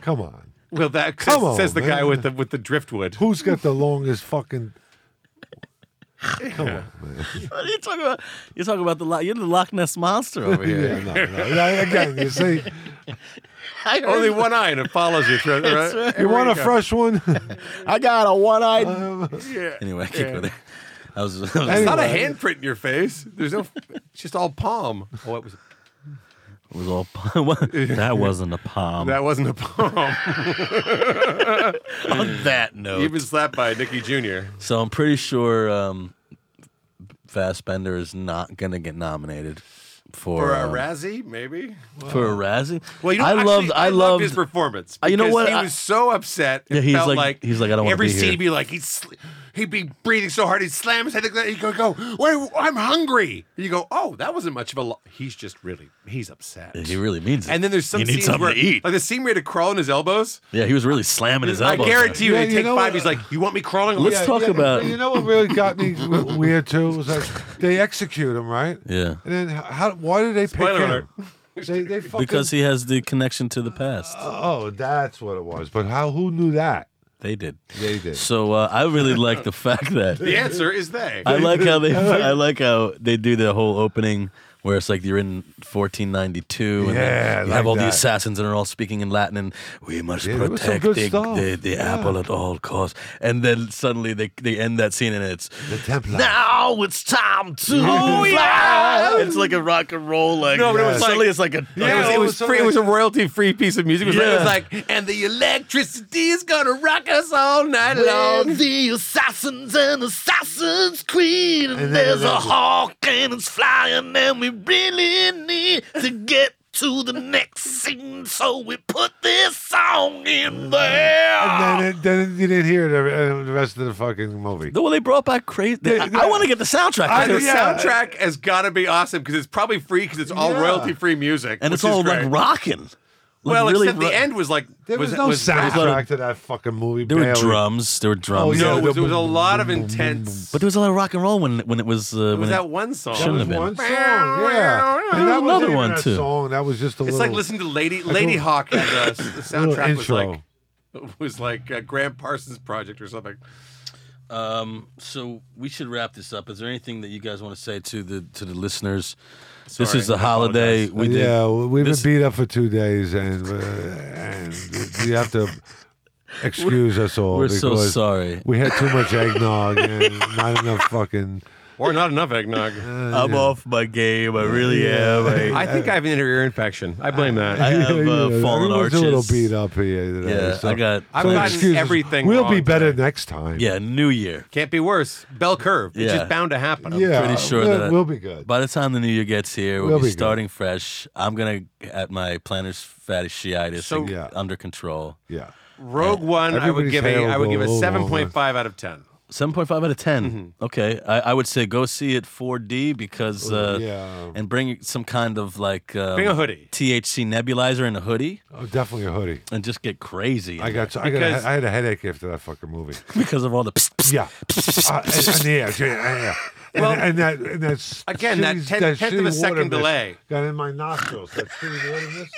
Speaker 4: come on.
Speaker 5: Well, that
Speaker 4: Come on,
Speaker 5: says the guy
Speaker 4: man.
Speaker 5: with the with the driftwood.
Speaker 4: Who's got the longest fucking? Come on, man.
Speaker 9: what are you talking about? You're talking about the Loch. You're the Loch Ness monster over here.
Speaker 4: Yeah, no, no. Yeah, Again, you see,
Speaker 9: I, heard-
Speaker 5: Only one eye and it follows you through.
Speaker 9: That's
Speaker 5: right?
Speaker 4: you want a fresh one?
Speaker 9: I got a one-eyed.
Speaker 4: Um,
Speaker 9: anyway, keep with it. I was. I
Speaker 5: It's
Speaker 9: was it
Speaker 5: not a
Speaker 4: Anyway.
Speaker 5: handprint in your face. There's no. It's just all palm. Oh, it was.
Speaker 9: was all. that wasn't a palm.
Speaker 5: That wasn't a palm.
Speaker 9: On that note,
Speaker 5: You've been slapped by Nicky Jr.
Speaker 9: so I'm pretty sure um, Fassbender is not gonna get nominated for,
Speaker 5: a
Speaker 9: uh,
Speaker 5: Razzie, maybe
Speaker 9: for a Razzie.
Speaker 5: Well, you know,
Speaker 9: I
Speaker 5: actually,
Speaker 9: loved. I loved
Speaker 5: his performance.
Speaker 9: Uh, you know
Speaker 5: because
Speaker 9: what?
Speaker 5: He
Speaker 9: I-
Speaker 5: was so upset. It
Speaker 9: Yeah, he's
Speaker 5: felt
Speaker 9: like-
Speaker 5: like,
Speaker 9: he's like, I don't wanna
Speaker 5: every
Speaker 9: be
Speaker 5: scene
Speaker 9: here.
Speaker 5: He'd be like, he'd sl- he'd be breathing so hard, he'd slam his head. He'd go, go, Wait, I'm hungry. And you go, oh, that wasn't much of a. Lo-. He's just really, he's upset.
Speaker 9: Yeah, he really means it.
Speaker 5: And then there's some
Speaker 9: He needs
Speaker 5: scenes
Speaker 9: something
Speaker 5: where,
Speaker 9: to eat.
Speaker 5: like the scene where he had to crawl on his elbows.
Speaker 9: yeah, he was really slamming his
Speaker 5: I
Speaker 9: elbows.
Speaker 5: guarantee you,
Speaker 4: Yeah,
Speaker 5: they
Speaker 4: you
Speaker 5: take
Speaker 4: know
Speaker 5: five.
Speaker 4: what?
Speaker 5: He's like, you want me crawling? on
Speaker 9: Let's
Speaker 5: you?"
Speaker 9: talk about-
Speaker 4: You know what really got me w- weird too was like they execute him right,
Speaker 9: Yeah,
Speaker 4: and then h- how? Why do they
Speaker 5: Spoiler
Speaker 4: pick
Speaker 5: alert.
Speaker 4: him? They, they fucking,
Speaker 9: because he has the connection to the past.
Speaker 4: oh, that's what it was. But how? Who knew that?
Speaker 9: They did.
Speaker 4: They did.
Speaker 9: So uh, I really like the fact that
Speaker 5: The answer is they.
Speaker 9: I like how they I like how they do the whole opening where it's like you're in 1492 and
Speaker 4: Yeah,
Speaker 9: then you
Speaker 4: like
Speaker 9: have all the
Speaker 4: that.
Speaker 9: assassins and they're all speaking in Latin and we must
Speaker 4: Yeah, there was some
Speaker 9: protect
Speaker 4: good
Speaker 9: the,
Speaker 4: stuff.
Speaker 9: the, the
Speaker 4: Yeah.
Speaker 9: apple at all costs. And then suddenly they, they end that scene and it's
Speaker 4: The Templar.
Speaker 9: now it's time to fly. It's like a rock and roll like
Speaker 5: No, but it was
Speaker 9: suddenly
Speaker 5: like-
Speaker 9: it's like a
Speaker 5: it was,
Speaker 4: Yeah,
Speaker 5: it
Speaker 4: it
Speaker 5: was
Speaker 4: was so
Speaker 5: free. It
Speaker 4: like-
Speaker 5: was a royalty-free piece of music. It was,
Speaker 9: Yeah.
Speaker 5: like, it was like, and the electricity is gonna rock us all night long.
Speaker 9: the assassins and assassins queen, and,
Speaker 4: And then
Speaker 9: there's a
Speaker 4: there's it.
Speaker 9: hawk and it's flying, and we really need to get to the next scene, so we put this song in there.
Speaker 4: And then, it, then you didn't hear the, uh, the rest of the fucking movie.
Speaker 9: well, they brought back crazy. I, want to get the soundtrack.
Speaker 4: I-
Speaker 5: The
Speaker 9: too.
Speaker 4: yeah.
Speaker 5: soundtrack has got to be awesome because it's probably free because it's all
Speaker 4: Yeah.
Speaker 5: royalty-free music,
Speaker 9: and it's
Speaker 5: which is
Speaker 9: all like
Speaker 5: great.
Speaker 9: rocking. Like,
Speaker 5: well,
Speaker 9: really
Speaker 5: except
Speaker 9: ro-
Speaker 5: the end was like
Speaker 4: There was,
Speaker 5: was
Speaker 4: no
Speaker 5: was-
Speaker 4: soundtrack
Speaker 9: lot
Speaker 4: to that fucking movie.
Speaker 9: There were
Speaker 4: barely.
Speaker 9: drums. There were drums.
Speaker 4: Oh, yeah.
Speaker 5: No, it was,
Speaker 4: the
Speaker 5: it was a
Speaker 4: boom,
Speaker 5: lot of intense.
Speaker 9: But there was a lot of rock and roll when when it was uh,
Speaker 5: It
Speaker 9: when
Speaker 5: was
Speaker 9: it-
Speaker 5: that one song.
Speaker 4: That
Speaker 9: Shouldn't
Speaker 4: was
Speaker 9: have been.
Speaker 4: one song. Yeah, And that wasn't
Speaker 9: Another
Speaker 4: even
Speaker 9: one,
Speaker 4: a
Speaker 9: too.
Speaker 4: Song that was just a
Speaker 5: It's
Speaker 4: little.
Speaker 5: like listening to Lady Lady
Speaker 4: little-
Speaker 5: Hawk. And the, s- the
Speaker 4: a little
Speaker 5: soundtrack was
Speaker 4: intro.
Speaker 5: like was like uh, Graham Parsons' project or something.
Speaker 9: Um, so we should wrap this up. Is there anything that you guys want to say to the to the listeners? this
Speaker 5: Sorry,
Speaker 9: is the
Speaker 5: I
Speaker 9: holiday.
Speaker 5: apologize.
Speaker 9: We did.
Speaker 4: Oh, yeah, we- we've
Speaker 9: this-
Speaker 4: been beat up for two days, and uh, and you have to excuse us all.
Speaker 9: We're so
Speaker 4: because
Speaker 9: sorry.
Speaker 4: We had too much eggnog and not enough fucking.
Speaker 5: Or not enough eggnog.
Speaker 9: I'm off my game. I really am. I,
Speaker 5: I think I have an inner ear infection. I blame that.
Speaker 9: I have uh, fallen
Speaker 4: Everyone's
Speaker 9: arches.
Speaker 4: a little beat up here. Today,
Speaker 9: Yeah,
Speaker 4: so-
Speaker 9: I got.
Speaker 5: I've
Speaker 4: so
Speaker 5: gotten
Speaker 4: excuse us.
Speaker 5: everything
Speaker 4: We'll be
Speaker 5: wrong
Speaker 4: better next time.
Speaker 9: yeah, New Year.
Speaker 5: Can't be worse. Bell curve. It's
Speaker 9: Yeah.
Speaker 5: just bound to happen. I'm
Speaker 4: yeah.
Speaker 9: pretty sure
Speaker 4: we'll,
Speaker 9: that-
Speaker 4: we'll be good.
Speaker 9: By the time the New Year gets here, we'll,
Speaker 4: We'll
Speaker 9: be,
Speaker 4: be good.
Speaker 9: starting fresh. I'm gonna at my plantar's fasciitis
Speaker 5: So-
Speaker 9: and
Speaker 4: Yeah.
Speaker 9: under control.
Speaker 4: yeah.
Speaker 5: Rogue One, I would
Speaker 4: Everybody's
Speaker 5: give a I would give a
Speaker 4: terrible.
Speaker 5: seven point five out of ten.
Speaker 9: Seven point five out of 10
Speaker 5: Mm-hmm.
Speaker 9: Okay, I, I would say go see it 4D because uh,
Speaker 4: yeah.
Speaker 9: and bring some kind of like um,
Speaker 5: Bring a hoodie.
Speaker 9: THC nebulizer and a hoodie,
Speaker 4: Oh, definitely a hoodie.
Speaker 9: and just get crazy.
Speaker 4: I got. I got.
Speaker 5: Because-
Speaker 4: I had a headache after that fucking movie.
Speaker 9: because of all the. Psst, psst.
Speaker 4: Yeah. uh, and, and, yeah, yeah, yeah. And,
Speaker 5: Well-
Speaker 4: and that, and that's
Speaker 5: Again, that tenth- tenth of a second delay.
Speaker 4: got in my nostrils. That shitty water mist.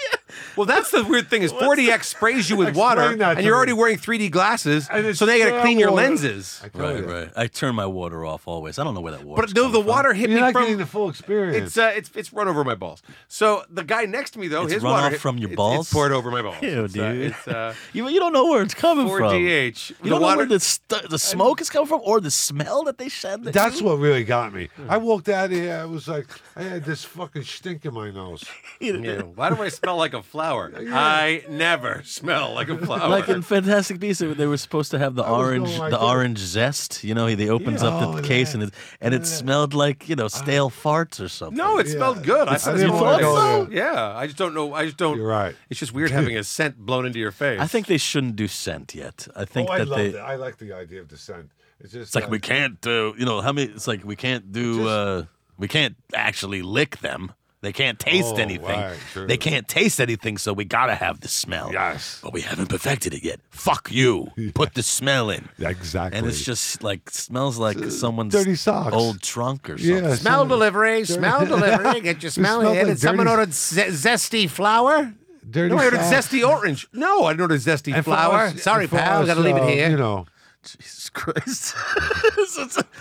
Speaker 5: Well, that's the weird thing is 40x sprays you with
Speaker 4: Explain
Speaker 5: water,
Speaker 4: that
Speaker 5: and
Speaker 4: to
Speaker 5: you're
Speaker 4: me.
Speaker 5: already wearing 3D glasses,
Speaker 4: And it's
Speaker 5: so they got to
Speaker 4: still
Speaker 5: clean your
Speaker 4: water.
Speaker 5: lenses.
Speaker 4: I tell
Speaker 9: Right,
Speaker 4: you.
Speaker 9: right. I turn my water off always. I don't know where that water.
Speaker 5: But no, the water hit
Speaker 4: You're
Speaker 5: me
Speaker 4: not
Speaker 5: from
Speaker 4: getting the full experience.
Speaker 5: it's uh, it's it's run over my balls. So the guy next to me though,
Speaker 9: It's
Speaker 5: his
Speaker 9: run
Speaker 5: water
Speaker 9: off
Speaker 5: hit-
Speaker 9: from your
Speaker 5: it's-
Speaker 9: balls?
Speaker 5: it's poured over my balls.
Speaker 9: Ew,
Speaker 5: It's, uh,
Speaker 9: dude.
Speaker 5: it's uh,
Speaker 9: You, you don't know where it's coming from.
Speaker 5: 4DH.
Speaker 9: You
Speaker 5: the
Speaker 9: don't know
Speaker 5: water
Speaker 9: where the, st- the smoke is coming from or the smell that they shed.
Speaker 5: uh,
Speaker 9: at
Speaker 4: That's
Speaker 9: you.
Speaker 4: what really got me.
Speaker 9: Hmm.
Speaker 4: I walked out of here. I was like, I had this fucking stink in my nose.
Speaker 5: Yeah, Why do I smell like a flower? I never smell like a flower.
Speaker 9: Like in Fantastic Beasts, they were supposed to have the
Speaker 4: was
Speaker 9: orange,
Speaker 4: going like
Speaker 9: the
Speaker 4: this.
Speaker 9: orange zest. You know, he they opens up the
Speaker 4: Oh,
Speaker 9: case
Speaker 4: that.
Speaker 9: and it and it smelled like you know stale farts or something.
Speaker 5: no, it smelled good. I
Speaker 4: It's-
Speaker 5: thought
Speaker 4: I
Speaker 5: it
Speaker 4: didn't
Speaker 5: smelled
Speaker 4: wanna
Speaker 5: like-
Speaker 4: go there.
Speaker 5: Yeah, I just don't know. I just don't.
Speaker 4: You're right.
Speaker 5: It's just weird having a scent blown into your face.
Speaker 9: I think they shouldn't do scent yet. I think
Speaker 4: oh, I
Speaker 9: that
Speaker 4: love
Speaker 9: they.
Speaker 4: it. I like the idea of descent. It's just uh,
Speaker 9: It's like we can't do. You know how many? It's like we can't do. uh We can't actually lick them. They can't taste
Speaker 4: Oh,
Speaker 9: anything.
Speaker 4: right, true.
Speaker 9: they can't taste anything, so we gotta have the smell.
Speaker 4: Yes.
Speaker 9: but we haven't perfected it yet. Fuck you. Put the smell in.
Speaker 4: exactly.
Speaker 9: And it's just like smells like someone's
Speaker 4: dirty socks.
Speaker 9: old trunk or something.
Speaker 4: yeah,
Speaker 5: Smell
Speaker 4: so-
Speaker 5: delivery, smell delivery. Get your smell
Speaker 4: smelled
Speaker 5: in.
Speaker 4: like
Speaker 5: and someone
Speaker 4: dirty-
Speaker 5: ordered ze- zesty flour.
Speaker 4: dirty
Speaker 5: No, I ordered
Speaker 4: socks.
Speaker 5: zesty orange. No, I ordered zesty
Speaker 4: And for
Speaker 5: flour.
Speaker 4: us-
Speaker 5: Sorry,
Speaker 4: and for
Speaker 5: pal.
Speaker 4: us,
Speaker 5: Gotta leave
Speaker 4: uh,
Speaker 5: it here.
Speaker 4: You know,
Speaker 9: Jesus Christ.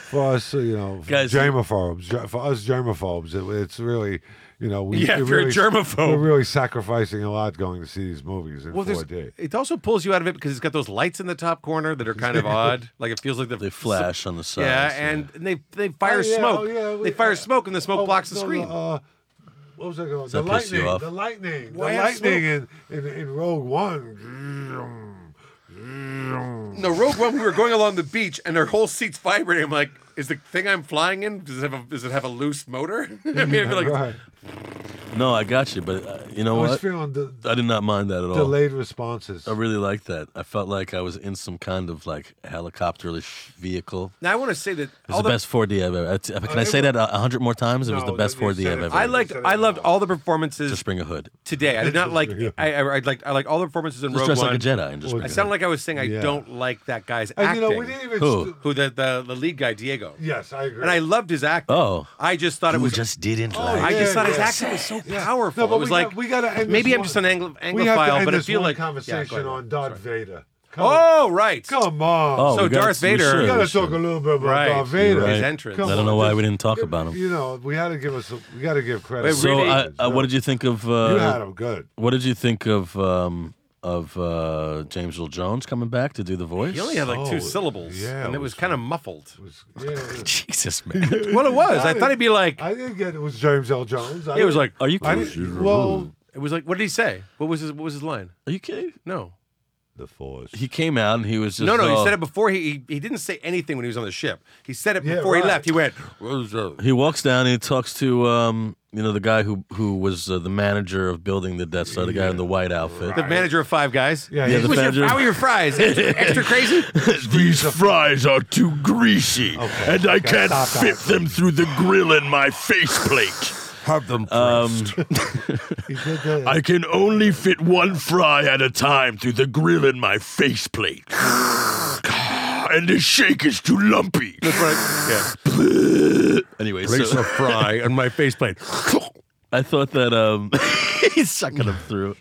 Speaker 4: for us, uh, you know,
Speaker 9: Guys-
Speaker 4: germaphobes. ger- For us germaphobes, it, it's really, you know, we,
Speaker 5: Yeah,
Speaker 4: we
Speaker 5: if you're a
Speaker 4: really-
Speaker 5: germaphobe.
Speaker 4: we're really sacrificing a lot going to see these movies in
Speaker 5: Well, there's,
Speaker 4: 4D.
Speaker 5: it also pulls you out of it because it's got those lights in the top corner that are kind of odd. Like it feels like
Speaker 9: they flash on the side.
Speaker 5: Yeah, and, and they they fire
Speaker 4: Oh, yeah,
Speaker 5: smoke.
Speaker 4: oh, yeah, we-
Speaker 5: they fire
Speaker 4: uh,
Speaker 5: smoke, and the smoke
Speaker 4: Oh,
Speaker 5: blocks the
Speaker 4: no, no,
Speaker 5: screen.
Speaker 4: uh, what was that called? The
Speaker 9: that piss you
Speaker 4: lightning,
Speaker 9: off?
Speaker 4: the lightning, the
Speaker 5: Why have
Speaker 4: lightning in, in, in Rogue One.
Speaker 5: No, Rogue One. We were going along the beach, and their whole seat's vibrating. I'm like, is the thing I'm flying in does it have a, does it have a loose motor? I mean, I'd be like,
Speaker 4: Right.
Speaker 9: No, I got you, but uh, you know
Speaker 4: I was
Speaker 9: what? Oh.
Speaker 4: feeling the-
Speaker 9: I did not mind that at all.
Speaker 4: Delayed responses.
Speaker 9: I really liked that. I felt like I was in some kind of like helicopterish vehicle.
Speaker 5: now I want to say that
Speaker 9: It was the, best 4D I've ever. Can I say that a hundred more times? It was the best 4D I've ever.
Speaker 5: I liked. I loved all the performances.
Speaker 9: Just bring a hood.
Speaker 5: today. I did not like. I, I, I liked. I like all the performances in
Speaker 9: Just
Speaker 5: Rogue
Speaker 9: dress like
Speaker 5: One.
Speaker 9: a Jedi and just
Speaker 5: I
Speaker 9: bring it
Speaker 5: sound
Speaker 9: up.
Speaker 5: like I was saying I
Speaker 9: Yeah.
Speaker 5: don't like that guy's
Speaker 4: And, you
Speaker 5: acting.
Speaker 4: know, we didn't even
Speaker 5: who?
Speaker 4: st-
Speaker 5: who the, the the lead guy Diego?
Speaker 4: Yes, I agree.
Speaker 5: And I loved his acting.
Speaker 9: Oh.
Speaker 5: I just thought it was
Speaker 9: just didn't
Speaker 5: I
Speaker 4: yeah,
Speaker 5: just thought his
Speaker 4: yeah.
Speaker 5: acting was so
Speaker 4: Yeah.
Speaker 5: powerful.
Speaker 4: No, but
Speaker 5: it was
Speaker 4: we
Speaker 5: like
Speaker 4: got, we got to end.
Speaker 5: maybe
Speaker 4: this
Speaker 5: I'm
Speaker 4: one.
Speaker 5: just an anglo-
Speaker 4: we have to
Speaker 5: anglophile,
Speaker 4: end
Speaker 5: but I
Speaker 4: this
Speaker 5: feel
Speaker 4: one
Speaker 5: like
Speaker 4: conversation on Darth Vader. Come
Speaker 5: Oh right.
Speaker 4: Come on.
Speaker 9: Oh,
Speaker 5: So
Speaker 9: we got-
Speaker 5: Darth
Speaker 9: we
Speaker 5: Vader-
Speaker 9: should,
Speaker 4: we got to
Speaker 9: we should.
Speaker 4: talk a little bit about
Speaker 5: Right.
Speaker 4: Darth Vader.
Speaker 9: Right.
Speaker 5: His entrance.
Speaker 4: Come
Speaker 9: I don't know
Speaker 4: on,
Speaker 9: why
Speaker 4: just-
Speaker 9: we didn't talk about him.
Speaker 4: You know, we had to give us. We got to give credit.
Speaker 9: So,
Speaker 5: really-
Speaker 9: Oh, I, I, what did you think of? Uh,
Speaker 4: you had him good.
Speaker 9: What did you think of um, of uh, James Earl Jones coming back to do the voice?
Speaker 5: He only had like two
Speaker 4: Oh,
Speaker 5: syllables,
Speaker 4: yeah,
Speaker 5: and
Speaker 4: it
Speaker 5: it was kind of muffled.
Speaker 4: Yeah, yeah.
Speaker 9: Jesus man.
Speaker 5: Well, it was. I
Speaker 4: didn't-
Speaker 5: thought he'd be like.
Speaker 4: I didn't get it was James L. Jones. I
Speaker 5: It was
Speaker 4: didn't-
Speaker 5: like.
Speaker 9: Are you
Speaker 4: I
Speaker 9: kidding?
Speaker 4: didn't, well,
Speaker 5: It was like. What did he say? What was his? What was his line?
Speaker 9: Are you kidding?
Speaker 5: No.
Speaker 4: the force.
Speaker 9: He came out and he was just uh,
Speaker 5: No, no,
Speaker 9: all-
Speaker 5: he said it before he, he he didn't say anything when he was on the ship. He said it
Speaker 4: Yeah,
Speaker 5: before
Speaker 4: right.
Speaker 5: he left. He went,
Speaker 9: He walks down and he talks to um, you know the guy who who was uh, the manager of building the Death Star, the guy in the white outfit.
Speaker 5: the manager of Five Guys.
Speaker 4: Yeah, Yeah,
Speaker 9: the
Speaker 5: What's your-
Speaker 9: manager-
Speaker 5: How are your fries? Extra crazy?
Speaker 1: These fries are too greasy, and I can't
Speaker 4: stop that,
Speaker 1: fit them through the grill in my faceplate. Have them um,
Speaker 4: He did that.
Speaker 1: I can only fit one fry at a time through the grill in my faceplate. and the shake is too lumpy.
Speaker 9: Anyway, so
Speaker 5: fry on my faceplate.
Speaker 9: I thought that um, he's sucking him through.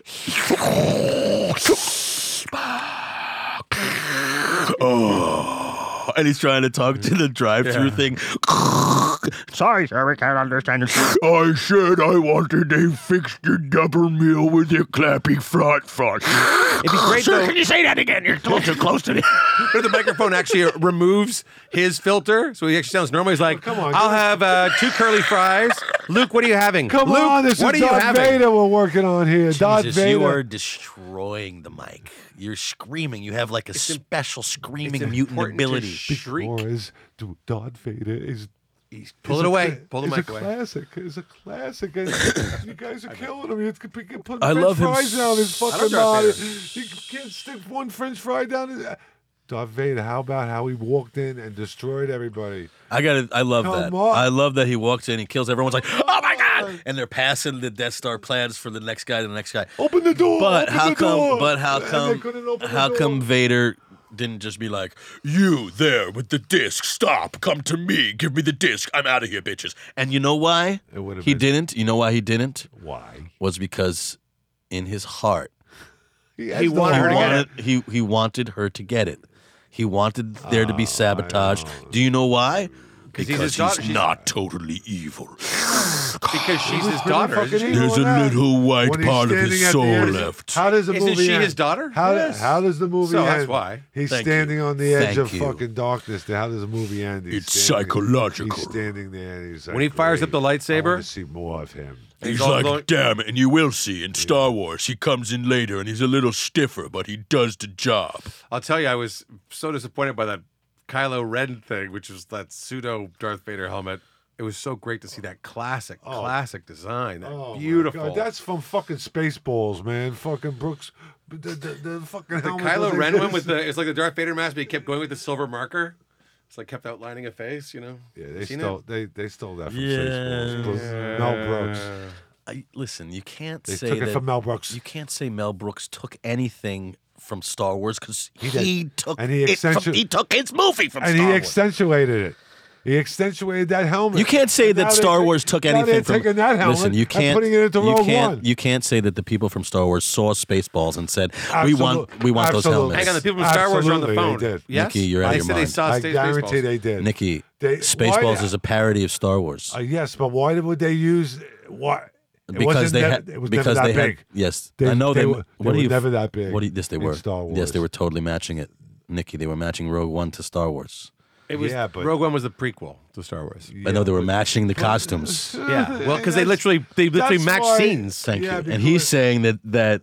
Speaker 9: Oh, and he's trying to talk to the drive-through thing.
Speaker 12: Sorry, sir, we can't understand you.
Speaker 1: I said I wanted a fixture double meal with a clappy frot frot.
Speaker 5: It'd be great
Speaker 1: Sir,
Speaker 5: though
Speaker 1: can you say that again? You're still too close to the.
Speaker 5: if the microphone actually uh, removes his filter, so he actually sounds normal. He's like,
Speaker 4: come on,
Speaker 5: I'll
Speaker 4: give us-
Speaker 5: have uh, two curly fries. Luke, what are you having?
Speaker 4: Come
Speaker 5: Luke,
Speaker 4: on, this
Speaker 5: what
Speaker 4: is
Speaker 5: are you
Speaker 4: Darth
Speaker 5: having?
Speaker 4: Vader we're working on here. Darth
Speaker 13: Jesus,
Speaker 4: Vader.
Speaker 13: you are destroying the mic. You're screaming. You have like a special screaming mutant
Speaker 5: important to
Speaker 13: ability.
Speaker 5: Shriek.
Speaker 4: Boris, dude, Darth Vader is. He's,
Speaker 5: Pull it away. Pull the
Speaker 4: it's
Speaker 5: mic
Speaker 4: a
Speaker 5: away.
Speaker 4: classic. It's a classic. It's- you guys are killing him. You're putting French
Speaker 9: I love him
Speaker 4: fries down his
Speaker 9: so-
Speaker 4: fucking
Speaker 5: Darth
Speaker 4: mouth. You can't stick one French fry down his. uh, Darth Vader, how about how he walked in and destroyed everybody?
Speaker 9: I got to I love
Speaker 4: Come
Speaker 9: that.
Speaker 4: on.
Speaker 9: I love that he walks in, he kills everyone's like, "Oh my god!" And they're passing the Death Star plans for the next guy to the next guy.
Speaker 4: Open the door.
Speaker 9: But
Speaker 4: open
Speaker 9: how
Speaker 4: the
Speaker 9: come?
Speaker 4: door.
Speaker 9: But how
Speaker 4: And they couldn't
Speaker 9: come?
Speaker 4: open the
Speaker 9: How
Speaker 4: door.
Speaker 9: come Vader didn't just be like,
Speaker 1: You there with the disc. Stop. Come to me. Give me the disc. I'm out of here, bitches.
Speaker 9: and you know why
Speaker 4: It would've
Speaker 9: he
Speaker 4: been-
Speaker 9: didn't? You know why he didn't?
Speaker 4: Why?
Speaker 9: Was because in his heart,
Speaker 4: has
Speaker 5: He
Speaker 4: no
Speaker 5: wanted her to
Speaker 4: heart.
Speaker 5: get
Speaker 9: wanted- he he wanted her to get it. He wanted there to be sabotage.
Speaker 4: know.
Speaker 9: Do you know why?
Speaker 5: Ah, Because he's his daughter. She's,
Speaker 1: Not totally evil.
Speaker 5: because she's his
Speaker 4: Pretty
Speaker 5: daughter.
Speaker 4: fucking
Speaker 5: isn't she?
Speaker 4: evil
Speaker 1: There's
Speaker 4: in
Speaker 1: a
Speaker 4: that.
Speaker 1: little white
Speaker 4: When he's
Speaker 1: part of his
Speaker 4: standing at the
Speaker 1: soul
Speaker 4: edge-
Speaker 1: left.
Speaker 4: How does the
Speaker 5: Isn't
Speaker 4: movie
Speaker 5: she
Speaker 4: end?
Speaker 5: his daughter?
Speaker 4: How,
Speaker 5: Yes.
Speaker 4: how does the movie
Speaker 5: So
Speaker 4: end?
Speaker 5: that's why.
Speaker 4: He's
Speaker 9: Thank
Speaker 4: standing on the edge
Speaker 9: Thank
Speaker 4: of
Speaker 9: you.
Speaker 4: fucking darkness. There. How does the movie end? He's
Speaker 1: It's
Speaker 4: standing-
Speaker 1: psychological.
Speaker 4: He's standing there. And he's like,
Speaker 5: When he fires up the
Speaker 4: "Great, I
Speaker 5: lightsaber-
Speaker 4: want to see more of him.
Speaker 1: He's,
Speaker 5: He's all
Speaker 1: like,
Speaker 5: going-
Speaker 1: damn it, and you will see in Star Wars. He comes in later and he's a little stiffer, but he does the job.
Speaker 5: I'll tell you, I was so disappointed by that Kylo Ren thing, which was that pseudo Darth Vader helmet. It was so great to see that classic, classic design. That
Speaker 4: Oh my
Speaker 5: beautiful.
Speaker 4: God, that's from fucking Spaceballs, man. Fucking Brooks. The, the, the fucking
Speaker 5: the Kylo Ren one with the it's like the Darth Vader mask, but he kept going with the silver marker. It's like kept outlining a face, you know.
Speaker 4: Yeah, they
Speaker 5: Seen it?
Speaker 4: stole they they stole that from
Speaker 9: Yeah.
Speaker 4: Spaceballs. Brooks- Mel Brooks.
Speaker 9: I, listen, you can't
Speaker 4: They
Speaker 9: say
Speaker 4: took it
Speaker 9: that-
Speaker 4: from Mel Brooks.
Speaker 9: You can't say Mel Brooks took anything from Star Wars because he,
Speaker 4: did.
Speaker 9: took
Speaker 4: And he
Speaker 9: it from-
Speaker 4: accentu-
Speaker 9: he took his movie from
Speaker 4: and
Speaker 9: Star
Speaker 4: he
Speaker 9: Wars.
Speaker 4: accentuated it. He accentuated that helmet.
Speaker 9: You can't say
Speaker 4: And now
Speaker 9: that
Speaker 4: they
Speaker 9: Star
Speaker 4: take-
Speaker 9: Wars took
Speaker 4: now
Speaker 9: anything
Speaker 4: they're
Speaker 9: from.
Speaker 4: taking that helmet
Speaker 9: listen, you
Speaker 4: and
Speaker 9: can't.
Speaker 4: putting it into
Speaker 9: you
Speaker 4: Rogue
Speaker 9: can't.
Speaker 4: One.
Speaker 9: You can't say that the people from Star Wars saw Spaceballs and said, "We want,
Speaker 4: Absolute-
Speaker 9: we want
Speaker 4: absolute-
Speaker 9: those
Speaker 5: Hang on, the
Speaker 9: helmets."
Speaker 5: people from Star Wars are on the phone.
Speaker 4: Absolutely, they did.
Speaker 5: Yes?
Speaker 9: Nikki, you're out of
Speaker 5: they
Speaker 9: your
Speaker 5: said they
Speaker 9: mind.
Speaker 5: saw
Speaker 4: I
Speaker 5: stage
Speaker 4: guarantee
Speaker 5: Spaceballs.
Speaker 4: they did.
Speaker 9: Nikki,
Speaker 4: They-
Speaker 9: Spaceballs
Speaker 4: why-
Speaker 9: is a parody of Star Wars
Speaker 4: Uh, yes, but why would they use what? it
Speaker 9: because
Speaker 4: wasn't
Speaker 9: they
Speaker 4: nev-
Speaker 9: had
Speaker 4: it was
Speaker 9: because
Speaker 4: never that
Speaker 9: they had
Speaker 4: big.
Speaker 9: yes.
Speaker 4: They-
Speaker 9: I know
Speaker 4: they
Speaker 9: they.
Speaker 4: were-
Speaker 9: what
Speaker 4: they
Speaker 9: are
Speaker 4: were
Speaker 9: you,
Speaker 4: never that big
Speaker 9: What do you, yes, they
Speaker 4: in
Speaker 9: were.
Speaker 4: Star
Speaker 9: Yes, they
Speaker 4: Wars.
Speaker 9: were totally matching it. Nikki, they were matching Rogue One to Star Wars.
Speaker 5: It was
Speaker 4: Yeah, but-
Speaker 5: Rogue One was the prequel to Star Wars.
Speaker 9: I know they were matching the costumes.
Speaker 5: Yeah, well, because they
Speaker 4: That's-
Speaker 5: literally they literally
Speaker 4: that's
Speaker 5: matched
Speaker 4: why-
Speaker 5: scenes.
Speaker 9: Thank
Speaker 4: Yeah,
Speaker 9: you. And
Speaker 4: because-
Speaker 9: he's saying that that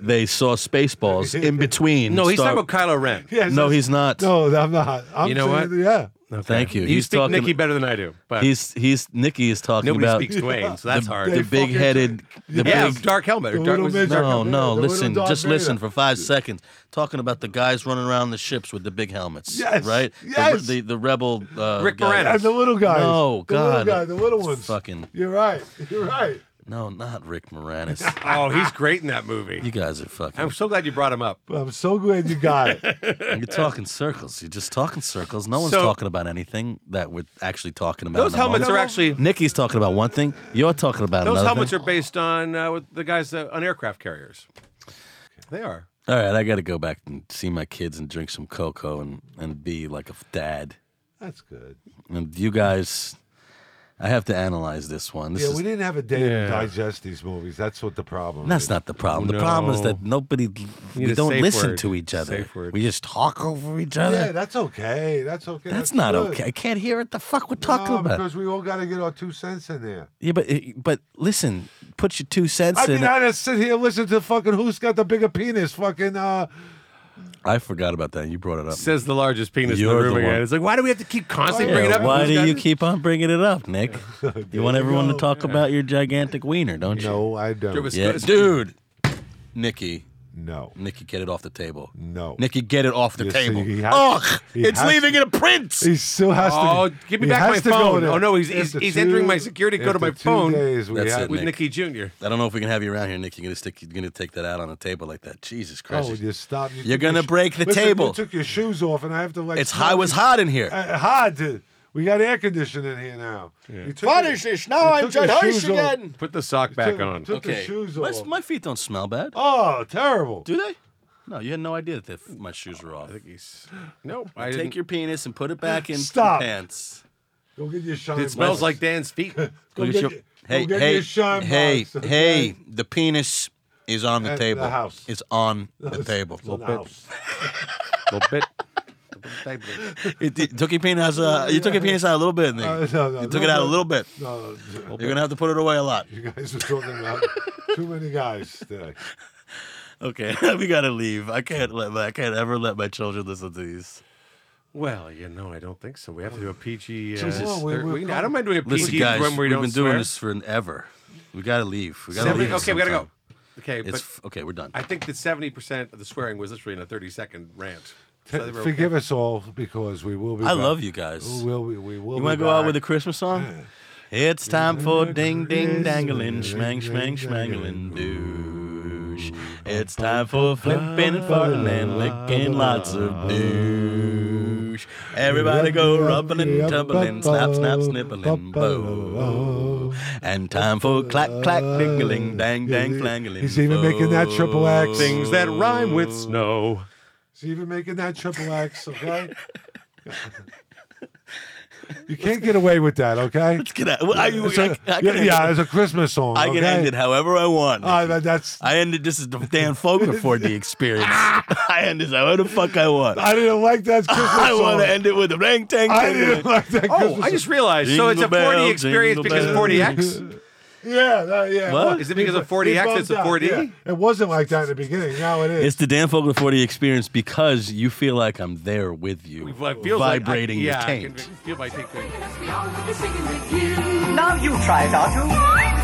Speaker 9: they saw Spaceballs in between.
Speaker 5: No, he's
Speaker 9: Star-
Speaker 5: talking about Kylo Ren.
Speaker 9: no, he's not.
Speaker 4: No, I'm not. I'm
Speaker 5: you know what?
Speaker 4: saying- Yeah.
Speaker 9: Thank you.
Speaker 5: You
Speaker 9: he's
Speaker 5: speak
Speaker 9: talking,
Speaker 5: Nikki better than I do, but-
Speaker 9: he's he's Nikki is talking
Speaker 5: Nobody
Speaker 9: about.
Speaker 5: speaks Dwayne, so that's
Speaker 9: the,
Speaker 5: hard.
Speaker 9: The
Speaker 5: They
Speaker 9: big headed.
Speaker 5: fucking- Yeah, Dark Helmet, or The Dark- little was- Dark
Speaker 9: no,
Speaker 5: Helmet,
Speaker 9: no.
Speaker 5: the little
Speaker 9: Listen,
Speaker 5: Darth
Speaker 9: just
Speaker 5: Vader.
Speaker 9: listen for five seconds. Talking about the guys running around the ships with the big helmets.
Speaker 4: Yes,
Speaker 9: Right. The-
Speaker 4: yes.
Speaker 9: The the, rebel. Uh,
Speaker 4: Rick
Speaker 9: guy.
Speaker 4: Moranis. And the little guys.
Speaker 9: No,
Speaker 4: The little
Speaker 9: God.
Speaker 4: guy, the little ones.
Speaker 9: Fucking.
Speaker 4: You're right. You're right.
Speaker 9: No, not Rick Moranis.
Speaker 5: oh, he's great in that movie.
Speaker 9: You guys are fucking.
Speaker 5: I'm so glad you brought him up.
Speaker 4: I'm so glad you got it.
Speaker 9: You're talking circles. You're just talking circles. No one's
Speaker 5: So-
Speaker 9: talking about anything that we're actually talking about.
Speaker 5: Those
Speaker 9: in the
Speaker 5: helmets
Speaker 9: moment.
Speaker 5: are actually-
Speaker 9: Nikki's talking about one thing. You're talking about
Speaker 5: Those
Speaker 9: another.
Speaker 5: helmets are based on uh, with the guys uh, on aircraft carriers. They are.
Speaker 9: All right, I got to go back and see my kids and drink some cocoa and and be like a f- dad.
Speaker 4: That's good.
Speaker 9: And you guys, I have to analyze this one. This
Speaker 4: yeah,
Speaker 9: is
Speaker 4: we didn't have a day
Speaker 9: Yeah.
Speaker 4: to digest these movies. That's what the problem.
Speaker 9: that's
Speaker 4: is.
Speaker 9: not the problem. The problem is that nobody
Speaker 4: need
Speaker 9: we
Speaker 4: a
Speaker 9: don't
Speaker 4: safe
Speaker 9: listen
Speaker 4: word.
Speaker 9: to each other.
Speaker 4: Safe word.
Speaker 9: We just talk over each other.
Speaker 4: Yeah, that's okay. That's okay.
Speaker 9: That's not
Speaker 4: good.
Speaker 9: okay. I can't hear what the fuck we're talking
Speaker 4: No,
Speaker 9: about.
Speaker 4: because we all got to get our two cents in there.
Speaker 9: yeah, but eh, but listen, put your two cents
Speaker 4: I
Speaker 9: in.
Speaker 4: mean, I just sit here and listen to fucking who's got the bigger penis. Fucking uh,
Speaker 9: I forgot about that. You brought it up.
Speaker 5: Says the largest penis
Speaker 9: You're
Speaker 5: in
Speaker 9: the
Speaker 5: the room again.
Speaker 9: one. Oh,
Speaker 5: It's like, why do we have to keep constantly
Speaker 9: Yeah,
Speaker 5: bringing up?
Speaker 9: why
Speaker 5: who's
Speaker 9: do
Speaker 5: got
Speaker 9: you
Speaker 5: this?
Speaker 9: keep on bringing it up, Nick? you want everyone to talk about your gigantic wiener, don't you?
Speaker 4: No, I don't.
Speaker 5: There was-
Speaker 9: Yeah, dude. Nikki.
Speaker 4: No.
Speaker 9: Nikki, get it off the table.
Speaker 4: No.
Speaker 9: Nikki, get it off the
Speaker 4: You see,
Speaker 9: table.
Speaker 4: he has-
Speaker 9: Ugh,
Speaker 4: he
Speaker 9: it's
Speaker 4: has
Speaker 9: leaving in a print.
Speaker 4: he still has
Speaker 5: Oh,
Speaker 4: to.
Speaker 5: give me
Speaker 4: he
Speaker 5: back
Speaker 4: has
Speaker 5: my
Speaker 4: to go
Speaker 5: phone.
Speaker 4: there.
Speaker 5: Oh no, he's he's,
Speaker 4: After
Speaker 5: he's entering my
Speaker 4: two-
Speaker 5: security. Go to my
Speaker 4: after two
Speaker 5: phone
Speaker 4: days, we
Speaker 9: That's
Speaker 4: have-
Speaker 9: it,
Speaker 5: with
Speaker 9: Nick.
Speaker 5: Nicky Jr.
Speaker 9: I don't know if we can have you around here, Nick. You're gonna stick. You're gonna take that out on the table like that. Jesus Christ!
Speaker 4: Oh, you stop. You
Speaker 9: You're
Speaker 4: took
Speaker 9: gonna
Speaker 4: your
Speaker 9: break the
Speaker 4: Listen,
Speaker 9: table.
Speaker 4: You took your shoes off, and I have to like.
Speaker 9: It's hot- it was hot in here.
Speaker 4: Uh, hot. dude. We got air conditioning here now. You took
Speaker 9: Punish
Speaker 4: your-
Speaker 9: this.
Speaker 4: you
Speaker 9: Now I'm
Speaker 4: took your
Speaker 9: Judd Hirsch
Speaker 4: shoes off.
Speaker 9: again.
Speaker 5: Put the sock back
Speaker 4: took-
Speaker 5: on.
Speaker 4: took the shoes
Speaker 9: my,
Speaker 4: off.
Speaker 9: my feet don't smell bad.
Speaker 4: Oh, terrible.
Speaker 9: Do they? No, you had no idea that the- my shoes were off.
Speaker 5: Nope.
Speaker 9: Now
Speaker 5: I
Speaker 9: take your penis and put it back in
Speaker 4: Stop.
Speaker 9: the pants.
Speaker 4: Go get your shine.
Speaker 5: It smells
Speaker 4: box.
Speaker 5: like Dan's feet.
Speaker 4: Go
Speaker 9: Lose
Speaker 4: get
Speaker 9: your-
Speaker 4: your-
Speaker 9: hey,
Speaker 4: go get
Speaker 9: hey,
Speaker 4: your shine
Speaker 9: hey,
Speaker 4: box, okay?
Speaker 9: hey! The penis is on the
Speaker 4: At the
Speaker 9: table.
Speaker 4: house.
Speaker 9: It's on the table.
Speaker 4: It's on the house.
Speaker 5: little bit.
Speaker 9: It, it took your penis. Uh, you took your penis out a little bit. Nick.
Speaker 4: Uh, no, no,
Speaker 9: you
Speaker 4: no,
Speaker 9: took it out
Speaker 4: no.
Speaker 9: a little bit.
Speaker 4: No,
Speaker 9: You're gonna have to put it away a lot.
Speaker 4: you guys are talking about too many guys today.
Speaker 9: Okay, we gotta leave. I can't let. My, I can't ever let my children listen to these.
Speaker 5: Well, you know, I don't think so. We have to do a PG. Uh,
Speaker 4: Jesus.
Speaker 5: thir-
Speaker 4: We're- we're
Speaker 5: we- I
Speaker 4: going-
Speaker 5: don't mind doing a PG
Speaker 9: Listen, guys,
Speaker 5: when we
Speaker 9: we've
Speaker 5: don't
Speaker 9: been
Speaker 5: swear.
Speaker 9: doing this for an ever. We gotta leave. We gotta
Speaker 5: Seventy-
Speaker 9: leave.
Speaker 5: okay, we gotta go.
Speaker 9: sometime.
Speaker 5: Okay,
Speaker 9: It's
Speaker 5: but
Speaker 9: f- okay. We're done.
Speaker 5: I think that seventy percent of the swearing was literally in a thirty-second rant. So they were okay.
Speaker 4: Forgive us all because we will be.
Speaker 9: I
Speaker 4: back.
Speaker 9: love you guys.
Speaker 4: We will. Oh, We, we will.
Speaker 9: You
Speaker 4: be
Speaker 9: wanna go out
Speaker 4: back.
Speaker 9: with a Christmas song? It's time for ding ding dangling, schmang schmang schmangling douche. It's time for flipping and farting and licking lots of douche. Everybody go rubbing and tumbling, snap snap snippling, bo. And time for clack clack dingling, dang dang flangling.
Speaker 4: He's even making that triple X.
Speaker 5: Things that rhyme with snow.
Speaker 4: He's even making that triple X. Okay. you can't get away with that. Okay.
Speaker 9: Let's get out. Well, I, I,
Speaker 4: It's a-
Speaker 9: I, I
Speaker 4: yeah,
Speaker 9: can,
Speaker 4: yeah, it's a Christmas song.
Speaker 9: I can
Speaker 4: okay?
Speaker 9: end it however I want.
Speaker 4: Uh, that- that's.
Speaker 9: I ended this is the Dan Foger 4D experience. I end this however the fuck I want.
Speaker 4: I didn't like that Christmas
Speaker 9: I
Speaker 4: song.
Speaker 9: want to end it with a rang tang.
Speaker 4: I
Speaker 9: tang,
Speaker 4: didn't
Speaker 9: tang.
Speaker 4: like that
Speaker 5: Oh,
Speaker 4: Christmas
Speaker 5: I just realized. so it's a
Speaker 9: Jingle
Speaker 5: 40
Speaker 9: bells,
Speaker 5: experience
Speaker 9: jingle
Speaker 5: because
Speaker 9: bells.
Speaker 5: 40x.
Speaker 4: Yeah, that, yeah.
Speaker 9: What?
Speaker 4: was-
Speaker 9: Is
Speaker 5: it because
Speaker 4: he
Speaker 5: of
Speaker 4: bu-
Speaker 5: 40
Speaker 4: he
Speaker 5: X,
Speaker 4: bummed
Speaker 5: it's a
Speaker 4: out,
Speaker 5: 40?
Speaker 4: yeah. It wasn't like that in the beginning. Now it is.
Speaker 9: It's the Dan Foger 4D experience because you feel like I'm there with you,
Speaker 5: Well, it feels like I-
Speaker 9: vibrating
Speaker 5: yeah, I
Speaker 9: your
Speaker 5: can
Speaker 9: taint.
Speaker 5: feel my taint going.
Speaker 12: Now
Speaker 2: you try it, Arthur. Oh,